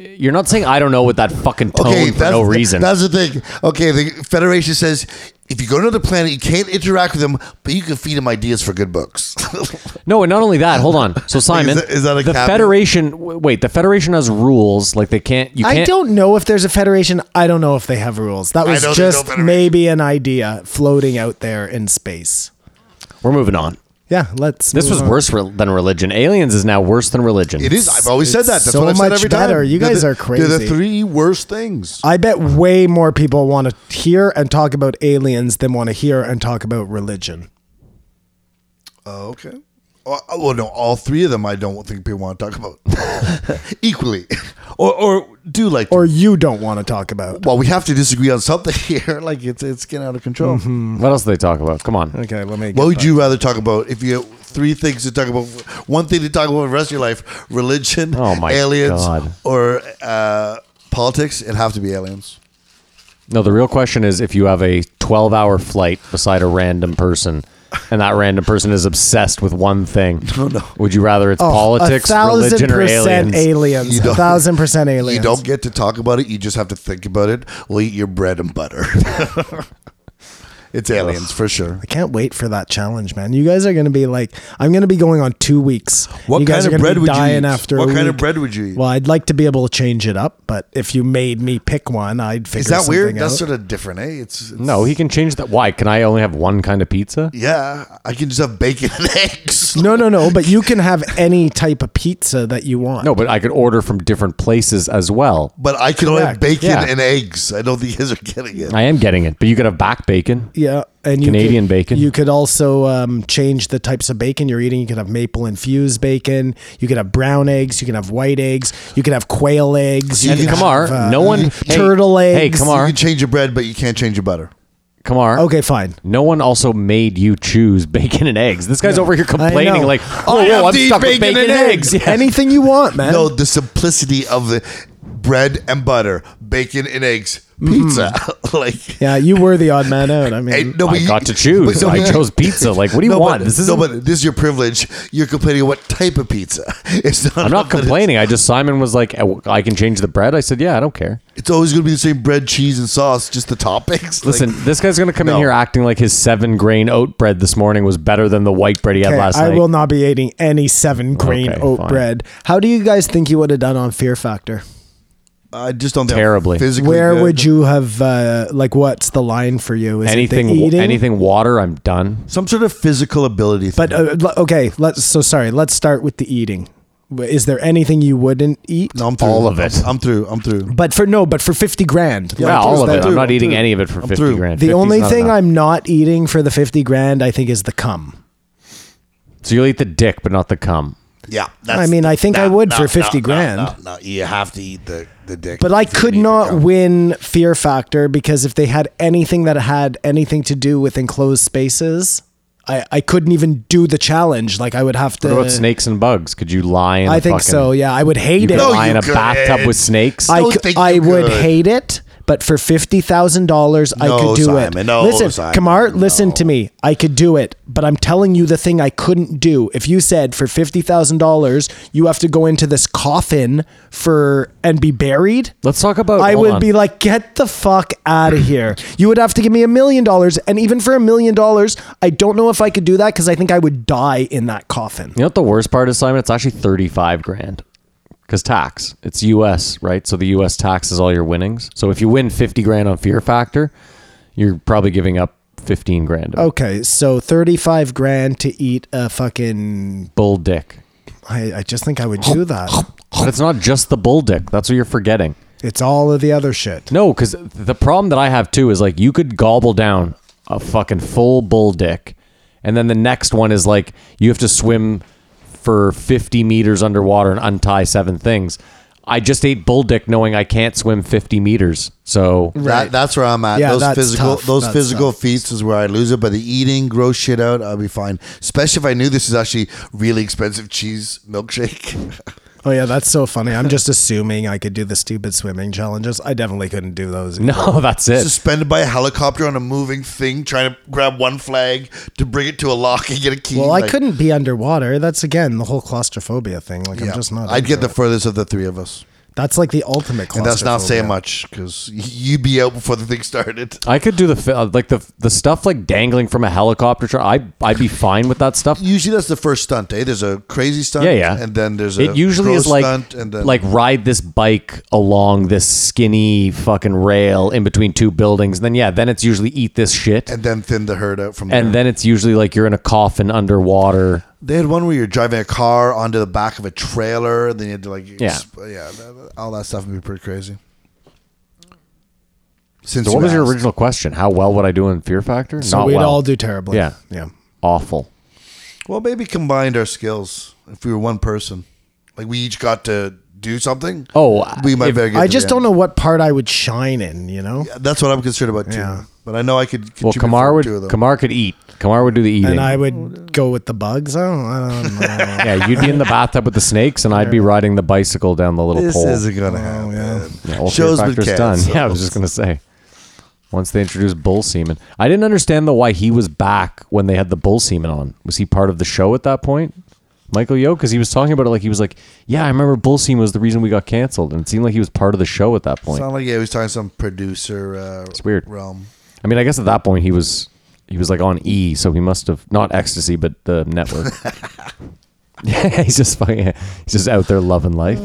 S2: You're not saying I don't know with that fucking tone for no
S4: the-
S2: reason.
S4: That's the thing. Okay, the Federation says if you go to another planet, you can't interact with them, but you can feed them ideas for good books. [LAUGHS]
S2: No, and not only that. Hold on. So Simon,
S4: that- is that a
S2: the
S4: caveat?
S2: federation? w- Wait, the federation has rules. Like they can't. You can't.
S3: I don't know if there's a federation. I don't know if they have rules. That was
S4: don't think
S3: just
S4: no federation.
S3: maybe an idea floating out there in space.
S2: We're moving on.
S3: Yeah, let's.
S2: This
S3: move
S2: was
S3: on.
S2: worse re- than religion. Aliens is now worse than religion.
S4: it is. I've always said
S3: It's
S4: that. That's
S3: so
S4: what I've said
S3: much
S4: every
S3: better.
S4: time.
S3: You
S4: They're
S3: guys
S4: the-
S3: are
S4: They're
S3: crazy.
S4: the three worst things.
S3: I bet way more people want to hear and talk about aliens than want to hear and talk about religion.
S4: Oh, okay. Well, uh, well, no, all three of them I don't think people want to talk about [LAUGHS] equally, [LAUGHS] or or do like. to.
S3: Or you don't want to talk about.
S4: well, we have to disagree on something [LAUGHS] here. Like it's it's getting out of control.
S3: Mm-hmm.
S2: What else do they talk about? Come on.
S3: Okay, let me.
S4: What would you rather talk about if you had three things to talk about? One thing to talk about for the rest of your life: religion,
S2: Oh my
S4: aliens,
S2: God.
S4: or uh, politics. It'd have to be aliens.
S2: No, the real question is if you have a 12-hour flight beside a random person, and that random person is obsessed with one
S4: [LAUGHS]
S2: thing. No, no. Would you rather it's
S3: Oh,
S2: politics,
S3: a thousand
S2: religion, or
S3: percent
S2: aliens?
S3: aliens?
S4: You
S3: A
S4: don't-
S3: thousand percent
S4: [LAUGHS]
S3: aliens.
S4: You don't get to talk about it. You just have to think about it. We'll eat your bread and butter. [LAUGHS] it's aliens for sure.
S3: I can't wait for that challenge, man. You guys are going to be like, I'm going to be going on two weeks.
S4: What
S3: you guys
S4: kind
S3: are
S4: of
S3: gonna
S4: bread
S3: be
S4: would you eat?
S3: dying After
S4: What
S3: a
S4: kind of
S3: week.
S4: bread would you eat?
S3: Well, I'd like to be able to change it up, but if you made me pick one, I'd figure
S4: Is that
S3: something
S4: weird? That's
S3: out.
S4: sort of different, eh? It's, it's
S2: No, he can change that. Why? Can I only have one kind of pizza?
S4: yeah. I can just have bacon and [LAUGHS] eggs.
S3: no, no, no. But you can have any type of pizza that you want.
S2: No, but I could order from different places as well.
S4: But I can only have
S3: Correct.
S4: bacon
S2: Yeah.
S4: and eggs. I don't think you guys are getting it.
S2: I am getting it, but you could have back bacon.
S3: Yeah, and you
S2: Canadian
S3: could,
S2: bacon.
S3: You could also um, change the types of bacon you're eating. You could have maple infused bacon. You could have brown eggs. You can have white eggs. You could have quail eggs. You
S2: And
S3: can
S2: Kamar,
S3: have, uh,
S2: no one hey,
S3: turtle eggs.
S2: Hey,
S4: You
S2: Kamar,
S4: can change your bread, but you can't change your butter.
S2: Kamar.
S3: Okay, fine.
S2: No one also made you choose bacon and eggs. This guy's over here complaining
S3: know.
S2: like,
S4: I
S2: oh,
S4: have
S2: whoa, I'm
S4: to eat
S2: stuck with
S4: bacon
S2: bacon
S4: and
S2: and eggs. Yeah.
S3: Anything you want, man.
S4: No, the simplicity of the bread and butter, bacon and eggs, pizza. [LAUGHS] like
S3: Yeah, you were the odd man
S2: [LAUGHS]
S3: out. I mean,
S4: Hey, no, but
S2: Mm-hmm. I
S4: you- [LAUGHS]
S2: got to
S4: but
S2: choose.
S4: no,
S2: I
S4: but-
S2: chose pizza. Like, what do you
S4: no,
S2: want?
S4: But,
S2: This is
S4: no, but this is your privilege. You're complaining what type of pizza. [LAUGHS] It's not.
S2: I'm
S4: enough
S2: not
S4: that it's-
S2: complaining. I just Simon was like, "Oh, I can change the bread. I said, yeah, I don't care.
S4: It's always going to be the same bread, cheese, and sauce. Just the toppings. [LAUGHS] Like,
S2: Listen, this guy's gonna come in
S4: No.
S2: here acting like his seven grain oat bread this morning was better than the white bread he had
S3: okay,
S2: last
S3: I
S2: night.
S3: will not be eating any seven grain
S2: Okay,
S3: oat
S2: fine.
S3: bread. How do you guys think you would have done on Fear Factor?
S4: I just don't think
S2: Terribly.
S4: Physically,
S3: Where
S4: good.
S3: would you have? Uh, like, what's the line for you? Is it the
S2: anything,
S3: eating?
S2: anything water, I'm done.
S4: some sort of physical ability?
S3: But
S4: thing.
S3: uh, l- okay, let's. So sorry. Let's start with the eating. W- Is there anything you wouldn't eat?
S4: No, I'm through.
S2: uh, all of it.
S4: I'm through. I'm through.
S3: But for no, but for fifty grand.
S2: Yeah,
S3: like,
S2: all
S3: is
S2: of
S3: that-
S2: it. I'm
S4: through,
S2: not
S4: I'm
S2: eating
S4: through.
S2: any of it for 50
S4: through.
S2: grand.
S3: The
S2: 50's
S3: only
S2: not
S3: thing
S2: enough.
S3: I'm not eating for the fifty grand, I think, is the cum.
S2: So you'll eat the dick, but not the cum.
S4: Yeah,
S3: I mean, I think I would for 50 grand.
S4: No, no, you have to eat the the dick.
S3: But I
S4: if you
S3: could
S4: need to
S3: not
S4: come.
S3: win Fear Factor because if they had anything that had anything to do with enclosed spaces, I, I couldn't even do the challenge. Like I would have to.
S2: What about snakes and bugs? Could you lie in a
S3: Uh, I think
S2: fucking-
S3: so. Yeah, I would
S2: You
S3: hate
S2: could
S3: it.
S4: No,
S2: lie
S4: you
S2: in a bathtub
S4: couldn't.
S2: with snakes?
S3: I,
S4: don't
S3: c-
S4: think
S3: I
S4: you
S3: would
S4: could.
S3: hate it, but for fifty thousand dollars, I
S4: No,
S3: could do it.
S4: Simon, no,
S3: listen,
S4: Simon,
S3: Kamar, listen to me. I could do it, but I'm telling you the thing I couldn't do. If you said for fifty thousand dollars, you have to go into this coffin for and be buried.
S2: Let's talk about.
S3: I
S2: hold
S3: would
S2: on.
S3: be like, get the fuck
S4: [CLEARS THROAT]
S3: out of here. You would have to give me a million dollars. And even for a million dollars, I don't know if I could do that because I think I would die in that coffin.
S2: You know what the worst part is, Simon? It's actually thirty-five grand because tax. It's U.S. right, so the U.S. taxes all your winnings. So if you win fifty grand on Fear Factor, you're probably giving up fifteen grand. Of
S3: Okay, so 35 grand to eat a fucking.
S2: bull dick.
S3: I, I just think I would do that.
S2: But it's not just the bull dick. That's what you're forgetting.
S3: It's all of the other shit.
S2: No, because the problem that I have too is like you could gobble down a fucking full bull dick, and then the next one is like you have to swim for 50 meters underwater and untie seven things. I just ate bull dick knowing I can't swim 50 meters. So [LAUGHS]
S4: That, that's where I'm at.
S3: Yeah,
S4: those
S3: that's
S4: physical,
S3: tough.
S4: those
S3: That's
S4: physical feats is where I lose it. But the eating, gross shit
S3: [LAUGHS]
S4: out, I'll be fine. Especially if I knew this is actually really expensive cheese milkshake.
S3: Oh yeah, that's so funny.
S4: [LAUGHS]
S3: I'm just assuming I could do the stupid swimming challenges. I definitely couldn't do those.
S2: No, that's it.
S4: Suspended by a helicopter on a moving thing, trying to grab one flag to bring it to a lock and get a key.
S3: Well, I
S4: like-
S3: couldn't be underwater. That's again the whole claustrophobia thing. Like
S4: Yeah.
S3: I'm just not.
S4: I'd get
S3: into
S4: the furthest of the three of us,
S3: it. That's like the ultimate. Claustrophobia.
S4: and that's not saying much because you'd be out before the thing started.
S2: I could do the fi- uh, like the the stuff like dangling from a helicopter. Tr- I I'd be fine with that stuff.
S4: Usually, that's the first stunt. Eh? There's a crazy stunt.
S2: Yeah, yeah.
S4: And then there's a
S2: It usually
S4: pro
S2: is like
S4: stunt, and then
S2: like ride this bike along this skinny fucking rail in between two buildings. And then yeah, then it's usually eat this shit.
S4: and then thin the herd out from
S2: And
S4: there.
S2: then it's usually like you're in a coffin underwater.
S4: They had one where you're driving a car onto the back of a trailer, and then you had to like,
S2: Yeah.
S4: exp- yeah, that- that- all that stuff would be pretty crazy. Since
S2: So
S4: you
S2: what was your
S4: asked.
S2: original question? How well would I do in Fear Factor?
S3: So
S2: Not
S3: we'd
S2: well.
S3: all do terribly.
S2: Yeah.
S3: yeah.
S2: awful.
S4: Well, maybe combined our skills if we were one person, like we each got to do something.
S2: Oh, I-
S4: we might
S2: if-
S4: better get
S3: I
S4: to
S3: just
S4: the
S3: don't
S4: end.
S3: know what part I would shine in. You know,
S4: That's what I'm concerned about too.
S3: Yeah.
S4: But I know I could.
S2: Well,
S4: contribute
S2: Kamar
S4: for
S2: would
S4: two of them.
S2: Kamar could eat. Kamar would do the eating.
S3: and I would go with the bugs. I don't,
S2: [LAUGHS]
S3: I don't know.
S2: yeah, you'd be in the bathtub with the snakes, and
S3: [LAUGHS]
S2: I'd be riding the bicycle down the little
S4: This
S2: pole.
S4: isn't gonna happen.
S2: Yeah, all
S4: Oh, Show's
S2: fear
S4: been
S2: factor's done. [LAUGHS]
S4: [LAUGHS] canceled.
S2: Yeah, I was just gonna say. Once they introduced bull semen, I didn't understand though why he was back when they had the bull semen on. Was he part of the show at that point, Michael Yo? Because he was talking about it like he was like, "Yeah, I remember bull semen was the reason we got canceled," and it seemed like he was part of the show at that point.
S4: Sound like yeah, he was talking some producer. Uh, it's
S2: weird.
S4: Realm.
S2: I mean, I guess at that point he was he was like on E, so he must have not ecstasy, but the network. [LAUGHS] yeah, he's just fucking, he's just out there loving life.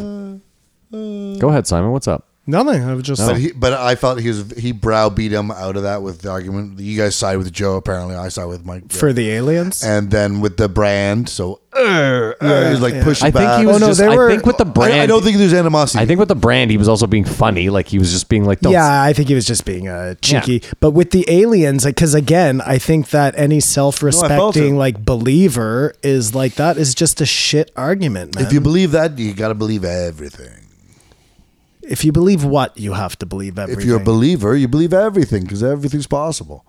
S2: Go ahead, Simon. What's up?
S3: Nothing. I would just.
S4: But he, but I felt he was he browbeat him out of that with the argument. You guys side with Joe apparently. I side with Mike.
S3: for the aliens.
S4: and then with the brand, so uh, uh, he's like pushing
S2: I think
S4: back. Oh,
S2: he was
S3: no,
S2: just.
S3: they
S2: I
S3: were-
S2: think with the brand.
S4: I, I don't think there's animosity.
S2: I think with the brand, he was also being funny. Like he was just being like, "Don't."
S3: yeah, I think he was just being uh, cheeky. But with the aliens, because again, I think that any self-respecting
S4: it.
S3: like believer is like that is just a shit argument, man.
S4: if you believe that, you got to believe everything.
S3: If you believe what, you have to believe everything.
S4: If you're a believer, you believe everything because everything's possible.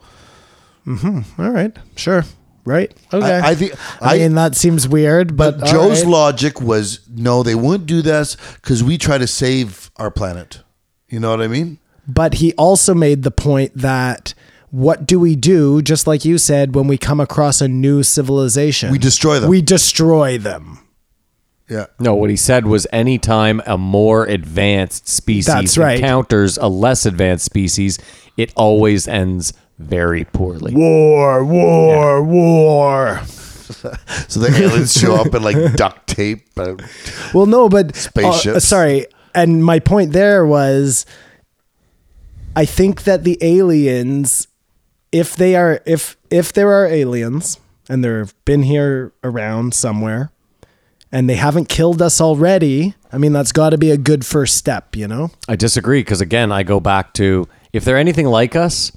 S3: all right, sure, right, okay.
S4: I, I think
S3: I,
S4: I,
S3: mean, that seems weird, but,
S4: but Joe's
S3: alright.
S4: logic was no, they wouldn't do this because we try to save our planet. You know what I mean?
S3: But he also made the point that what do we do? Just like you said, when we come across a new civilization,
S4: We destroy them.
S3: We destroy them.
S4: Yeah.
S2: No, what he said was anytime a more advanced species
S3: That's right.
S2: encounters a less advanced species, it always ends very poorly.
S3: War, war, war.
S4: So
S2: [LAUGHS]
S4: the aliens show up and like duct tape. uh, But
S3: Well, no, but uh,
S4: Spaceships.
S3: sorry, and my point there was, I think that the aliens, if they are, if if there are aliens and they've been here around somewhere, and they haven't killed us already, I mean that's got to be a good first step, you know.
S2: I disagree because again, I go back to if they're anything like us,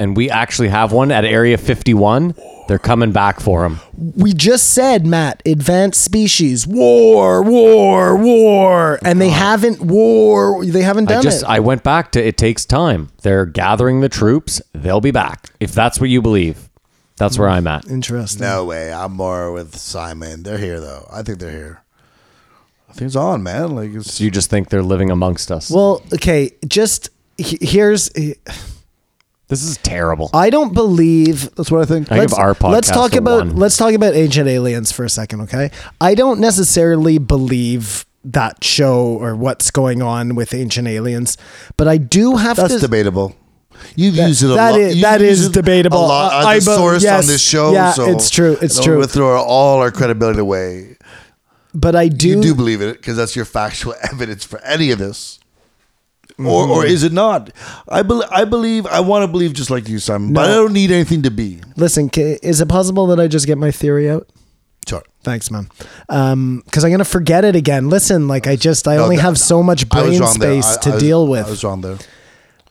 S2: and we actually have one at Area 51, they're coming back for him.
S3: We just said, Matt, advanced species, war, war, war, and they haven't war, they haven't done
S2: Oh I just
S3: it.
S2: I went back to it takes time. They're gathering the troops. They'll be back if that's what you believe. That's where I'm at.
S3: Interesting.
S4: no way. I'm more with Simon. They're here though. I think they're here. I think it's on, man. Like it's
S2: So you just think they're living amongst us.
S3: Well, okay, just he- here's
S2: this is terrible.
S3: I don't believe
S4: that's what I think.
S2: I give our podcast
S3: let's talk
S2: a
S3: about
S2: one.
S3: let's talk about ancient aliens for a second, okay? I don't necessarily believe that show or what's going on with ancient aliens, but I do have
S4: That's
S3: to
S4: debatable. You've used it a
S3: that
S4: lot.
S3: is-
S4: you've
S3: that
S4: used
S3: is
S4: it
S3: debatable.
S4: A lot as
S3: I- I
S4: a
S3: be-
S4: source
S3: yes,
S4: on this show.
S3: yeah,
S4: so
S3: it's true, it's
S4: I don't
S3: true.
S4: wanna Throw all our credibility away.
S3: but I do,
S4: You do believe it because that's your factual [LAUGHS] evidence for any of this. Or, or
S3: Mm.
S4: is it not? I believe. I believe. I want to believe just like you, Simon. But I
S3: No.
S4: don't need anything to be.
S3: listen, ca- is it possible that I just get my theory out?
S4: Sorry.
S3: Thanks, man. Um, because I'm gonna forget it again. Listen, like I just I
S4: No,
S3: only
S4: that-
S3: have so much
S4: I was
S3: brain
S4: wrong there.
S3: space
S4: I-
S3: to
S4: I was-
S3: deal
S4: I
S3: with.
S4: was wrong there.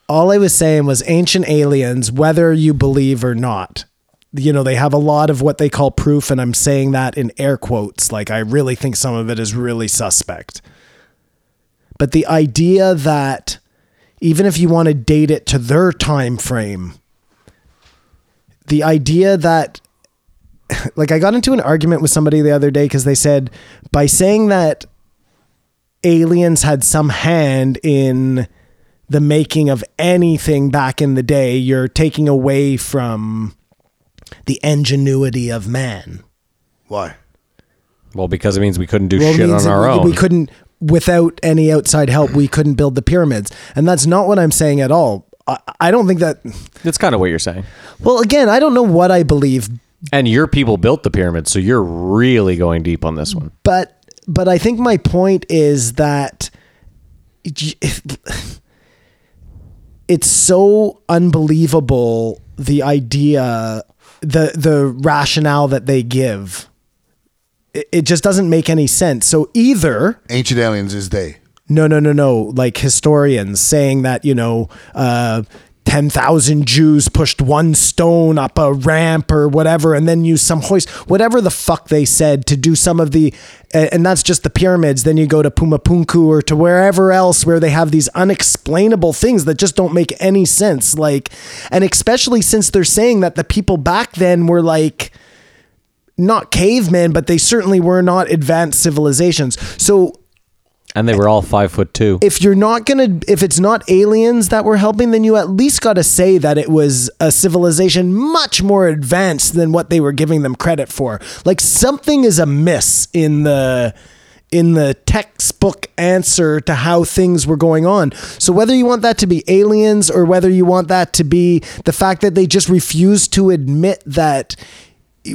S3: all I was saying was ancient aliens, whether you believe or not, you know, they have a lot of what they call proof, and I'm saying that in air quotes. Like, I really think some of it is really suspect. But the idea that even if you want to date it to their time frame, the idea that [LAUGHS] like I got into an argument with somebody the other day because they said by saying that aliens had some hand in the making of anything back in the day, you're taking away from the ingenuity of man.
S4: Why?
S2: Well, because it means we couldn't do
S3: Well, it
S2: shit
S3: means
S2: on
S3: that
S2: our
S3: we-
S2: own.
S3: We couldn't, without any outside help, we couldn't build the pyramids. And that's not what I'm saying at all. I, I don't think that.
S2: That's kind of what you're saying.
S3: Well, again, I don't know what I believe,
S2: And your people built the pyramids, so you're really going deep on this one.
S3: but but I think my point is that [LAUGHS] it's so unbelievable the idea the the rationale that they give it, it just doesn't make any sense so either
S4: Ancient aliens is they.
S3: no no no no like historians saying that you know uh 10,000 Jews pushed one stone up a ramp or whatever and then used some hoist whatever the fuck they said to do some of the a- and that's just the pyramids then you go to Pumapunku or to wherever else where they have these unexplainable things that just don't make any sense like and especially since they're saying that the people back then were like not cavemen but they certainly were not advanced civilizations so
S2: And they were all five foot two.
S3: if you're not gonna if it's not aliens that were helping then you at least gotta say that it was a civilization much more advanced than what they were giving them credit for like something is amiss in the in the textbook answer to how things were going on so whether you want that to be aliens or whether you want that to be the fact that they just refuse to admit that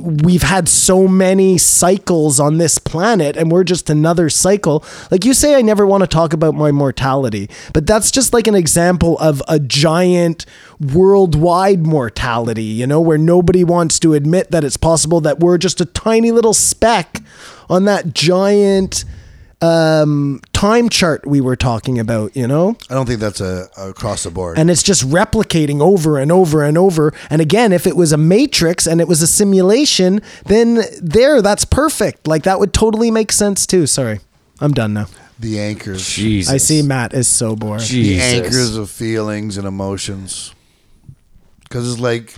S3: we've had so many cycles on this planet and we're just another cycle. Like you say, I never want to talk about my mortality, but that's just like an example of a giant worldwide mortality, you know, where nobody wants to admit that it's possible that we're just a tiny little speck on that giant um time chart we were talking about you know
S4: I don't think that's a, a across the board.
S3: and it's just replicating over and over and over. And again, if it was a matrix and it was a simulation, then there, that's perfect. Like that would totally make sense too. Sorry, I'm done now.
S4: the anchors.
S2: Jesus.
S3: I see Matt is so bored.
S4: the
S2: Jesus.
S4: anchors of feelings and emotions. Because it's like,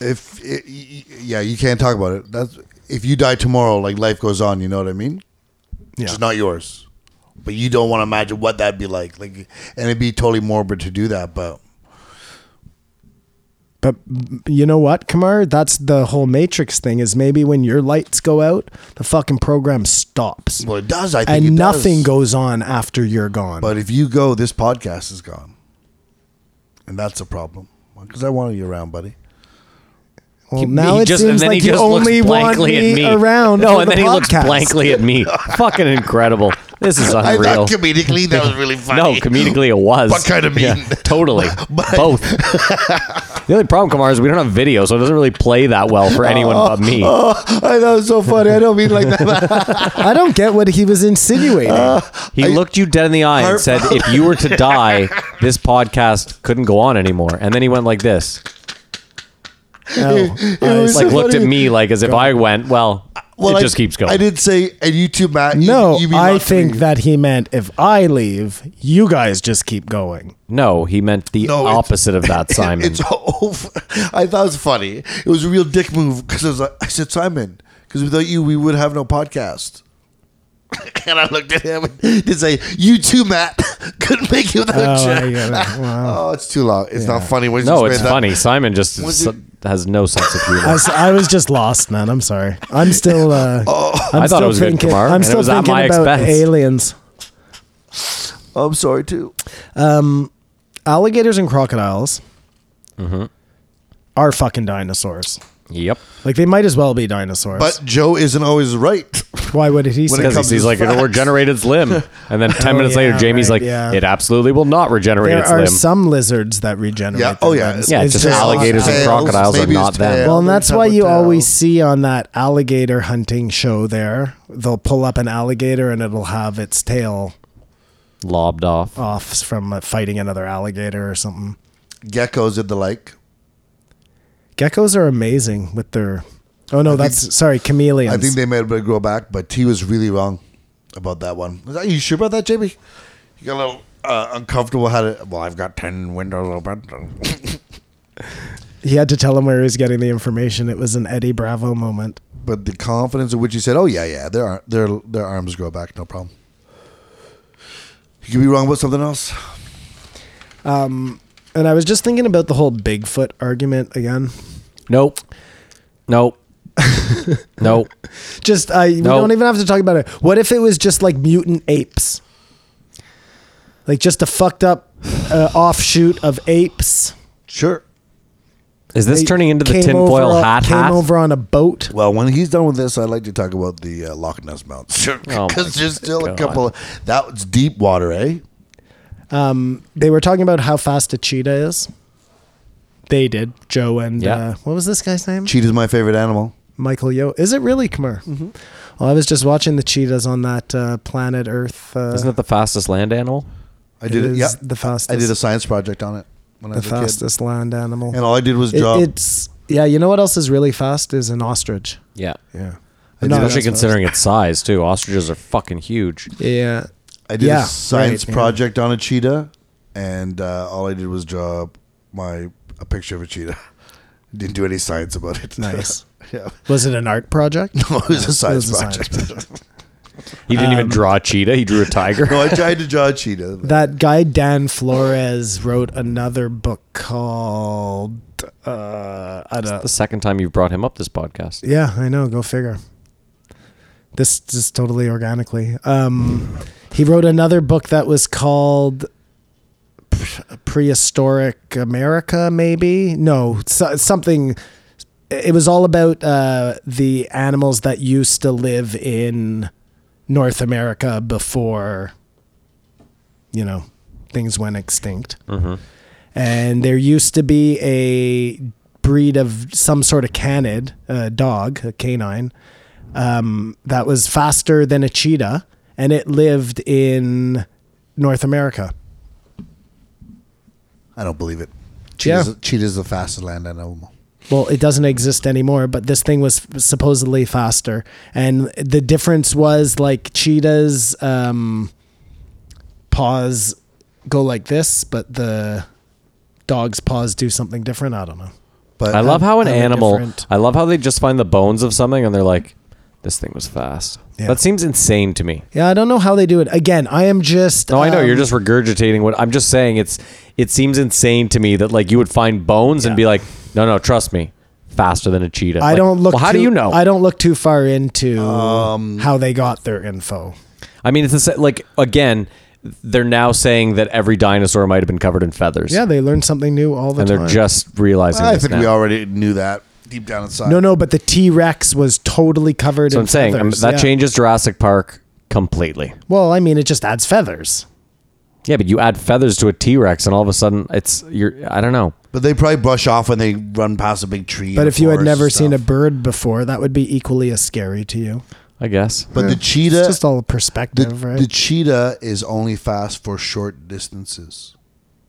S4: if it, y- y- yeah, you can't talk about it. That's if you die tomorrow, like life goes on. You know what I mean? Yeah. It's not yours, but you don't want to imagine what that'd be like. Like, and it'd be totally morbid to do that. But
S3: But you know what, Kamar? That's the whole matrix thing. Is maybe when your lights go out, the fucking program stops
S4: well, it does. I think it
S3: and nothing
S4: does.
S3: goes on after you're gone.
S4: But if you go, this podcast is gone, and that's a problem. Because I wanted you around, buddy.
S3: well,
S2: He-
S3: now
S2: he
S3: it
S2: just- and
S3: seems
S2: then he
S3: like you
S2: just looks
S3: only want
S2: blankly at
S3: me,
S2: [LAUGHS]
S3: around.
S2: No,
S3: for
S2: and
S3: the
S2: then he looks
S3: podcast.
S2: blankly at
S3: [LAUGHS]
S2: me. Fucking incredible. This is
S4: I
S2: unreal.
S4: thought comedically that was
S2: [LAUGHS]
S4: really funny.
S2: No, comedically
S4: [LAUGHS]
S2: it was.
S4: But kinda mean.
S3: [LAUGHS]
S2: totally. Both. the only problem, Kamar, is we don't have video, so it doesn't really play that well for anyone
S3: Oh.
S2: but me.
S4: I know it's so funny. I don't mean like that.
S3: I don't get what he was
S2: [LAUGHS]
S3: insinuating.
S2: He looked you dead in the eye and said, if you
S4: [LAUGHS]
S2: were to die, this podcast couldn't go on anymore. And then he went like this.
S3: No. I-
S4: was
S2: Like
S4: so
S2: looked at
S4: funny.
S2: me like as if I went, well, it just
S4: I,
S2: keeps going.
S4: I did say, and you too, Matt. You,
S3: No,
S4: you mean
S3: I
S4: not to
S3: think
S4: me.
S3: that he meant if I leave, you guys just keep going.
S2: No, he meant the
S4: No, it's-
S2: opposite of that, Simon.
S4: [LAUGHS] It's over. I thought it was funny. It was a real dick move because I was like, I said, Simon, because without you, we would have no podcast. [LAUGHS] and I looked at him and [LAUGHS] did say, "You too, Matt. [LAUGHS] Couldn't make you without
S3: Oh, I
S4: you." [LAUGHS]
S3: get it. Wow.
S4: Oh, it's too long. It's not funny. What
S2: no,
S4: you
S2: it's
S4: said that-
S2: funny. Simon just
S4: Was
S2: su-
S4: it-
S2: has no sense of
S3: I
S2: humor.
S3: was, I was just lost, man. I'm sorry. I'm still.
S2: [LAUGHS]
S3: Uh, I'm
S2: Oh, I thought it was good,
S3: thinking,
S2: Kumar,
S3: I'm
S2: and it
S3: still
S2: was at
S3: thinking
S2: my
S3: about
S2: expense.
S3: aliens,
S4: I'm sorry too.
S3: alligators, and crocodiles
S2: Mm-hmm.
S3: are fucking dinosaurs.
S2: yep.
S3: Like they might as well be dinosaurs.
S4: But Joe isn't always right.
S3: why would
S4: When
S3: he
S4: it
S3: say?
S2: Because
S4: comes
S2: he's
S4: to
S2: like, it'll
S4: facts.
S2: regenerate its
S4: [LAUGHS]
S2: limb. And then 10
S3: Oh,
S2: minutes later,
S3: yeah,
S2: Jamie's
S3: right,
S2: like,
S3: yeah.
S2: it absolutely will not regenerate
S3: There
S2: its
S3: are
S2: limb.
S3: some lizards that regenerate.
S4: Yeah.
S3: their
S4: Oh, yeah.
S3: limbs.
S2: Yeah, it's just alligators and
S4: tails,
S2: crocodiles are
S4: maybe
S2: not
S4: it's
S2: them.
S4: tails.
S3: Well, and that's why you
S4: Crocodile.
S3: always see on that alligator hunting show there, they'll pull up an alligator and it'll have its tail
S2: Lobbed off.
S3: off from uh, fighting another alligator or something.
S4: geckos did the like.
S3: Geckos are amazing with their. Oh no, that's sorry, chameleons.
S4: I think they made it grow back, but he was really wrong about that one. Are you sure about that, JB? You got a little uh, uncomfortable. Had it? Well, I've got ten windows open. [LAUGHS]
S3: he had to tell him where he was getting the information. It was an Eddie Bravo moment.
S4: but the confidence in which he said, "Oh yeah, yeah, their ar- their their arms grow back, no problem." You could be wrong about something else.
S3: And I was just thinking about the whole Bigfoot argument again.
S2: Nope. Nope. nope.
S3: [LAUGHS] Just I we
S2: No.
S3: don't even have to talk about it. What if it was just like mutant apes? Like just a fucked up uh, offshoot of apes.
S4: Sure.
S2: Is this
S3: They
S2: turning into the
S3: came
S2: tinfoil
S3: over-
S2: hat
S3: Came
S2: hat?
S3: over on a boat.
S4: Well, when he's done with this, I'd like to talk about the uh, Loch Ness Mountain. [LAUGHS] Sure.
S2: Oh my
S4: Because there's still
S2: God.
S4: a couple. Of, that was deep water, eh?
S3: They were talking about how fast a cheetah is. They did. Joe and
S2: Yeah.
S3: uh, what was this guy's name?
S4: Cheetah's my favorite animal.
S3: Michael Yo. Is it really Khmer?
S2: Mm-hmm.
S3: Well, I was just watching the cheetahs on that uh, planet Earth. Uh,
S2: Isn't it the fastest land animal?
S4: I did it.
S3: is
S4: yeah.
S3: the fastest.
S4: I did a science project on it when I
S3: the
S4: was a kid.
S3: fastest land animal.
S4: And all I did was
S3: It-
S4: draw.
S3: it's yeah. You know what else is really fast is an ostrich.
S2: Yeah.
S4: yeah. I
S3: I'm
S4: did,
S3: not-
S2: Especially
S3: that's
S2: considering its size too. Ostriches are fucking huge.
S3: Yeah.
S4: I did
S3: yeah,
S4: a science
S3: right, yeah.
S4: project on a cheetah, and uh, all I did was draw my a picture of a cheetah. [LAUGHS] Didn't do any science about it.
S3: Nice.
S4: [LAUGHS] yeah.
S3: Was it an art project?
S4: No, it was a science
S3: a science
S4: project.
S2: He didn't
S3: Um,
S2: even draw a cheetah. He drew a
S3: [LAUGHS]
S2: tiger.
S4: [LAUGHS] no, I tried to draw a cheetah. but
S3: that guy Dan Flores wrote another book called uh, I don't
S2: [LAUGHS] the second time you've brought him up this podcast.
S3: Yeah, I know. Go figure. This just totally organically. Um, he wrote another book that was called P- Prehistoric America, maybe? No, so, something. It was all about uh, the animals that used to live in North America before, you know, things went extinct and there used to be a breed of some sort of canid, a dog, a canine, um, that was faster than a cheetah, and it lived in North America.
S4: I don't believe it.
S3: Yeah.
S4: Cheetah's, cheetah's the fastest land animal.
S3: Well, it doesn't exist anymore, but this thing was supposedly faster, and the difference was like cheetahs' um, paws go like this, but the dog's paws do something different. I don't know.
S4: But
S2: I love how an
S3: I'm
S2: animal.
S3: indifferent.
S2: I love how they just find the bones of something and they're like, "This thing was fast."
S3: Yeah.
S2: That seems insane to me.
S3: Yeah, I don't know how they do it. Again, I am just.
S2: No, I know you're
S3: um,
S2: just regurgitating what I'm just saying. It's it seems insane to me that like you would find bones and be like, "No, no, trust me, faster than a cheetah."
S3: I
S2: Like,
S3: don't look.
S2: Well, how
S3: too-
S2: do you know?
S3: I don't look too far into
S4: Um,
S3: how they got their info.
S2: I mean, it's the sa- like again, they're now saying that every dinosaur might have been covered in feathers.
S3: Yeah, they learn something new all the
S2: and
S3: time.
S2: they're just realizing.
S4: I
S2: this
S4: think
S2: now.
S4: we already knew that deep down inside.
S3: no, no. But the T Rex was totally covered.
S2: So
S3: in
S2: I'm saying um,
S3: feathers.
S2: that
S3: yeah.
S2: changes Jurassic Park completely.
S3: Well, I mean, it just adds feathers.
S2: Yeah, but you add feathers to a T Rex, and all of a sudden it's you're. I don't know.
S4: But they probably brush off when they run past a big tree.
S3: But
S4: in a
S3: if you had
S4: forest
S3: never
S4: and
S3: seen a
S4: stuff.
S3: bird before, that would be equally as scary to you.
S2: I guess.
S4: But the cheetah.
S3: It's just all
S4: the,
S3: perspective, right?
S4: the cheetah is only fast for short distances.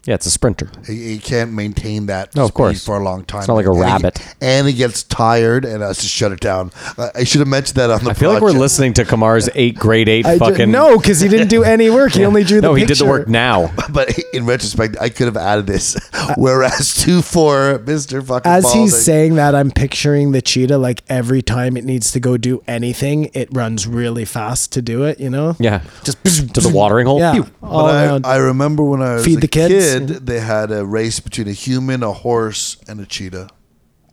S2: Yeah, it's a sprinter.
S4: It, it can't maintain that
S2: No, of
S4: speed
S2: course.
S4: for a long time.
S2: not like a
S4: And it-
S2: rabbit.
S4: and it gets tired and has to shut it down. I, I should have mentioned that on the
S2: I feel like we're
S4: project.
S2: listening to Kamar's eight grade eight
S3: I ju-
S2: fucking.
S3: no, because he didn't do any work. He only drew the.
S2: no, he did the
S3: picture.
S2: work now.
S4: [LAUGHS] But in retrospect, I could have added this. [LAUGHS] Whereas two for Mister Fucking
S3: As
S4: Balding.
S3: he's saying that, I'm picturing the cheetah like every time it needs to go do anything, it runs really fast to do it, you know?
S2: Yeah,
S3: Just
S2: to the watering hole.
S3: Yeah.
S2: Pew.
S3: All
S4: But
S3: around.
S4: I, I remember when I was
S3: Feed
S4: a
S3: the kids.
S4: kid, they had a race between a human, a horse, and a cheetah.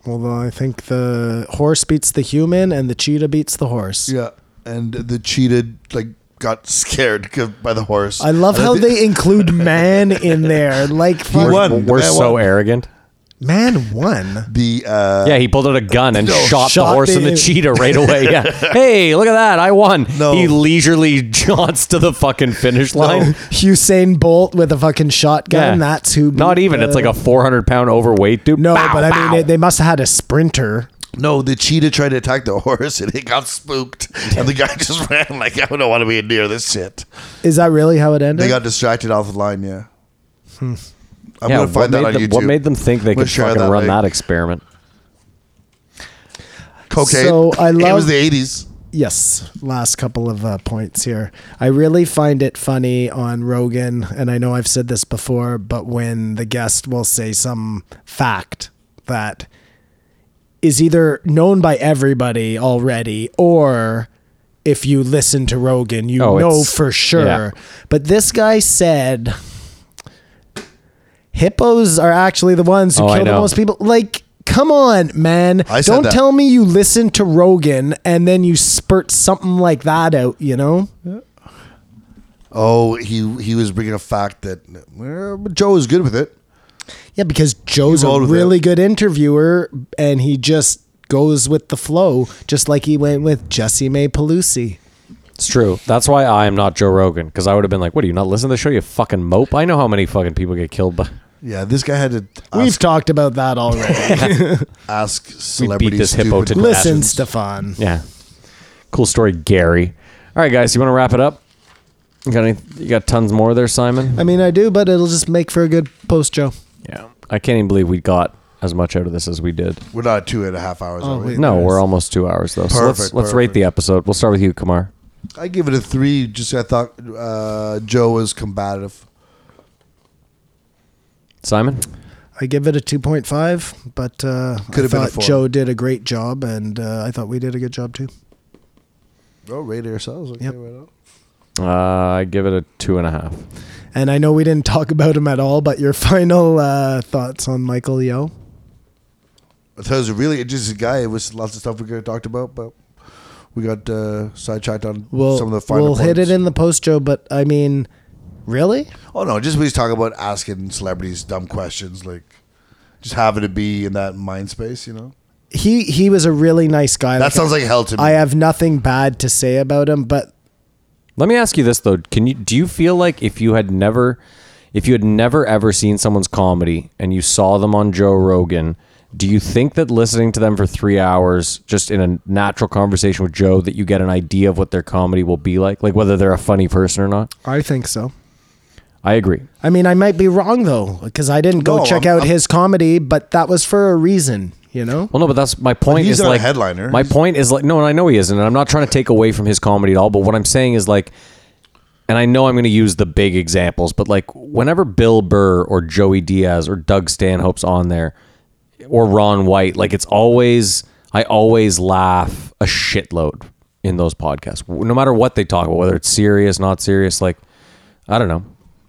S3: Although I think the horse beats the human and the cheetah beats the horse.
S4: Yeah, and the cheetah like got [LAUGHS] scared 'cause- by the horse.
S3: I love
S4: And
S3: how
S4: thi-
S3: they include man in there. Like, fuck,
S2: We're,
S4: won.
S2: we're
S4: The man
S2: so
S4: won.
S2: arrogant.
S3: man won.
S4: the uh,
S2: Yeah, he pulled out a gun and shot, the
S3: shot
S2: horse and the
S3: the-
S2: cheetah right away.
S4: [LAUGHS]
S2: Yeah. hey, look at that! I won.
S4: No.
S2: He leisurely [LAUGHS] jaunts to the fucking finish line.
S3: Usain Bolt with a fucking shotgun. That's who.
S2: Not
S3: beat
S2: even.
S3: the-
S2: It's like a 400 pound overweight dude.
S3: No,
S2: Bow,
S3: but I
S2: bow.
S3: mean, it, they must have had a sprinter.
S4: no, the cheetah tried to attack the [LAUGHS] horse and it got spooked, and the guy [LAUGHS] just ran like I don't want to be near this shit.
S3: Is that really how it ended?
S4: They got distracted off the line. Yeah, I'm
S2: yeah,
S4: gonna
S2: what
S4: find
S2: made,
S4: that on
S2: them,
S4: YouTube.
S2: what made them think they
S4: I'm gonna
S2: could
S4: share
S2: fucking
S4: that
S2: run
S4: link.
S2: that experiment?
S4: cocaine?
S3: So I
S4: it was
S3: love-
S4: the '80s.
S3: Yes, last couple of uh, points here. I really find it funny on Rogan, and I know I've said this before, but when the guest will say some fact that is either known by everybody already or if you listen to Rogan, you
S5: Oh,
S3: know
S5: it's-
S3: for sure.
S5: yeah.
S3: But this guy said hippos are actually the ones who
S5: Oh, I
S3: kill the
S5: know.
S3: most people. Like, come on, man.
S4: I said
S3: Don't
S4: that.
S3: tell me you listen to Rogan and then you spurt something like that out, you know?
S4: Oh, he he was bringing a fact that well, but Joe is good with it.
S3: Yeah, because Joe's
S4: He
S3: a
S4: rolled with it.
S3: really good interviewer and he just goes with the flow, just like he went with Jesse May Pelusi.
S2: It's true. That's why I am not Joe Rogan because I would have been like, "What do you not listen to the show? You fucking mope." I know how many fucking people get killed by.
S4: Yeah, this guy had to
S3: We've
S4: ask,
S3: talked about that
S4: [LAUGHS]
S3: already.
S4: ask
S2: We
S4: celebrities.
S2: beat this hippo to
S4: stupid-
S2: death.
S3: Listen, Stefan.
S2: Yeah. Cool story, Gary. All right, guys, you want to wrap it up? You got any? You got tons more there, Simon.
S3: I mean, I do, but it'll just make for a good post, Joe.
S2: Yeah. I can't even believe we got as much out of this as we did.
S4: We're not two and a half hours.
S3: Oh,
S4: are we?
S3: wait.
S2: No, we're almost two hours though. so let's
S4: Perfect,
S2: let's rate
S4: perfect.
S2: the episode. We'll start with you, Kamar.
S4: I give it a three. Just I thought uh, Joe was combative.
S2: Simon.
S3: I give it a 2.5, but uh, I
S4: Could've been a
S3: thought
S4: four.
S3: Joe did a great job, and uh, I thought we did a good job too.
S4: Oh, rate ourselves. Okay,
S3: Yep.
S4: right on.
S2: Uh, I give it a two and a half.
S3: And I know we didn't [LAUGHS] talk about him at all, but your final uh, thoughts on Michael Yo?
S4: I thought it was a really interesting guy. It was lots of stuff we could have talked about, but we got uh, sidetracked on
S3: We'll,
S4: some of the final
S3: we'll hit it
S4: points.
S3: in the post, Joe, but I mean, really?
S4: Oh no, just please talk about asking celebrities dumb questions, like just having to be in that mind space. You know,
S3: He he was a really nice guy.
S4: that sounds like hell to me.
S3: I have nothing bad to say about him, but
S2: Let me ask you this though: Can you do you feel like if you had never, if you had never ever seen someone's comedy and you saw them on Joe Rogan, do you think that listening to them for three hours, just in a natural conversation with Joe, that you get an idea of what their comedy will be like, like whether they're a funny person or not?
S3: I think so.
S2: I agree.
S3: I mean, I might be wrong though, because I didn't go
S4: No,
S3: check
S4: I'm-
S3: out
S4: I'm-
S3: his comedy, but that was for a reason, you know.
S2: Well, no, but that's my point.
S4: he's
S2: is
S4: not a
S2: like
S4: headliner.
S2: My
S4: He's-
S2: point is like no, and I know he isn't, and I'm not trying to take away from his comedy at all. But what I'm saying is like, and I know I'm going to use the big examples, but like whenever Bill Burr or Joey Diaz or Doug Stanhope's on there, or Ron White, like it's always I always laugh a shitload in those podcasts, no matter what they talk about, whether it's serious, not serious. Like I don't know.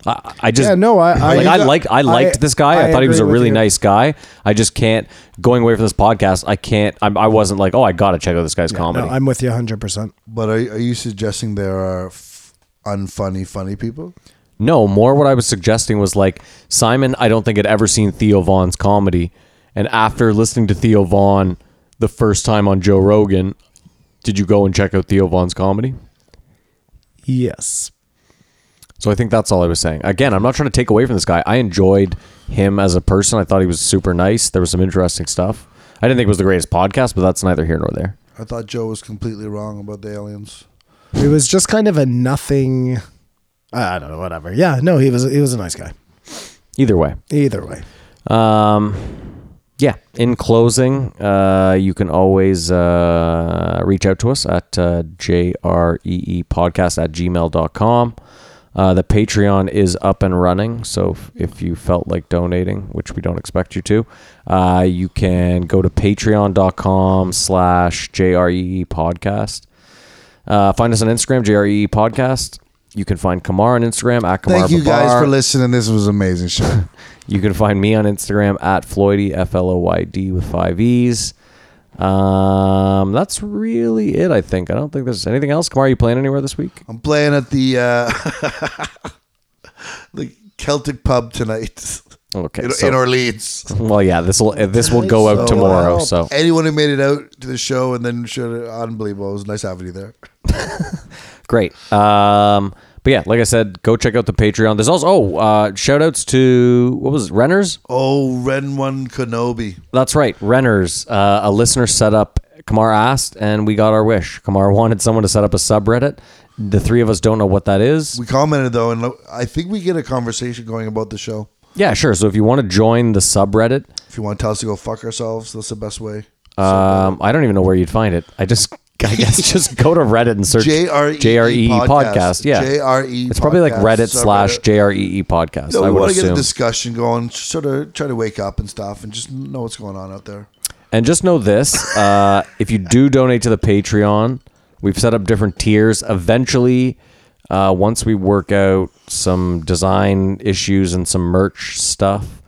S2: I, I just
S3: Yeah, no, I- I-
S2: [LAUGHS] like, I liked I liked
S3: I-
S2: this guy. I,
S3: I
S2: thought he was a
S3: agree with
S2: really
S3: you.
S2: nice guy. I just can't going away from this podcast. I can't. I'm, I wasn't like, oh, I gotta check out this guy's comedy.
S3: No, I'm with you 100. percent
S4: but are, are you suggesting there are f- unfunny, funny people?
S2: No, more what I was suggesting was like Simon. I don't think had ever seen Theo Vaughn's comedy, and after listening to Theo Vaughn the first time on Joe Rogan, did you go and check out Theo Vaughn's comedy?
S3: Yes,
S2: So I think that's all I was saying. Again, I'm not trying to take away from this guy. I enjoyed him as a person. I thought he was super nice. There was some interesting stuff. I didn't think it was the greatest podcast, but that's neither here nor there.
S4: I thought Joe was completely wrong about the aliens.
S3: it was just kind of a nothing. I don't know, whatever. Yeah, no, he was he was a nice guy.
S2: Either way.
S3: Either way,
S2: Um, yeah. In closing, uh, you can always uh, reach out to us at uh, jreepodcast E at gmail.com. Uh, the Patreon is up and running, so if, if you felt like donating, which we don't expect you to, uh, you can go to patreon.com slash jree E podcast. Uh, find us on Instagram, jree E podcast. You can find Kamar on Instagram at Kamar
S4: Thank you guys
S2: Babar.
S4: for listening. This was amazing
S3: [LAUGHS]
S4: show.
S2: You can find me on Instagram at Floydy, F L O Y D with five E's. Um, that's really it, I think. I don't think there's anything else. Kamar, you playing anywhere this week?
S4: I'm playing at the uh, [LAUGHS] the Celtic pub tonight [LAUGHS]
S2: Okay.
S4: in,
S2: so-
S4: in Orleans.
S2: well, yeah, this will this will go out tomorrow. So
S4: anyone who made it out to the show and then showed it, unbelievable. It was nice having you there.
S2: great. Um, but yeah, like I said, go check out the Patreon. There's also oh, uh, shout outs to what was it, Renners?
S4: Oh, Ren One Kenobi.
S2: That's right, Renners. Uh, a listener set up. Kamar asked, and we got our wish. Kamar wanted someone to set up a subreddit. The three of us don't know what that is.
S4: We commented though, and lo- I think we get a conversation going about the show.
S2: Yeah, sure. So if you want to join the subreddit,
S4: If you want to tell us to go fuck ourselves, that's the best way.
S2: Um, I don't even know where you'd find it. I just, [LAUGHS] I guess, just go to Reddit and search
S4: JRE
S2: JRE E podcast. Yeah,
S4: JRE
S2: It's probably like
S4: E podcast,
S2: Reddit
S4: subreddit.
S2: slash JREE E podcast.
S4: So
S2: I
S4: we
S2: would
S4: want to get a
S2: assume.
S4: discussion going, sort of try to wake up and stuff, and just know what's going on out there.
S2: and just know this: uh, if you do donate to the Patreon, We've set up different tiers. Eventually, uh, once we work out some design issues and some merch stuff,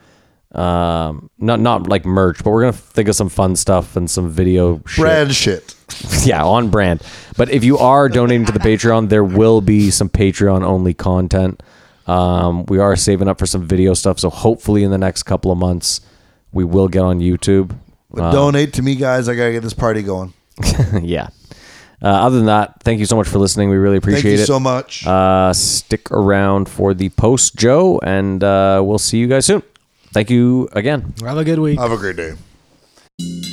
S2: um, not not like merch, but we're gonna think of some fun stuff and some video shit.
S4: Brand shit.
S2: [LAUGHS] yeah, on brand. But if you are donating to the Patreon, there will be some Patreon only content. Um, we are saving up for some video stuff, so hopefully in the next couple of months, we will get on
S4: [LAUGHS]
S2: YouTube. Uh,
S4: But donate to me, guys. I gotta get this party going.
S2: yeah. Uh, other than that, thank you so much for listening. We really appreciate
S4: Thank you
S2: it.
S4: so much.
S2: Uh, stick around for the post, Joe, and uh, we'll see you guys soon. Thank you again.
S3: Have a good week.
S4: Have a great day.